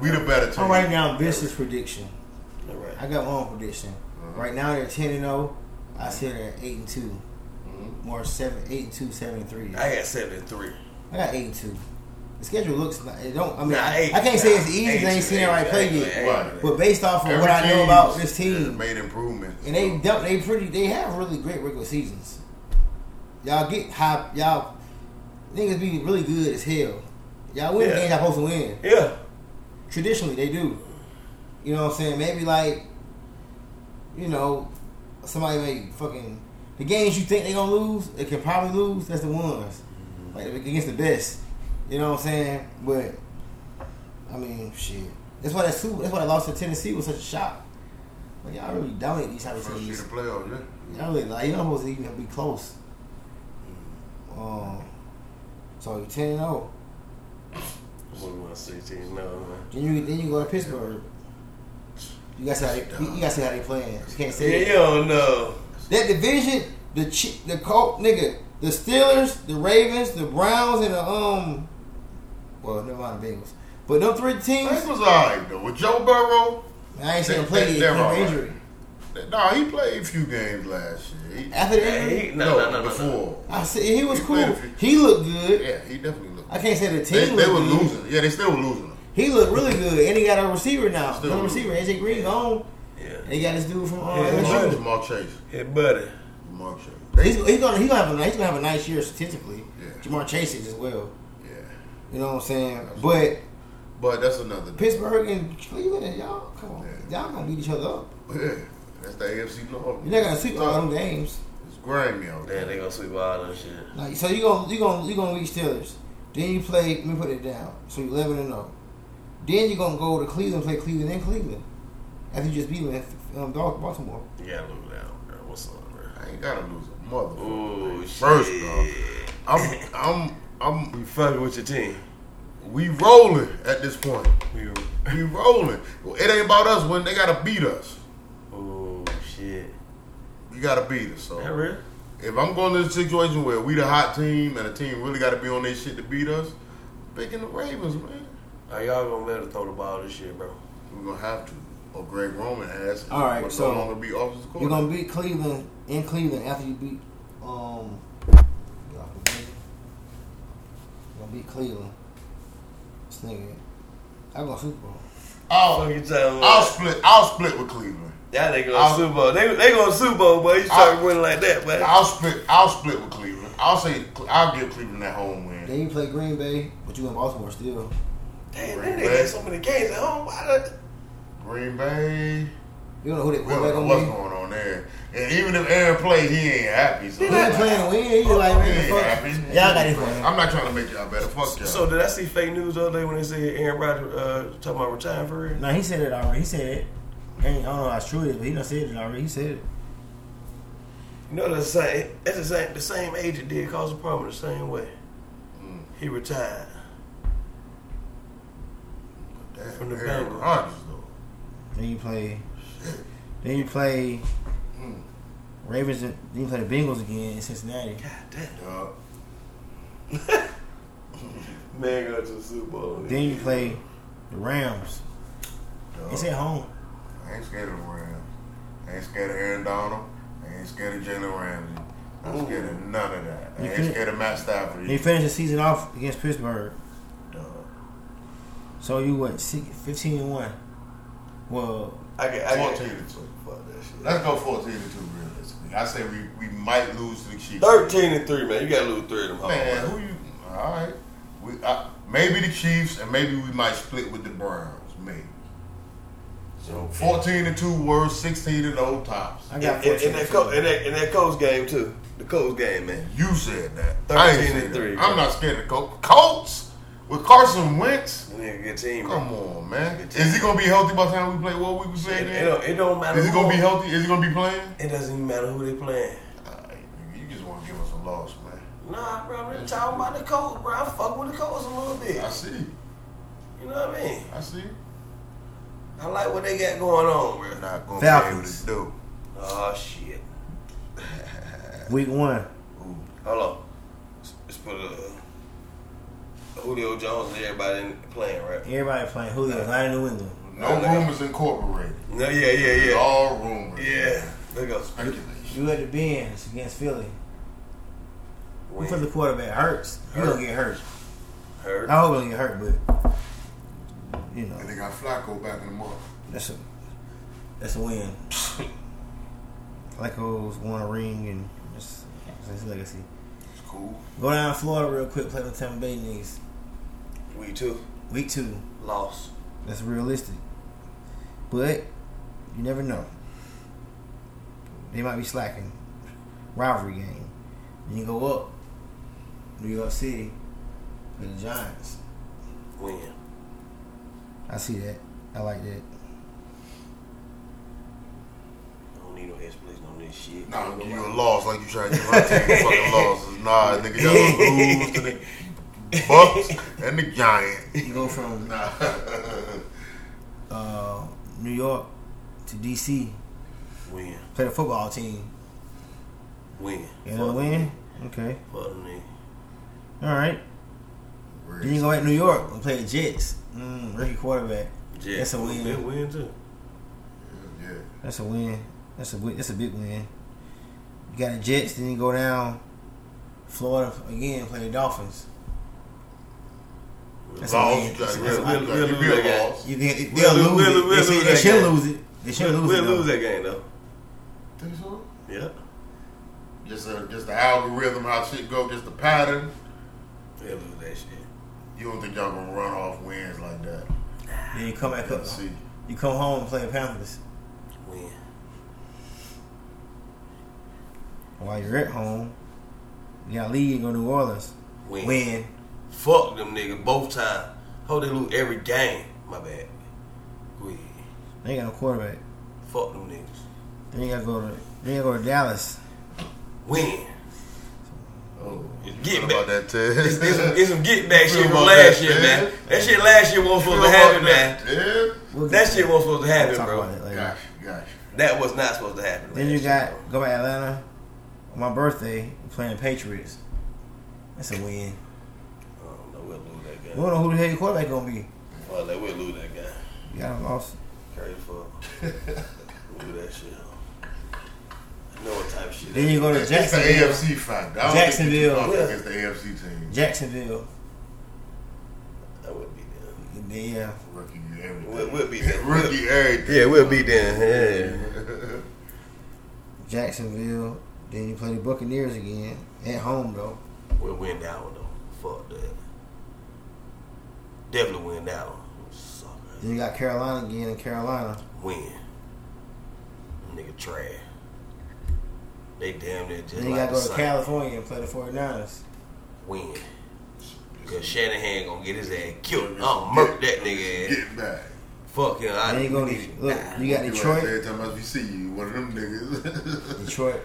Speaker 1: We the better team.
Speaker 2: All right now, this is prediction.
Speaker 3: All right.
Speaker 2: I got one prediction.
Speaker 3: Uh-huh.
Speaker 2: Right now they're ten and zero. I said they're eight and two,
Speaker 1: Mhm.
Speaker 2: or seven, eight and two, seven and three. I
Speaker 3: I got seven and three.
Speaker 2: got eight and two. The schedule looks. Not, it don't. I mean,
Speaker 3: Nah,
Speaker 2: I,
Speaker 3: eight.
Speaker 2: I can't say it's
Speaker 3: Nah,
Speaker 2: easy.
Speaker 3: eight,
Speaker 2: They ain't seen
Speaker 3: eight,
Speaker 2: the right
Speaker 3: eight,
Speaker 2: play
Speaker 3: eight,
Speaker 2: yet.
Speaker 3: eight,
Speaker 1: Right.
Speaker 3: eight.
Speaker 2: But based off of
Speaker 1: Every
Speaker 2: what I know
Speaker 1: team
Speaker 2: about
Speaker 1: has
Speaker 2: this team,
Speaker 1: made improvements.
Speaker 2: and they don't. They pretty. They have really great regular seasons. Y'all get high. Y'all niggas be really good as hell. Y'all win
Speaker 3: Yeah.
Speaker 2: games y'all supposed to win.
Speaker 3: Yeah.
Speaker 2: Traditionally, they do. You know what I'm saying? Maybe like, you know, somebody may fucking the games you think they gonna lose, they can probably lose. That's the ones like against the best. You know what I'm saying? But I mean, shit. That's why that Super, that's why I lost to Tennessee was such a shock. Like y'all really dominate these type of
Speaker 1: First year
Speaker 2: teams.
Speaker 1: to playoff, yeah.
Speaker 2: Y'all really like you're not supposed to even be close. Um, so you ten and oh. zero.
Speaker 3: One one sixteen. No man.
Speaker 2: Then you then you go to Pittsburgh. You gotta see how they, you, you gotta see how they playing. You can't
Speaker 3: Yeah,
Speaker 2: say
Speaker 3: you don't know.
Speaker 2: that division. The Chi- the Colt nigga, the Steelers, the Ravens, the Browns, and the um. Well, never mind the Bengals. But them three
Speaker 1: This
Speaker 2: teams,
Speaker 1: was alright though. With Joe Burrow,
Speaker 2: I ain't seen them
Speaker 1: They-
Speaker 2: play
Speaker 1: they-
Speaker 2: yet.
Speaker 1: they're
Speaker 2: because of
Speaker 1: all right.
Speaker 2: injury.
Speaker 1: that- nah, he played a few games last year. He,
Speaker 2: After the
Speaker 3: Yeah,
Speaker 2: injury,
Speaker 3: he, no, no, no, no,
Speaker 1: before.
Speaker 3: no.
Speaker 2: I said he was
Speaker 1: he
Speaker 2: cool.
Speaker 1: played a few-
Speaker 2: He looked good.
Speaker 1: Yeah, he definitely looked.
Speaker 2: I can't say the
Speaker 1: They,
Speaker 2: team.
Speaker 1: they
Speaker 2: looked
Speaker 1: were
Speaker 2: good.
Speaker 1: losing. Yeah, they still were losing. Him.
Speaker 2: He looked really good, and he got a receiver now.
Speaker 1: Still
Speaker 2: Another
Speaker 1: losing.
Speaker 2: receiver, AJ Green gone.
Speaker 3: Yeah.
Speaker 2: They got this dude from uh,
Speaker 3: Yeah,
Speaker 2: LSU.
Speaker 1: Lamar,
Speaker 3: Junior.
Speaker 1: Lamar Chase.
Speaker 3: Yeah, buddy.
Speaker 1: Lamar Chase.
Speaker 2: He's, he's gonna he's gonna have a he's gonna have a nice year statistically.
Speaker 1: Yeah.
Speaker 2: Jamar Chase is as well.
Speaker 1: Yeah.
Speaker 2: You know what I'm saying?
Speaker 1: Absolutely. But that's another.
Speaker 2: But Pittsburgh and Cleveland, y'all come on,
Speaker 1: Yeah.
Speaker 2: y'all gonna beat each other up.
Speaker 1: Yeah, that's the AFC North.
Speaker 2: You're not gonna sweep all them games.
Speaker 1: It's grimy out
Speaker 3: Yeah,
Speaker 1: there.
Speaker 3: they gonna sweep all that shit.
Speaker 2: Like so, you gonna you gonna you gonna beat Steelers. Then you play. Let me put it down. So you 11 and 0. Then you're gonna go to Cleveland, play Cleveland and Cleveland. After you just beat them, um, Dal- Baltimore.
Speaker 3: You gotta look down, bro. What's up, bro?
Speaker 1: I ain't gotta lose a mother.
Speaker 3: Ooh,
Speaker 1: First
Speaker 3: shit.
Speaker 1: off, I'm, I'm, I'm.
Speaker 3: You fucking with your team.
Speaker 1: We rolling at this point.
Speaker 3: You-
Speaker 1: We rolling. Well, it ain't about us when they gotta beat us.
Speaker 3: Oh shit.
Speaker 1: You gotta beat us. So
Speaker 3: That real?
Speaker 1: if I'm going to the situation where we the hot team and a team really gotta be on their shit to beat us, picking the Ravens, man.
Speaker 3: Are y'all gonna let her throw the ball this shit, bro?
Speaker 1: We're gonna have to. Or Greg Roman has.
Speaker 2: All right,
Speaker 1: will
Speaker 2: so
Speaker 1: no longer be offensive coordinator.
Speaker 2: You're gonna beat Cleveland in Cleveland after you beat um. You're gonna beat Cleveland. This nigga, I go Super Bowl.
Speaker 1: I'll,
Speaker 3: Fuck you talking
Speaker 1: I'll
Speaker 3: about?
Speaker 1: split. I'll split with Cleveland.
Speaker 3: Y'all ain't
Speaker 1: I'll-
Speaker 3: gonna Super Bowl. They they gonna Super Bowl, boy. You start
Speaker 1: I'll-
Speaker 3: winning like that, man.
Speaker 1: I'll split. I'll split with Cleveland. I'll say I'll give Cleveland that home win.
Speaker 2: Then you play Green Bay, but you in Baltimore still.
Speaker 3: Damn, man, they got so many games at home. Why the-
Speaker 1: Green Bay.
Speaker 2: You don't know who they
Speaker 1: We don't
Speaker 2: quarterback
Speaker 1: know what's
Speaker 2: gonna be.
Speaker 1: going on there. And even if Aaron played, he ain't happy. So
Speaker 2: He ain't playing to win. He just like
Speaker 1: He
Speaker 2: man,
Speaker 1: ain't
Speaker 2: fuck.
Speaker 1: happy.
Speaker 2: Y'all got it for him.
Speaker 1: I'm not trying to make y'all better. Fuck y'all.
Speaker 3: So did I see fake news the other day when they said Aaron Rodgers uh, talking about retiring for real?
Speaker 2: No, he said it already. He said it. And I don't know how true it is, but he done said it already. He said it.
Speaker 3: You know the same. That's the same. The same agent did cause a problem the same way. He retired.
Speaker 1: Damn,
Speaker 3: from the
Speaker 1: Aaron
Speaker 3: Bengals.
Speaker 1: Rodgers though.
Speaker 2: Then you play. Then you play. Hmm. Ravens. and- Then you play the Bengals again in Cincinnati.
Speaker 3: God damn.
Speaker 1: Duh.
Speaker 3: Man got to the Super Bowl.
Speaker 2: Then you play the Rams. It's at home.
Speaker 1: I ain't scared of the Rams. I ain't scared of Aaron Donald. I ain't scared of Jalen Ramsey. I'm
Speaker 3: Ooh.
Speaker 1: scared of none of that. I
Speaker 2: You
Speaker 1: ain't
Speaker 2: can't-
Speaker 1: scared of Matt Stafford.
Speaker 2: They finished the season off against Pittsburgh.
Speaker 1: Duh.
Speaker 2: So you what? six- 15 and one. Well,
Speaker 3: I get. I get.
Speaker 1: Fourteen to two.
Speaker 3: Fuck that shit.
Speaker 1: Let's go 14 to 2 realistically. I say we, we might lose to the Chiefs.
Speaker 3: Thirteen and three, man. You gotta lose three of them. home,
Speaker 1: Man,
Speaker 3: Man,
Speaker 1: who you? All right. We, I, maybe the Chiefs, and maybe we might split with the Browns. Maybe. So 14 and 2 worst, 16 and 0 tops.
Speaker 2: I
Speaker 3: and,
Speaker 2: got
Speaker 3: and,
Speaker 2: 14.
Speaker 3: and that co- and that and that Colts game too. The Colts game, man.
Speaker 1: You said that. I ain't
Speaker 3: 13 and
Speaker 1: said that.
Speaker 3: three, bro.
Speaker 1: I'm not scared of Colts. Colts? With Carson Wentz?
Speaker 3: That nigga good team. bro.
Speaker 1: Come on, man. Is he going to be healthy by the time we play what we were
Speaker 3: It,
Speaker 1: saying?
Speaker 3: it don't, it don't matter.
Speaker 1: Is he
Speaker 3: who-
Speaker 1: going to be healthy? Is he going to be playing?
Speaker 3: It doesn't even matter who they playing.
Speaker 1: All right, nigga, you just want to give us a loss, man.
Speaker 3: Nah, bro, I'm just talking about the Colts, bro. I fuck with the Colts a little bit.
Speaker 1: I see.
Speaker 3: You know what I mean?
Speaker 1: I see.
Speaker 3: I like what they got going on,
Speaker 1: We're
Speaker 3: bro.
Speaker 1: not gonna
Speaker 2: Falcons.
Speaker 1: be able to
Speaker 3: Oh shit.
Speaker 2: Week one.
Speaker 1: do. Ooh.
Speaker 3: Hold on. Let's- Let's put uh, Julio Jones and everybody in playing, right?
Speaker 2: Everybody playing Julio, not in New England.
Speaker 1: No
Speaker 3: Nah,
Speaker 1: rumors incorporated.
Speaker 3: No, yeah, yeah,
Speaker 1: It's
Speaker 3: yeah.
Speaker 1: All rumors.
Speaker 3: Yeah. There goes.
Speaker 1: Speculation.
Speaker 2: You at the bench against Philly. Who for the quarterback? Hurts. You
Speaker 3: Hurts.
Speaker 2: gonna get hurt.
Speaker 3: Heard.
Speaker 2: I hope you don't get hurt, but you know
Speaker 1: And they got Flacco back in the month.
Speaker 2: that's a that's a win. Flacco's won a ring and that's, that's his legacy.
Speaker 1: It's cool.
Speaker 2: Go down to Florida real quick. Play with Tampa Bay niggas.
Speaker 3: We too.
Speaker 2: Week two.
Speaker 3: Lost.
Speaker 2: That's realistic, but you never know. They might be slacking. Rivalry game. Then you go up. New York City. For the Giants.
Speaker 3: Win.
Speaker 2: I see that. I like that.
Speaker 3: I don't need no explanation on this shit.
Speaker 1: Nah, I'm giving you a loss like you trying to give my team fucking losses. Nah, nigga, y'all lose to the Bucks and the Giants.
Speaker 2: You go from
Speaker 1: Nah.
Speaker 2: uh, New York to DC,
Speaker 3: Win.
Speaker 2: play the football team.
Speaker 3: Win.
Speaker 2: You know
Speaker 3: Fuck
Speaker 2: win? Okay.
Speaker 3: them. Fuck them niggas.
Speaker 2: All right. Then you go back to New York and play the Jets. Mm, rookie quarterback.
Speaker 3: Yeah.
Speaker 2: That's a win.
Speaker 3: Big win too.
Speaker 1: Yeah.
Speaker 2: That's a win. That's a win. That's a big win. You got the Jets, then you go down Florida again, play the Dolphins. That's a
Speaker 1: Loss,
Speaker 2: win.
Speaker 1: you gotta
Speaker 2: That's a-
Speaker 1: give-
Speaker 3: we'll-
Speaker 1: you
Speaker 3: we'll
Speaker 1: gotta give
Speaker 3: lose
Speaker 1: me
Speaker 3: that
Speaker 1: a
Speaker 3: game.
Speaker 1: loss.
Speaker 2: You can, they'll
Speaker 3: We'll
Speaker 2: lose,
Speaker 3: lose-
Speaker 2: it.
Speaker 3: we'll- we'll
Speaker 2: They,
Speaker 3: lose
Speaker 2: they
Speaker 3: that
Speaker 2: should
Speaker 3: game.
Speaker 2: lose it. They should lose
Speaker 3: We'll
Speaker 2: it.
Speaker 3: lose
Speaker 2: though.
Speaker 3: that game though.
Speaker 1: Think so?
Speaker 3: Yeah.
Speaker 1: Just, uh, just the algorithm, how shit go, just the pattern.
Speaker 3: We'll lose that shit.
Speaker 1: You don't think y'all gonna run off wins like that?
Speaker 2: Then you come back up.
Speaker 1: Let's see.
Speaker 2: You come home and play the Panthers.
Speaker 3: Win.
Speaker 2: While you're at home, you got to leave and go to New Orleans.
Speaker 3: Win.
Speaker 2: Win.
Speaker 3: Fuck them niggas both times. Hope they lose every game. My bad. Win.
Speaker 2: They ain't got no quarterback.
Speaker 3: Fuck them niggas.
Speaker 2: Then you gotta go to then you gotta go to Dallas.
Speaker 3: Win.
Speaker 1: Oh, you
Speaker 3: Get
Speaker 1: feel
Speaker 3: back.
Speaker 1: about that Ted?
Speaker 3: It's, it's, some, it's some get back
Speaker 1: Feel
Speaker 3: shit from
Speaker 1: about
Speaker 3: last
Speaker 1: that,
Speaker 3: year, man.
Speaker 1: man.
Speaker 3: That shit last year wasn't
Speaker 1: Feel
Speaker 3: supposed to
Speaker 1: about
Speaker 3: happen, man.
Speaker 1: that, Ted?
Speaker 2: We'll get
Speaker 3: That
Speaker 2: to
Speaker 3: shit wasn't supposed to
Speaker 2: We'll
Speaker 3: happen,
Speaker 2: talk about
Speaker 3: bro.
Speaker 2: that later.
Speaker 1: Gosh, gosh.
Speaker 3: That was not supposed to happen.
Speaker 2: Then you
Speaker 3: last
Speaker 2: got
Speaker 3: year, bro.
Speaker 2: go back to Atlanta. On my birthday, we're playing Patriots. That's a win.
Speaker 3: I don't know. We'll lose that
Speaker 2: We
Speaker 3: game.
Speaker 2: don't know who the hell your quarterback gonna be.
Speaker 3: Well, they will lose that game.
Speaker 2: You got him lost.
Speaker 3: Crazy fuck. we'll do that shit. huh? I know what type of shit.
Speaker 2: Then you go to
Speaker 1: It's the
Speaker 2: Jacksonville.
Speaker 1: AFC factor. I don't
Speaker 2: Jacksonville.
Speaker 1: Think it's, the AFC team.
Speaker 2: Jacksonville.
Speaker 3: I would be there.
Speaker 2: And then, Yeah.
Speaker 1: Rookie, everything.
Speaker 3: We'll, we'll be there.
Speaker 1: Rookie, everything.
Speaker 3: Yeah, we'll be there.
Speaker 2: Jacksonville. Then you play the Buccaneers again. At home though.
Speaker 3: We'll win that one though. Fuck that. Definitely win that one. Sucker.
Speaker 2: Then you got Carolina again in Carolina.
Speaker 3: Win. Nigga trash. They damn near just
Speaker 2: Then you
Speaker 3: like
Speaker 2: gotta
Speaker 3: the
Speaker 2: go to
Speaker 3: Saints.
Speaker 2: California and play the 49ers.
Speaker 3: Win. Cause Shanahan gonna get his ass killed. I'll
Speaker 1: Get-
Speaker 3: murk that nigga ass.
Speaker 1: Get back.
Speaker 3: Fuck him. I
Speaker 2: Then you go to
Speaker 3: nigga,
Speaker 2: look,
Speaker 3: nah.
Speaker 2: you got
Speaker 1: You
Speaker 2: Detroit.
Speaker 1: Like, every time I see you, one of them niggas.
Speaker 2: Detroit,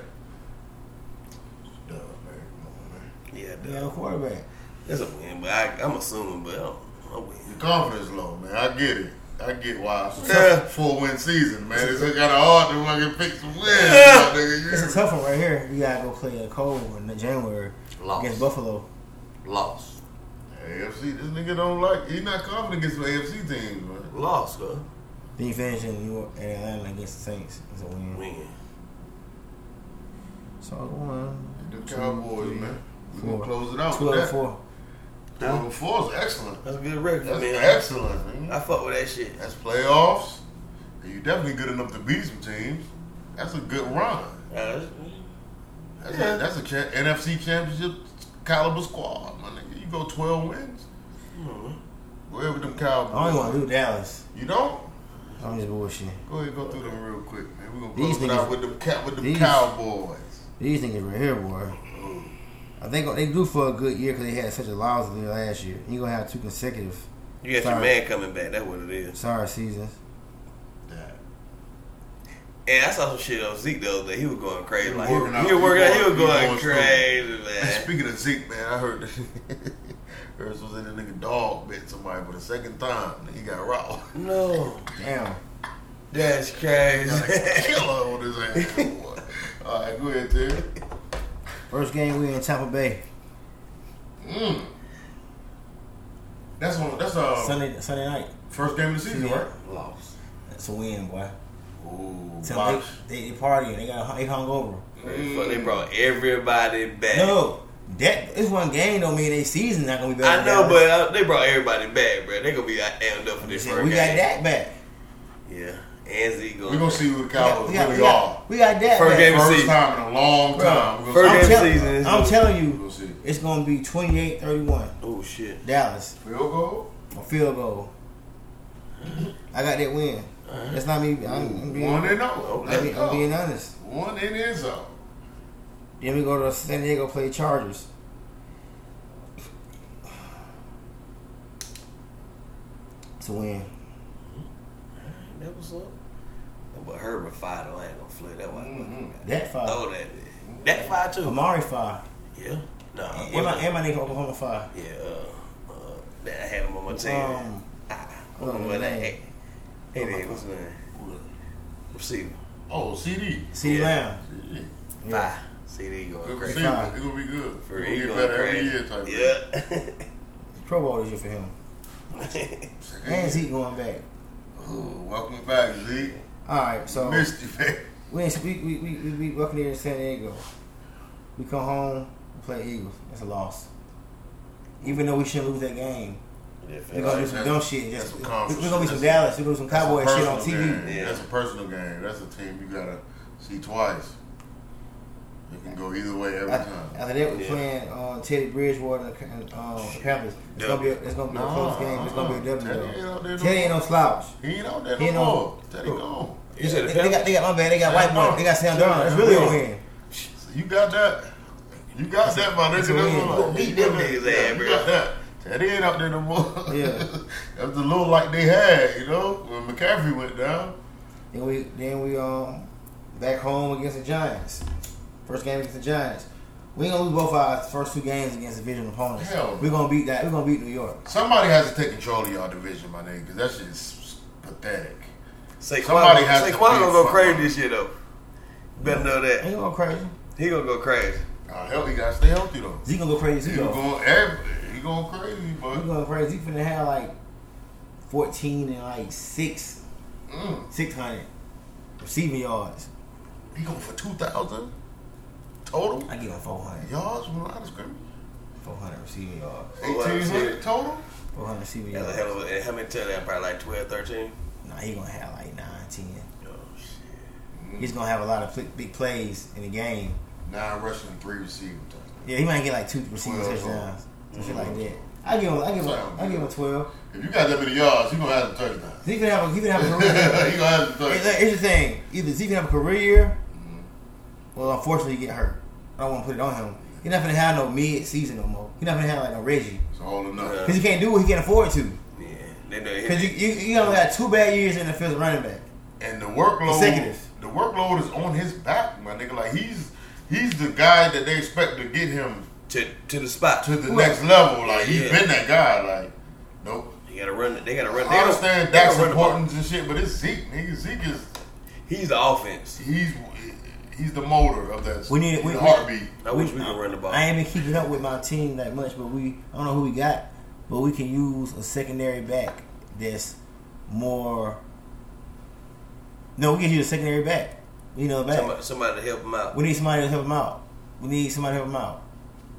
Speaker 1: Duh, man. Come on, man.
Speaker 3: Yeah,
Speaker 2: they got a
Speaker 3: dude.
Speaker 2: quarterback.
Speaker 3: That's a win, but I, I'm assuming, but I'm, I win.
Speaker 1: Your confidence low, man. I get it. I get why. It's a
Speaker 3: Yeah.
Speaker 1: Four win season, man. It's kind of hard to fucking pick some wins,
Speaker 3: Yeah.
Speaker 1: my nigga. You
Speaker 2: It's
Speaker 1: hear
Speaker 2: a
Speaker 1: me?
Speaker 2: tough one right here. You gotta go play a cold one in January against
Speaker 3: Lost.
Speaker 2: Buffalo.
Speaker 3: Lost.
Speaker 1: AFC, this nigga don't like. He's not confident against the AFC teams, man.
Speaker 3: Lost, huh?
Speaker 2: Then you finish in New York and Atlanta against the Saints. It's a win.
Speaker 3: Win.
Speaker 2: So one,
Speaker 1: The
Speaker 2: two,
Speaker 1: Cowboys,
Speaker 2: three,
Speaker 1: man. We
Speaker 2: four.
Speaker 1: gonna close it out.
Speaker 2: twelve,
Speaker 1: with that.
Speaker 2: four.
Speaker 1: Twelve and four is excellent.
Speaker 3: That's a good record,
Speaker 1: That's
Speaker 3: man.
Speaker 1: excellent,
Speaker 3: I
Speaker 1: man.
Speaker 3: fuck with that shit.
Speaker 1: That's playoffs. And you definitely good enough to beat some teams. That's a good run.
Speaker 3: Uh,
Speaker 1: That's
Speaker 3: Yeah.
Speaker 1: a, that's a cha- NFC Championship caliber squad, my nigga. You go twelve wins.
Speaker 3: hmm.
Speaker 1: Mm-hmm. Go ahead with them
Speaker 2: I
Speaker 1: Cowboys.
Speaker 2: only want to do Dallas.
Speaker 1: You don't?
Speaker 2: I'm just bullshitting.
Speaker 1: Go ahead, go through them real quick, man. We're gonna
Speaker 2: These
Speaker 1: close it out
Speaker 2: niggas-
Speaker 1: with them cat with them
Speaker 2: these-
Speaker 1: Cowboys.
Speaker 2: These niggas right here, boy. I think they do for a good year because they had such a lousy year last year. You gonna have two consecutive
Speaker 3: You got
Speaker 2: Sorry.
Speaker 3: your man coming back. That's what it is.
Speaker 2: sorry seasons.
Speaker 1: That
Speaker 3: And I saw some shit on Zeke the other day. He was going crazy.
Speaker 1: He was
Speaker 3: Like,
Speaker 1: working out.
Speaker 3: He was working out. He was
Speaker 1: He was
Speaker 3: going,
Speaker 1: going
Speaker 3: crazy, man.
Speaker 1: Speaking of Zeke, man, I heard Hurst was in the nigga dog bit somebody for the second time. He got robbed.
Speaker 3: No,
Speaker 2: Damn.
Speaker 3: that's crazy.
Speaker 1: Killer on his ass. boy. All right, go ahead, Terry.
Speaker 2: First game we in Tampa Bay.
Speaker 1: Mm. That's on. That's uh
Speaker 3: Oh.
Speaker 2: Sunday Sunday night.
Speaker 1: first game of the season, right?
Speaker 2: Lost. That's a win, boy.
Speaker 1: Ooh,
Speaker 2: Tell
Speaker 1: box.
Speaker 2: they, they, they partying. They got they hung over.
Speaker 3: Fuck, they brought everybody back.
Speaker 2: No, that this one game don't mean they season not gonna be better.
Speaker 3: I know,
Speaker 2: than
Speaker 3: but
Speaker 2: Dallas.
Speaker 3: uh, they brought everybody back, bro. They gonna be out- amped up for this
Speaker 2: Shit,
Speaker 3: first
Speaker 2: we got
Speaker 3: game.
Speaker 2: that back.
Speaker 3: Yeah, and Zeke
Speaker 1: We're
Speaker 3: going.
Speaker 1: gonna see who the
Speaker 2: We got,
Speaker 1: Cowboys
Speaker 2: we got,
Speaker 1: really
Speaker 2: we got,
Speaker 1: are.
Speaker 2: we got that
Speaker 3: First
Speaker 2: back.
Speaker 3: game of
Speaker 1: First
Speaker 3: season.
Speaker 1: time in a long time. We're
Speaker 3: First
Speaker 1: gonna
Speaker 2: I'm,
Speaker 3: game
Speaker 1: see.
Speaker 2: tell-
Speaker 3: season is-
Speaker 2: I'm telling
Speaker 1: We're gonna
Speaker 2: you,
Speaker 1: see.
Speaker 2: it's gonna be 28-31
Speaker 3: Oh shit!
Speaker 2: Dallas.
Speaker 1: Field goal.
Speaker 2: A field goal. I got that win. That's not me. I'm, I'm being,
Speaker 1: One and zero.
Speaker 2: I'm, being- I'm being
Speaker 1: Let's
Speaker 2: honest.
Speaker 1: go. One and is up.
Speaker 2: Then we go to San Diego play Chargers. It's a win.
Speaker 3: That was up. That But Herbert five though, I ain't gonna flip that one.
Speaker 1: Mhm.
Speaker 2: That five.
Speaker 3: Throw that. That five too.
Speaker 2: Amari five.
Speaker 3: Yeah. No.
Speaker 2: And my, and my nigga Oklahoma five.
Speaker 3: Yeah. Uh, uh, that I had him on my team.
Speaker 2: Um,
Speaker 3: ah, I
Speaker 2: what
Speaker 3: don't know
Speaker 2: was his
Speaker 3: what that.
Speaker 2: name?
Speaker 3: Hey, that was name? Receiver.
Speaker 1: Oh, CD.
Speaker 2: CeeDee
Speaker 3: Yeah.
Speaker 2: Lamb.
Speaker 1: Yeah.
Speaker 2: Yeah.
Speaker 3: Five. CD going
Speaker 1: Good
Speaker 3: crazy.
Speaker 1: receiver.
Speaker 2: Five.
Speaker 1: It's gonna be good.
Speaker 3: For
Speaker 1: It's gonna
Speaker 3: he
Speaker 1: get
Speaker 3: going
Speaker 1: better every
Speaker 3: crazy.
Speaker 1: year type thing.
Speaker 2: Pro Bowl this year for him. And Zeke going back.
Speaker 1: Ooh, welcome back, Zeke.
Speaker 2: All right, so
Speaker 1: Missed you, man.
Speaker 2: we ain't speak. We we we beat Buccaneers in San Diego. We come home, we play Eagles. That's a loss. Even though we shouldn't lose that game, we're
Speaker 3: yeah.
Speaker 2: gonna do some dumb shit.
Speaker 1: That's
Speaker 2: Just
Speaker 1: a
Speaker 2: we're
Speaker 1: conference.
Speaker 2: gonna be some
Speaker 1: That's-
Speaker 2: Dallas. We're gonna do some Cowboy
Speaker 1: That's a
Speaker 2: shit on
Speaker 1: personal
Speaker 2: TV.
Speaker 1: Game.
Speaker 3: Yeah.
Speaker 1: That's a personal game. That's a team you gotta see twice. It can go either way every
Speaker 2: After,
Speaker 1: time.
Speaker 2: after that, we're
Speaker 3: Yeah.
Speaker 2: playing uh, Teddy Bridgewater and, the- and uh, the Panthers. It's
Speaker 3: Dub.
Speaker 2: gonna be a, it's gonna be a close game. It's gonna be a W.
Speaker 1: Teddy
Speaker 2: though.
Speaker 1: ain't out there no
Speaker 2: Teddy ain't no
Speaker 1: more.
Speaker 2: slouch.
Speaker 1: He ain't out there
Speaker 2: He
Speaker 1: no
Speaker 2: ain't on-
Speaker 1: more. Teddy gone.
Speaker 3: You said
Speaker 2: They,
Speaker 3: the
Speaker 2: they got
Speaker 3: Panthers?
Speaker 2: they got my bad. They got White Boy. They got Sam Darnold. That's really a win.
Speaker 1: So you got that. You got that, my nigga.
Speaker 2: That's
Speaker 1: That's
Speaker 2: a
Speaker 1: what
Speaker 2: win.
Speaker 1: I'm like.
Speaker 3: Beat
Speaker 1: You
Speaker 3: them
Speaker 1: got
Speaker 3: niggas'
Speaker 1: that.
Speaker 3: ass,
Speaker 1: Yeah,
Speaker 3: bro.
Speaker 1: You got that. Teddy ain't out there no more.
Speaker 2: Yeah.
Speaker 1: That's the little like they had, you know, when McCaffrey went down.
Speaker 2: Then we then we um back home against the Giants. First game against the Giants. We ain't gonna lose both our first two games against division opponents.
Speaker 1: Hell.
Speaker 2: We're gonna beat that. We're gonna beat New York.
Speaker 1: Somebody has to take control of y'all division, my nigga, because that shit is pathetic.
Speaker 3: Saquon,
Speaker 1: Somebody has
Speaker 3: Saquon
Speaker 1: to be
Speaker 3: gonna
Speaker 1: a
Speaker 3: go
Speaker 1: fuck
Speaker 3: crazy
Speaker 1: up.
Speaker 3: this year though. Better know that
Speaker 2: Ain't going crazy.
Speaker 3: he gonna go crazy.
Speaker 1: Now, hell, he got to stay healthy, though.
Speaker 2: Zeke gonna go crazy
Speaker 1: He
Speaker 2: though.
Speaker 1: going, every, he going crazy,
Speaker 2: He
Speaker 1: but
Speaker 2: gonna go crazy. He finna have like fourteen and like six
Speaker 1: mm,
Speaker 2: six hundred receiving yards.
Speaker 1: he going for 2,000 total.
Speaker 2: I give him 400.
Speaker 1: Yards from the line of scrimmage.
Speaker 2: 400 receiving yards.
Speaker 3: Oh, I see.
Speaker 1: 1,800 total.
Speaker 2: 400 receiving
Speaker 3: That's
Speaker 2: yards.
Speaker 3: a hell of a. and How many times that? Probably like 12, 13?
Speaker 2: Nah, he gonna have like nine, ten.
Speaker 3: Oh shit.
Speaker 2: He's gonna have a lot of pl- big plays in the game.
Speaker 1: Nine rushing, three receiving touchdowns.
Speaker 2: Yeah, he might get like two receiving
Speaker 1: Twelve.
Speaker 2: touchdowns, some shit like that. I give him, I give him, I give him twelve.
Speaker 1: If you got that many yards, you gonna have some touchdowns.
Speaker 2: He can have, a, he can have a
Speaker 1: you
Speaker 2: career.
Speaker 1: gonna have some
Speaker 2: Here's
Speaker 1: touchdowns.
Speaker 2: the- here's the thing: either he can have a career, well, unfortunately, he get hurt. I don't want to put it on him. He's not gonna have no mid-season no more. He's not gonna have like no Reggie
Speaker 1: It's all or nothing.
Speaker 2: because he can't do what he can't afford to.
Speaker 3: Yeah. They know
Speaker 2: Because you,
Speaker 3: him.
Speaker 2: you, you only got two bad years in the field running back.
Speaker 1: And the workload,
Speaker 2: Consecutive.
Speaker 1: the workload is on his back, my nigga. Like he's he's the guy that they expect to get him
Speaker 3: to to the spot.
Speaker 1: to the
Speaker 2: Right.
Speaker 1: next level. Like he's
Speaker 3: Yeah.
Speaker 1: been that guy. Like nope.
Speaker 3: they gotta run. They gotta run. They
Speaker 1: I
Speaker 3: gotta-
Speaker 1: understand
Speaker 3: they gotta
Speaker 1: Dak's
Speaker 3: run the ball.
Speaker 1: importance and shit, but it's Zeke, nigga. Zeke is
Speaker 3: He's the offense.
Speaker 1: he's he's the motor of that.
Speaker 2: We need-
Speaker 1: the
Speaker 2: we- we-
Speaker 1: heartbeat.
Speaker 3: I wish we could run the ball.
Speaker 2: I ain't been keeping up with my team that much, but we I don't know who we got, but we can use a secondary back that's more. No, we can use a secondary back. We need another back.
Speaker 3: Somebody, somebody to help him out.
Speaker 2: We need somebody to help them out. We need somebody to help them out.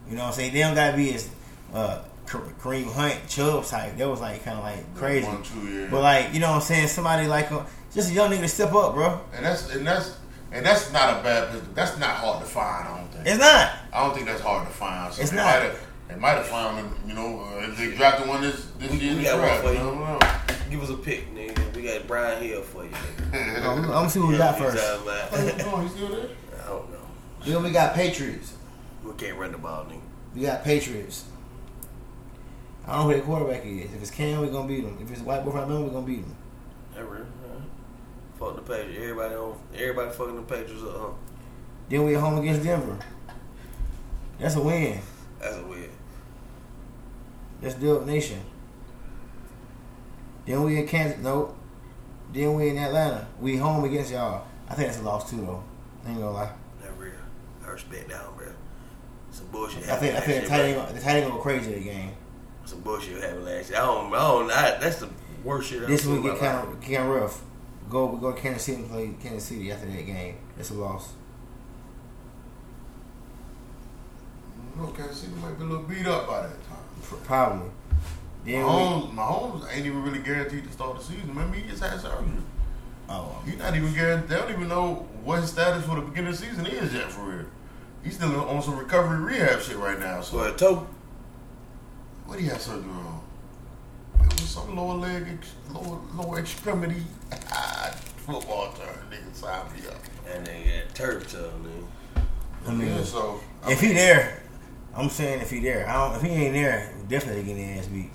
Speaker 2: You know what I'm saying? They don't gotta be as uh, K- Kareem Hunt, Chubb type. That was like kind of like crazy.
Speaker 1: One, two, yeah.
Speaker 2: But like you know what I'm saying? Somebody like uh, just a young nigga to step up, bro.
Speaker 1: and that's and that's and that's not a bad business. That's not hard to find. I don't think.
Speaker 2: It's not.
Speaker 1: I don't think that's hard to find. So
Speaker 2: It's
Speaker 1: they
Speaker 2: not.
Speaker 1: Might have, they might have found him, you know, uh, if they drafted one this this year. in
Speaker 3: we
Speaker 1: the
Speaker 3: got
Speaker 1: draft,
Speaker 3: one for
Speaker 1: you
Speaker 3: you.
Speaker 1: know,
Speaker 3: Give us a pick, nigga. We got Brian Hill for you. Nigga.
Speaker 1: I
Speaker 2: I'm,
Speaker 1: don't
Speaker 2: I'm
Speaker 1: know.
Speaker 2: gonna see who we
Speaker 3: You know
Speaker 2: got
Speaker 3: what I'm
Speaker 2: first.
Speaker 3: talking about?
Speaker 1: Where he going? He still there?
Speaker 3: I don't know.
Speaker 2: Then we got Patriots.
Speaker 3: We can't run the ball, nigga.
Speaker 2: We got Patriots. I don't know who their quarterback is. If it's Cam, we're gonna beat him. If it's White Boy from Alabama, we're gonna beat him.
Speaker 3: That real. All right. Fuck the Patriots. Everybody on everybody fucking the Patriots up. Huh?
Speaker 2: Then we at home against Denver. That's a win.
Speaker 3: That's a win.
Speaker 2: That's Dub Nation. Then we in Kansas. Nope. Then we in Atlanta. We home against y'all. I think that's a loss too, though. I ain't gonna lie.
Speaker 3: That real. I respect that, bro. Some bullshit.
Speaker 2: I think I think the tight
Speaker 3: happened last year,
Speaker 2: end, the tight end go crazy the game.
Speaker 3: bro. Some bullshit happened last year. I don't. I don't. I, that's the worst shit. I've
Speaker 2: This
Speaker 3: seen
Speaker 2: week
Speaker 3: in
Speaker 2: get
Speaker 3: my
Speaker 2: kind of kind of rough. Go we go to Kansas City and play Kansas City after that game. That's a loss.
Speaker 1: Okay, she might be a little beat up by that time.
Speaker 2: Probably. Then we,
Speaker 1: Mahomes, Mahomes ain't even really guaranteed to start the season. Remember, he just had surgery.
Speaker 2: oh,
Speaker 1: He's not even guaranteed. They don't even know what his status for the beginning of the season is yet for real. He's still on some recovery rehab shit right now. So
Speaker 3: Well, toe.
Speaker 1: what do you have surgery on? It was some lower leg, ex- lower lower extremity football turn. Nigga signed me up.
Speaker 3: And they got turf toe, man.
Speaker 2: I mean,
Speaker 1: yeah, so I
Speaker 2: if he there, I'm saying if he there. I don't, if he ain't there, he definitely getting his ass beat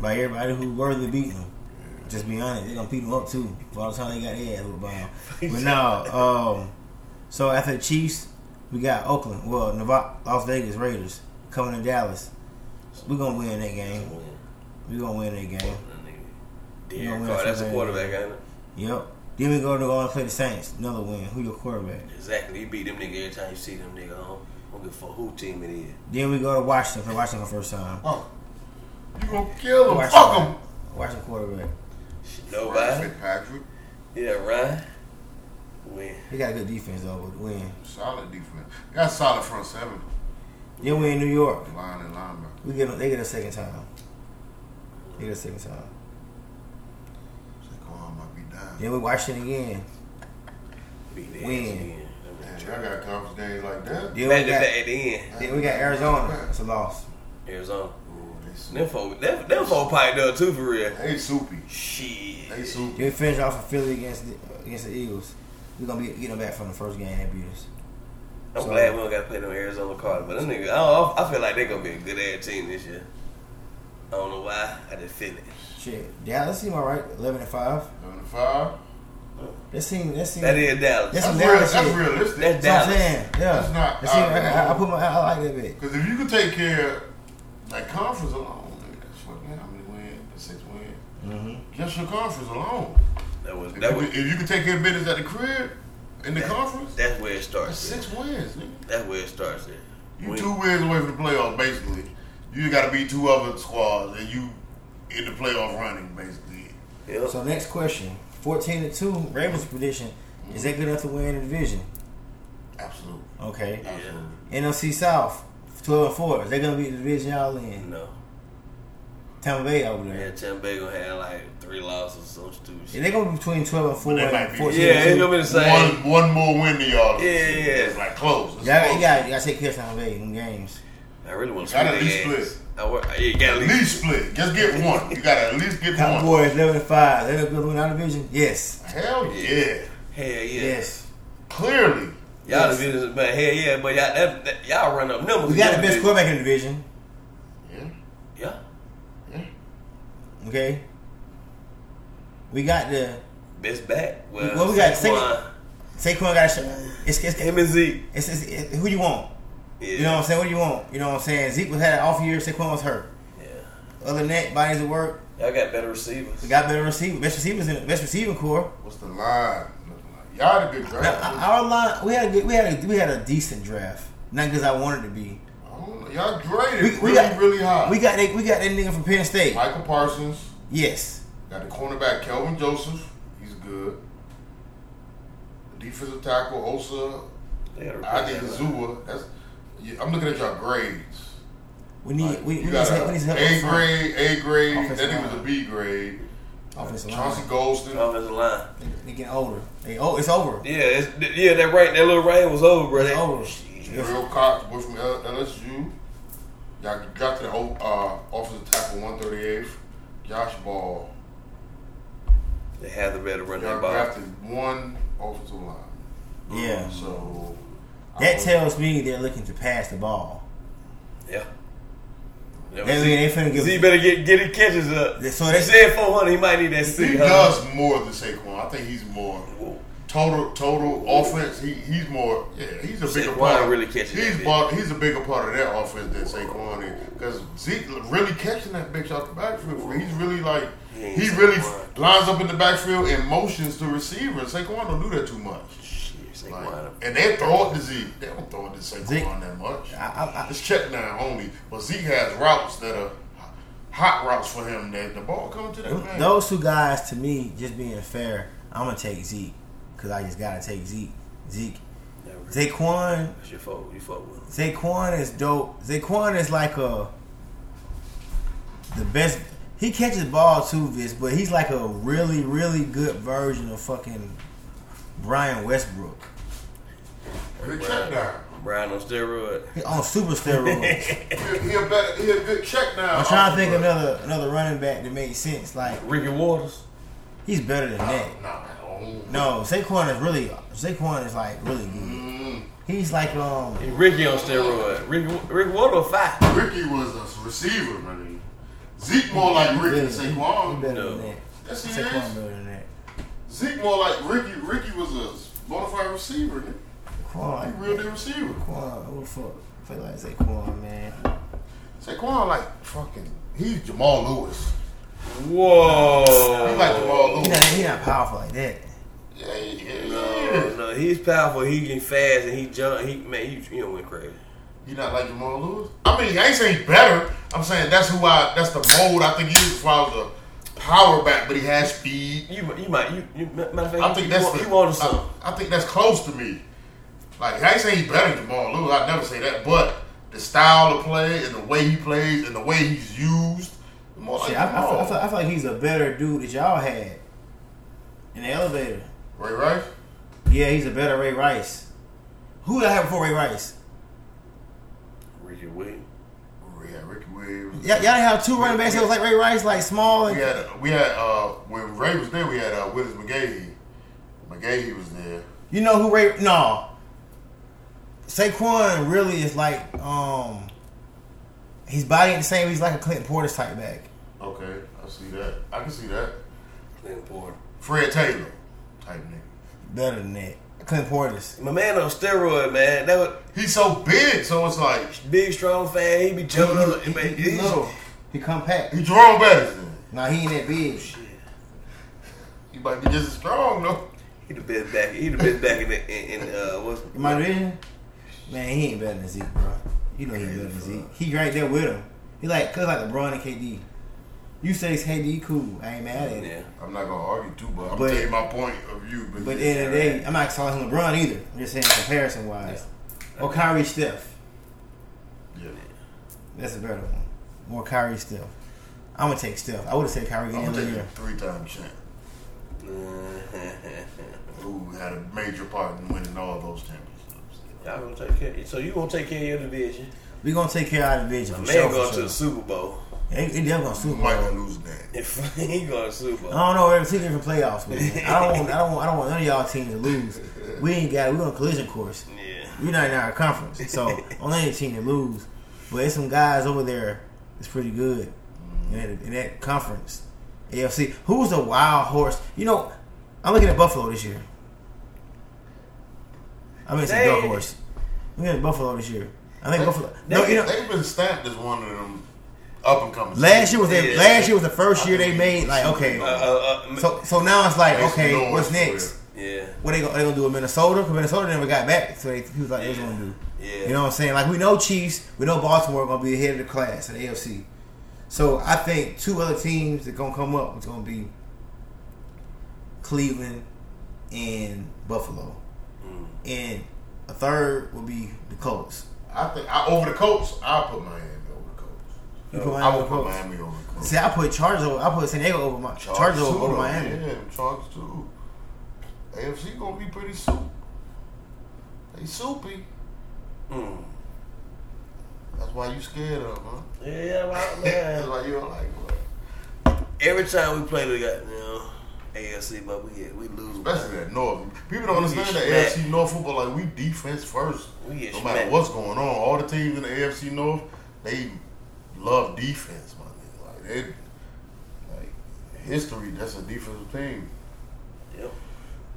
Speaker 2: by everybody who worthy beat him. Just be honest, they gonna beat him up too. By the time they got their ass whooped by him. But no, um, so after the Chiefs, we got Oakland. Well, Nevada, Las Vegas Raiders coming to Dallas. We gonna win that game. We gonna win that game. You know
Speaker 3: Derek
Speaker 2: what
Speaker 3: Carr,
Speaker 2: I'm
Speaker 3: that's a
Speaker 2: saying?
Speaker 3: quarterback, ain't it?
Speaker 2: Yep. Then we go to go and play the Saints. Another win. Who your quarterback?
Speaker 3: Exactly. You beat them nigga every time you see them nigga. I don't, I don't give a fuck who team it is.
Speaker 2: Then we go to Washington for Washington first time.
Speaker 1: oh, you gonna kill him?
Speaker 2: Washington,
Speaker 1: Fuck him.
Speaker 2: Washington quarterback.
Speaker 3: Shit,
Speaker 2: Oh,
Speaker 3: Nobody.
Speaker 1: Fitzpatrick,
Speaker 3: Yeah, Ryan. Win.
Speaker 2: They got a good defense though, but win.
Speaker 1: solid defense. Got solid front seven,
Speaker 2: Then we in New York.
Speaker 1: line and linebacker.
Speaker 2: We get they get a second time. They get a second time.
Speaker 1: Saquon might be down.
Speaker 2: Then we Washington again.
Speaker 3: Beat the
Speaker 2: Win.
Speaker 3: ass again.
Speaker 1: Man, y'all got conference games like that.
Speaker 2: Then
Speaker 3: Back
Speaker 2: we
Speaker 3: to
Speaker 2: got,
Speaker 3: back then.
Speaker 2: then we got Arizona. It's a loss.
Speaker 3: Arizona.
Speaker 1: Ooh, they soupy.
Speaker 3: Them folk, them, them folk piped up too for real.
Speaker 1: They soupy.
Speaker 3: Shit.
Speaker 1: They soupy.
Speaker 2: Then we finish off in Philly against the, against the Eagles. We're gonna be getting them back from the first game that beat us.
Speaker 3: I'm glad we don't got to play them Arizona Cardinals, but them niggas, I, don't, I feel like they're gonna be a good ass team this year. I don't know why. I just feel it.
Speaker 2: Shit. Dallas seem alright, eleven and five.
Speaker 1: Seven to five.
Speaker 2: That seem that seem
Speaker 3: That is Dallas.
Speaker 2: That's
Speaker 1: That's,
Speaker 2: some
Speaker 1: real,
Speaker 2: Dallas
Speaker 1: that's
Speaker 2: shit.
Speaker 1: realistic.
Speaker 3: That's
Speaker 2: That's what I'm
Speaker 3: Dallas.
Speaker 2: saying. Yeah.
Speaker 1: That's not-
Speaker 2: That seem-
Speaker 1: I-
Speaker 2: I, I- I put my I, I like that bit.
Speaker 1: Because if you could take care of that conference alone, nigga, that's what man, how many wins? That's six wins.
Speaker 2: Mm-hmm.
Speaker 1: Just your conference alone.
Speaker 3: That was
Speaker 1: If,
Speaker 3: that
Speaker 1: you,
Speaker 3: was
Speaker 1: could- if you could take care of business at the crib in the
Speaker 3: that-
Speaker 1: conference,
Speaker 3: That's where it
Speaker 1: that's
Speaker 3: starts.
Speaker 1: six
Speaker 3: at.
Speaker 1: wins. Nigga.
Speaker 3: That's where it starts. at.
Speaker 1: You
Speaker 3: Win.
Speaker 1: two wins away from the playoff, basically. You got to be two other squads, and you in the playoff running, basically.
Speaker 3: Yep.
Speaker 2: So next question. Fourteen to two, Ravens prediction. Is that good enough to win the division?
Speaker 1: Absolutely.
Speaker 2: Okay.
Speaker 3: Yeah.
Speaker 1: Absolutely.
Speaker 2: NFC South, 12 and 4. Is they going to be the division y'all in?
Speaker 3: No.
Speaker 2: Tampa Bay over there.
Speaker 3: Yeah, Tampa Bay gonna have like three losses or some stupid
Speaker 2: Yeah,
Speaker 3: shit.
Speaker 2: they're going to be between 12 and 4
Speaker 1: But they might
Speaker 2: and
Speaker 1: be-
Speaker 2: 14
Speaker 3: Yeah, it's
Speaker 2: and 2.
Speaker 3: gonna be the same.
Speaker 1: One, one more win to y'all.
Speaker 3: Yeah, yeah, yeah.
Speaker 1: It's like close. It's
Speaker 2: Y'all,
Speaker 1: close.
Speaker 2: you gotta, you gotta take care of Tampa Bay in games.
Speaker 3: I really want to
Speaker 1: Gotta
Speaker 3: split.
Speaker 1: at least
Speaker 3: their ass. I want. Yeah, you gotta at
Speaker 1: At
Speaker 3: least.
Speaker 1: least split. Just get one. You gotta at least get one.
Speaker 2: Cowboys, 11 and 5. They're going to win our division? Yes.
Speaker 1: Hell yeah.
Speaker 3: Hell yeah.
Speaker 2: Yes.
Speaker 1: Clearly.
Speaker 3: Y'all the business, but hell yeah, but y'all that, that, y'all run up numbers.
Speaker 2: We got the
Speaker 3: Y'all
Speaker 2: best
Speaker 3: business.
Speaker 2: quarterback in the division.
Speaker 1: Yeah.
Speaker 3: Yeah.
Speaker 1: Yeah.
Speaker 2: Okay? We got the.
Speaker 3: Best back. Well,
Speaker 2: Well, we got
Speaker 3: Saquon,
Speaker 2: Saquon got a shot. It's, it's,
Speaker 3: him and Zeke.
Speaker 2: it's, it's, it's- who you want?
Speaker 3: Yeah.
Speaker 2: You know what I'm saying? What do you want? You know what I'm saying? Zeke was had an off year. Saquon was hurt.
Speaker 3: Yeah.
Speaker 2: Other than that, bodies at work.
Speaker 3: Y'all got better receivers.
Speaker 2: We got better receiver, best receivers in best receiving core.
Speaker 1: What's the line looking like? Y'all had a good
Speaker 2: Now,
Speaker 1: draft. I,
Speaker 2: our line, we had a good, we had a, we had a decent draft, not because I wanted to be.
Speaker 1: don't know. Y'all graded really,
Speaker 2: We, we got
Speaker 1: really high.
Speaker 2: We got that, we got that nigga from Penn State.
Speaker 1: Michael Parsons.
Speaker 2: Yes,
Speaker 1: Got the cornerback Kelvin Joseph. He's good. The defensive tackle Osa
Speaker 3: They got a receiver.
Speaker 1: Adekazua. That's. Yeah, I'm looking at y'all grades.
Speaker 2: we need
Speaker 1: Like,
Speaker 2: we, we
Speaker 1: you
Speaker 2: need
Speaker 1: got
Speaker 2: help.
Speaker 1: a
Speaker 2: We need help.
Speaker 1: A
Speaker 2: up front.
Speaker 1: grade, A grade.
Speaker 2: Offensive
Speaker 1: That nigga was a
Speaker 2: line.
Speaker 1: B grade.
Speaker 2: Offensive
Speaker 1: Chauncey
Speaker 2: line.
Speaker 1: Goldston.
Speaker 3: Offensive line.
Speaker 2: They, they getting older. They, oh, it's over.
Speaker 3: Yeah, it's, th- yeah, that right, that little rain was over, bro.
Speaker 2: It's
Speaker 3: That-
Speaker 2: over.
Speaker 3: Shit.
Speaker 2: Yes.
Speaker 1: Real Cox, boy from L- LSU. Y'all drafted an o- uh, offensive tackle 138th. Josh Ball.
Speaker 3: They have the better run
Speaker 1: Y'all
Speaker 3: that ball.
Speaker 1: drafted one offensive line.
Speaker 2: Yeah,
Speaker 1: So I
Speaker 2: that
Speaker 1: was-
Speaker 2: tells me they're looking to pass the ball.
Speaker 3: Yeah. Never
Speaker 2: They,
Speaker 3: seen-
Speaker 2: they finna give
Speaker 4: Z better get get his catches up.
Speaker 2: Yeah,
Speaker 4: They
Speaker 2: so that's-
Speaker 4: said 400. He might need that
Speaker 1: He
Speaker 4: six.
Speaker 2: uh,
Speaker 4: huh?
Speaker 1: does more than Saquon. I think he's more
Speaker 3: Whoa.
Speaker 1: total total offense. He he's more yeah. He's a bigger
Speaker 3: Saquon
Speaker 1: part.
Speaker 3: really catching that
Speaker 1: he's
Speaker 3: bitch.
Speaker 1: part, he's a bigger part of that offense than Saquon is because Zeke really catching that bitch out the backfield. For he's really like
Speaker 3: He ain't
Speaker 1: he really
Speaker 3: Saquon.
Speaker 1: lines up in the backfield and motions to receivers. Saquon don't do that too much.
Speaker 3: Shit, Saquon.
Speaker 1: Like, eh, and they throw it to Zeke. They don't throw it to Saquon
Speaker 2: Zeke-
Speaker 1: that much.
Speaker 2: I, I, I,
Speaker 1: It's check down only, but Zeke has routes that are hot routes for him. That the ball comes to that man.
Speaker 2: Those two guys, to me, just being fair, I'm gonna take Zeke because I just gotta take Zeke. Zeke,
Speaker 3: Never.
Speaker 2: Zaquan,
Speaker 3: That's your fault. You fuck with him.
Speaker 2: Zaquan is dope. Zaquan is like a the best. He catches ball too, Vince, but he's like a really, really good version of fucking Brian Westbrook
Speaker 1: Good check down.
Speaker 3: Brian on steroid.
Speaker 2: He on super steroids.
Speaker 1: He, he a better, he a good check down.
Speaker 2: I'm trying to think of another another running back that makes sense. Like
Speaker 4: Ricky Waters.
Speaker 2: he's better than that.
Speaker 1: Nah, no.
Speaker 2: No, Saquon is really Saquon is like really good.
Speaker 1: Mm,
Speaker 2: He's like um
Speaker 4: And Ricky on steroid. Ricky Ricky Waters a five.
Speaker 1: Ricky was a receiver, man. Zeke more like Ricky than
Speaker 2: He
Speaker 1: Saquon.
Speaker 2: better
Speaker 3: No.
Speaker 2: than that.
Speaker 1: Yes, he
Speaker 2: Saquon
Speaker 1: is.
Speaker 2: better than that.
Speaker 1: Zeke more like Ricky. Ricky was a bona fide receiver. He
Speaker 2: Quan,
Speaker 1: real deal receiver.
Speaker 2: Quan, what the fuck? I feel like Saquon, man.
Speaker 1: Saquon like fucking. He's Jamal Lewis.
Speaker 4: Whoa.
Speaker 1: He
Speaker 3: Oh.
Speaker 1: like Jamal
Speaker 2: He
Speaker 1: Lewis.
Speaker 2: not, he not powerful like that.
Speaker 1: Yeah, yeah, yeah.
Speaker 3: No, no, he's powerful. He getting fast and he jump. He man, he, he done went crazy.
Speaker 1: You not like Jamal Lewis? I mean, I ain't saying he's better. I'm saying that's who I. That's the mold I think he is. If I was a power back, but he has speed.
Speaker 3: You mi- you might you, you matter of fact.
Speaker 1: I think
Speaker 3: you,
Speaker 1: that's
Speaker 3: want,
Speaker 1: the,
Speaker 3: you want to
Speaker 1: I, I think that's close to me. Like I ain't saying he's better than Jamal Lewis. I never say that, but the style of play and the way he plays and the way he's used. More like
Speaker 2: Shit, I, I, feel, I,
Speaker 1: Jamal.
Speaker 2: feel, I feel like he's a better dude that y'all had in the elevator.
Speaker 1: Ray Rice.
Speaker 2: Yeah, he's a better Ray Rice. Who did I have before Ray Rice?
Speaker 3: Richard Williams.
Speaker 1: Yeah, Oh, Ricky Williams.
Speaker 2: Y- y'all didn't have two running backs that was like Ray Rice, like small
Speaker 1: We
Speaker 2: and
Speaker 1: had we had uh when Ray was there, we had uh Willis McGahee. McGahee was there.
Speaker 2: You know who Ray? No. Saquon really is like um, his body ain't the same. He's like a Clinton Portis type back.
Speaker 1: Okay, I see that. I can see that.
Speaker 3: Clint Porter.
Speaker 1: Fred Taylor type nigga.
Speaker 2: Better than that, Clinton Portis.
Speaker 3: My man on steroid, man. That was
Speaker 1: He's so big, so it's like
Speaker 3: big, strong, fast. He be jumping. up.
Speaker 2: He,
Speaker 3: man,
Speaker 2: he,
Speaker 3: he's-
Speaker 2: little. He compact.
Speaker 1: he Jerome Patterson.
Speaker 2: Nah, he ain't that big.
Speaker 1: He might be just as strong though.
Speaker 3: He the best back. He the best back in the, in, in uh what's
Speaker 2: In my division, man, he ain't better than Zeke, bro. You know he better than Zeke. He right there with him. He like cause like LeBron and KD. You say it's KD cool. I ain't mad at it.
Speaker 3: yeah.
Speaker 1: I'm not gonna argue too, but I'm
Speaker 2: But-
Speaker 1: gonna tell you my point of view. But,
Speaker 2: But at the end of the day, I'm not talking LeBron either. I'm just saying comparison wise. Or Kyrie Steph.
Speaker 1: yeah.
Speaker 2: That's a better one. More Kyrie Steph. I'm gonna take Steph. I would have said Kyrie
Speaker 1: I'm
Speaker 2: game of
Speaker 1: gonna
Speaker 2: the
Speaker 1: take a
Speaker 2: year.
Speaker 1: three-time champ who had a major part in winning all those championships.
Speaker 3: Y'all gonna take care. So you gonna take care of your division?
Speaker 2: We gonna take care of our division.
Speaker 3: Man,
Speaker 2: For sure,
Speaker 3: going
Speaker 2: for
Speaker 3: to
Speaker 2: sure.
Speaker 3: the Super Bowl.
Speaker 2: They, they definitely gonna Super
Speaker 1: Who
Speaker 2: Bowl.
Speaker 1: might
Speaker 2: I
Speaker 1: not lose that?
Speaker 3: If he going to the Super Bowl,
Speaker 2: don't know. We're two different playoffs. Man. I don't want. I don't want. I don't want none of y'all teams to lose. We ain't got. We're on a collision course.
Speaker 3: yeah.
Speaker 2: We're not in our conference, so only any team to lose. But there's some guys over there that's pretty good in that, in that conference. AFC. Who's the wild horse? You know, I'm looking at Buffalo this year. I mean, it's a
Speaker 3: They-
Speaker 2: dark horse. I'm looking at Buffalo this year. I think Buffalo.
Speaker 1: They,
Speaker 2: no, you know,
Speaker 1: they've been stamped as one of them up and coming.
Speaker 2: last year was their,
Speaker 3: Yeah.
Speaker 2: last year was the first year they made like
Speaker 3: Uh,
Speaker 2: okay.
Speaker 3: uh, uh,
Speaker 2: So so now it's like
Speaker 1: Mason
Speaker 2: okay,
Speaker 1: Dillon
Speaker 2: what's
Speaker 1: was
Speaker 2: next?
Speaker 3: yeah.
Speaker 2: What they gonna, they gonna do with Minnesota? Because Minnesota never got back, so they, he was like, they was gonna do.
Speaker 3: Yeah.
Speaker 2: You know what I'm saying? Like we know Chiefs, we know Baltimore gonna be ahead of the class in the AFC. So I think two other teams that gonna come up is gonna be Cleveland and Buffalo,
Speaker 1: Mm.
Speaker 2: and a third will be the Colts.
Speaker 1: I think I, over the Colts, I'll put Miami over the Colts.
Speaker 2: You put Miami
Speaker 1: Oh, I
Speaker 2: over
Speaker 1: would
Speaker 2: the
Speaker 1: put
Speaker 2: Colts.
Speaker 1: Miami over the Colts.
Speaker 2: See, I put Chargers over. I put San Diego over my Chargers, over,
Speaker 1: too,
Speaker 2: over
Speaker 1: though.
Speaker 2: Miami.
Speaker 1: Yeah, Chargers too. AFC gonna be pretty soup. They soupy.
Speaker 3: Mm.
Speaker 1: That's why you scared of, huh?
Speaker 3: Yeah, well,
Speaker 1: That's
Speaker 3: man.
Speaker 1: why you don't like them.
Speaker 3: Every time we play the goddamn AFC, but we get we lose.
Speaker 1: Especially
Speaker 3: man.
Speaker 1: that North. People don't
Speaker 3: We get
Speaker 1: understand that
Speaker 3: smacked.
Speaker 1: AFC North football. Like we defense first.
Speaker 3: We get
Speaker 1: No matter
Speaker 3: smacked.
Speaker 1: what's going on, all the teams in the AFC North, they love defense, my nigga. Like it, like history. That's a defensive team.
Speaker 3: Yep,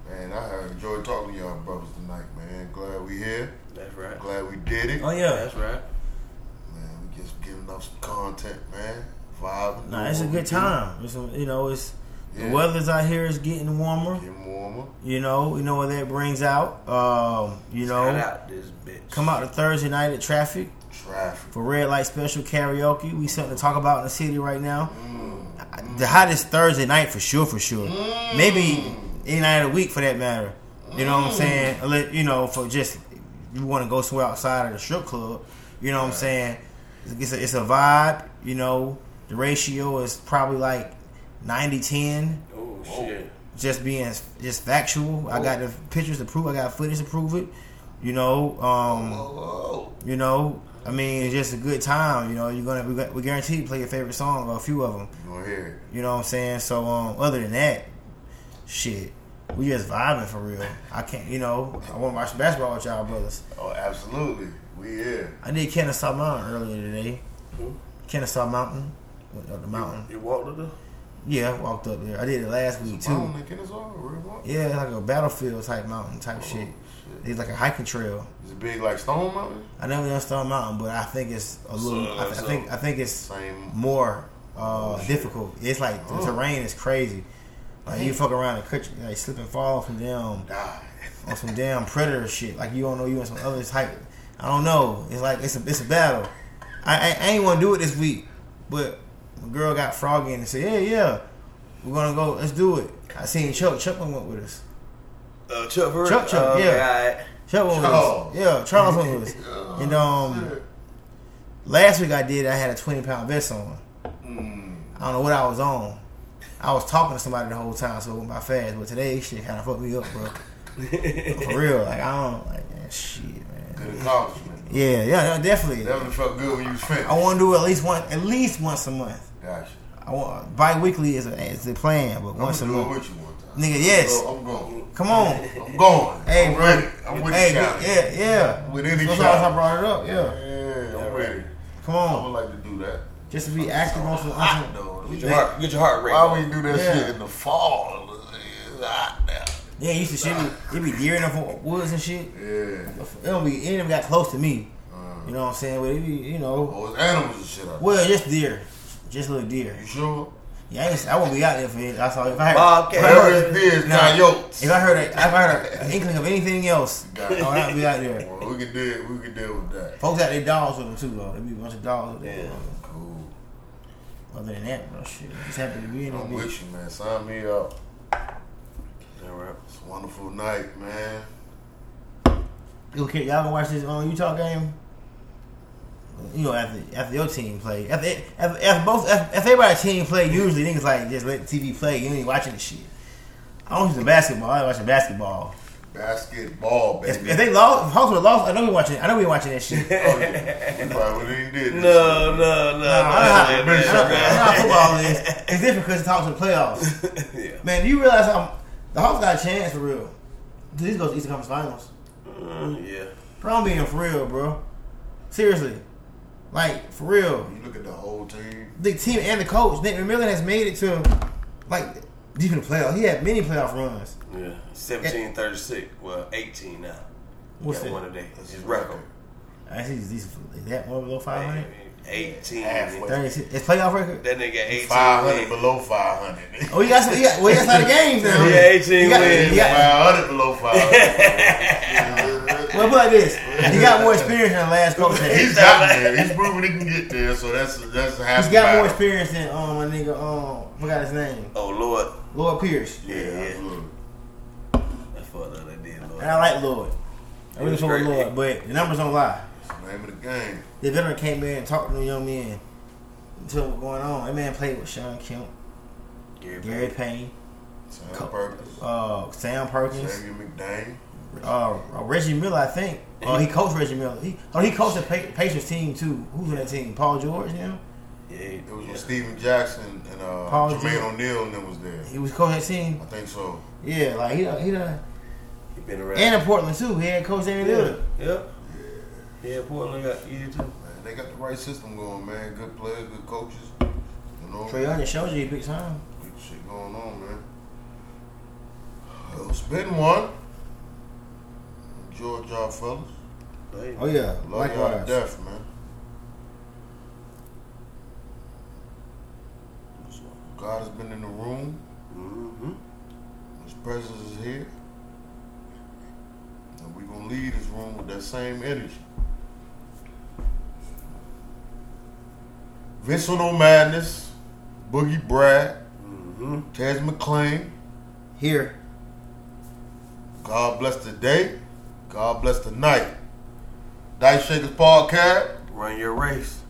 Speaker 1: Man, I have enjoyed talking to y'all brothers tonight, man. Glad we here.
Speaker 3: that's right.
Speaker 1: Glad we did it.
Speaker 2: Oh yeah,
Speaker 3: That's right.
Speaker 1: Man, we just giving up some content, man. Vibing.
Speaker 2: nah, it's a
Speaker 1: doing
Speaker 2: good
Speaker 1: what
Speaker 2: time. It's a, you know, it's
Speaker 1: Yeah.
Speaker 2: the weather's out here is getting
Speaker 1: we
Speaker 2: warmer.
Speaker 1: do. Getting warmer.
Speaker 2: You know, you know what that brings out. Um, you
Speaker 3: Shout
Speaker 2: know,
Speaker 3: out this bitch.
Speaker 2: come out to Thursday night at traffic
Speaker 1: Traffic.
Speaker 2: for red light special karaoke. We something to talk about in the city right now. The hottest Thursday night for sure, for sure. Maybe any night of the week for that matter. You know what I'm saying? Unless- You know, for just you want to go somewhere outside of the strip club. You know what I'm saying? It's a, it's a vibe. You know, the ratio is probably like 90 10
Speaker 3: Oh shit.
Speaker 2: just being just factual. I got the pictures to prove. I got footage to prove it. You know, um,
Speaker 3: Whoa.
Speaker 2: you know, I mean, it's just a good time. You know, you're gonna we, gu- we guarantee you play your favorite song or a few of them.
Speaker 1: You gonna hear
Speaker 2: You know what I'm saying? So, um, other than that, shit, we just vibing for real. I can't, you know, I want to watch basketball with y'all brothers.
Speaker 1: it. Oh, absolutely. We here.
Speaker 2: I did Kennesaw Mountain earlier today.
Speaker 3: Who?
Speaker 2: Kennesaw Mountain, went up the mountain.
Speaker 3: You walked it though?
Speaker 2: Yeah, I walked up there. I did it last week
Speaker 1: I don't
Speaker 2: too.
Speaker 1: think it's all real warm.
Speaker 2: Yeah, it's like a battlefield type mountain
Speaker 3: Oh,
Speaker 2: type shit. It's like a hiking trail.
Speaker 1: It's big like Stone Mountain.
Speaker 2: I never done Stone Mountain, but I think it's a little. I, I
Speaker 3: so-
Speaker 2: think I think it's
Speaker 1: Same.
Speaker 2: more uh, difficult. It's like the
Speaker 1: Oh.
Speaker 2: terrain is crazy. Like you fuck around and cut, like slip and fall from damn
Speaker 1: Die.
Speaker 2: on some damn predator shit. Like you don't know you in some other type. I don't know. It's like it's a it's a battle. I, I, I ain't want to do it this week, but my girl got froggy and said, "Yeah, yeah, we're gonna go. Let's do it." I seen Chuck. Chuck went with us.
Speaker 3: Uh, Chuck Hurry.
Speaker 2: Chuck, Chuck, yeah.
Speaker 3: Right.
Speaker 2: Chuck went with
Speaker 1: Charles. Oh,
Speaker 2: us. Yeah, Charles went with us. And um, last week I did. I had a twenty pound vest on.
Speaker 1: Mm.
Speaker 2: I don't know what I was on. I was talking to somebody the whole time, so it went by fast. But today, shit kind of fucked me up, bro. For real, like I don't like that shit, man.
Speaker 1: Good accomplishment.
Speaker 2: Yeah, yeah, no, definitely.
Speaker 1: Definitely felt good when you was finished.
Speaker 2: I want to do it at least one, at least once a month.
Speaker 1: Gotcha.
Speaker 2: I want bi-weekly is a, is the plan, but
Speaker 1: I'm
Speaker 2: once a
Speaker 1: gonna do it
Speaker 2: month,
Speaker 1: with you one time.
Speaker 2: nigga. Yes,
Speaker 1: So I'm going.
Speaker 2: come on.
Speaker 1: I'm going.
Speaker 2: Hey,
Speaker 1: I'm
Speaker 2: bro.
Speaker 1: ready. I'm with
Speaker 2: Hey,
Speaker 1: the challenge.
Speaker 2: yeah, yeah.
Speaker 1: With any
Speaker 2: That's
Speaker 1: challenge.
Speaker 2: why I brought it up.
Speaker 1: Yeah,
Speaker 2: Yeah,
Speaker 1: I'm ready.
Speaker 2: come
Speaker 1: I would
Speaker 2: on,
Speaker 1: like to do that.
Speaker 2: just to be active on some. on
Speaker 1: Hot
Speaker 2: some-
Speaker 1: though.
Speaker 3: Get your heart get your heart rate.
Speaker 1: Why we do that
Speaker 2: Yeah.
Speaker 1: shit in the fall? It's hot now.
Speaker 2: Yeah, you used to shit. It be deer in the woods and shit.
Speaker 1: Yeah.
Speaker 2: It don't be. It never got close to me.
Speaker 1: Uh.
Speaker 2: You know what I'm saying? But it be, you know,
Speaker 1: Oh, it's animals and shit out there.
Speaker 2: Well, just deer, just little deer.
Speaker 1: You sure?
Speaker 2: Yeah, I, ain't- I won't be out there for it. I saw if I heard,
Speaker 3: Bobcat.
Speaker 2: if I
Speaker 1: Whatever
Speaker 2: heard,
Speaker 1: it is,
Speaker 2: Nah.
Speaker 1: coyotes.
Speaker 2: if I heard, a, if I heard a, an inkling of anything else,
Speaker 1: Got
Speaker 2: I
Speaker 1: it.
Speaker 2: would not be out there.
Speaker 1: Well, we can deal. We can deal with that.
Speaker 2: Folks out there dogs with them too, though. There be a bunch of dogs. With them.
Speaker 1: Cool.
Speaker 2: Other than that, bro, shit, just happy to be in this
Speaker 1: I'm
Speaker 2: bitch.
Speaker 1: with you, man. Sign me up.
Speaker 3: All right.
Speaker 1: It's a wonderful night, man.
Speaker 2: You Okay, y'all gonna watch this on Utah game? You know, after after your team play, after after, after both after, after everybody team play, usually niggas like just let TV play. You ain't watching the shit. I don't watch the basketball. I watch the basketball.
Speaker 1: Basketball, baby.
Speaker 2: If, if they lost, if Hawks would have lost, I know we watching. I know we watching that shit. Nah,
Speaker 1: oh, yeah. We probably didn't did this.
Speaker 3: No, no, no.
Speaker 2: I
Speaker 1: man,
Speaker 2: know
Speaker 1: man,
Speaker 2: how- I know- I know how
Speaker 1: man.
Speaker 2: football is. It's different because the Hawks are the playoffs.
Speaker 3: yeah.
Speaker 2: Man, do you realize how the Hawks got a chance for real? Dude, these go to Eastern Conference Finals.
Speaker 3: Mm, yeah.
Speaker 2: Bro, I'm being for real, bro. Seriously, like for real.
Speaker 1: You look at the whole team.
Speaker 2: The team and the coach Nick McMillan has made it to like deep in the playoffs. He had many playoff runs.
Speaker 3: Yeah. 1736. Well, 18 now.
Speaker 2: What's
Speaker 3: Got
Speaker 2: that?
Speaker 3: one a day. His record.
Speaker 2: I see he's decent. Is that one below 500?
Speaker 3: 18.
Speaker 1: Halfway.
Speaker 3: That
Speaker 2: 36. It's playoff record.
Speaker 3: nigga 18.
Speaker 1: Five hundred
Speaker 3: wins.
Speaker 1: below five hundred.
Speaker 2: Oh, you got some. You got, well, you got some other games now.
Speaker 3: Yeah, 18
Speaker 2: You got-
Speaker 3: wins.
Speaker 2: you got-
Speaker 1: Five hundred below five
Speaker 2: Well,
Speaker 1: hundred.
Speaker 2: put it like this. He got more experience than the last coach. had.
Speaker 1: He's got there. He's proven he can get there. So that's that's half.
Speaker 2: He's
Speaker 1: the
Speaker 2: got more
Speaker 1: battle.
Speaker 2: experience than um my nigga um forgot his name
Speaker 3: Oh, Lord.
Speaker 2: Lloyd Pierce.
Speaker 1: Yeah,
Speaker 3: Yeah.
Speaker 1: absolutely.
Speaker 3: That's what I did, Lord.
Speaker 2: And I like Lloyd. I really
Speaker 3: He's
Speaker 2: fuck with
Speaker 3: great.
Speaker 2: Lloyd, but the numbers don't lie.
Speaker 1: It's the name of the game.
Speaker 2: The veteran came in and talked to the young men, told what was going on. That man played with Sean Kemp,
Speaker 3: Gary
Speaker 2: Gary
Speaker 3: Payton.
Speaker 2: Payne,
Speaker 1: Sam
Speaker 2: Co-
Speaker 1: Perkins,
Speaker 2: uh, Sam Perkins,
Speaker 1: Xavier McDaniel.
Speaker 2: uh, Reggie Miller. I think. Oh, he coached Reggie Miller. He, oh, he coached the pa- Pacers team too. Who's on that team? Paul George now.
Speaker 1: It
Speaker 3: Yeah.
Speaker 1: was
Speaker 3: yeah.
Speaker 1: with Steven Jackson and uh,
Speaker 2: Paul
Speaker 1: Jermaine
Speaker 2: George.
Speaker 1: O'Neal and them was there.
Speaker 2: He was coaching that team.
Speaker 1: I think so.
Speaker 2: Yeah, like he done, he done.
Speaker 3: He been around.
Speaker 2: And in Portland too. He had coach Damian Lillard.
Speaker 3: Yep. Yeah, Portland got easy too.
Speaker 1: Man, they got the right system going, man. Good players, good coaches. You know,
Speaker 2: Trey Young just showed you he big time.
Speaker 1: good shit going on, man. Well, spin one. Enjoy y'all fellas.
Speaker 2: Oh yeah,
Speaker 1: Love y'all to
Speaker 2: likewise.
Speaker 1: death, man. God has been in the room.
Speaker 3: Mm-hmm.
Speaker 1: His presence is here. And we're going to leave this room with that same energy. Vincent O' Madness, Boogie Brad,
Speaker 3: Mm-hmm.
Speaker 1: Taz McClain.
Speaker 2: Here,
Speaker 1: God bless the day. God bless the night. Dice Shakers Podcast.
Speaker 3: Run your race.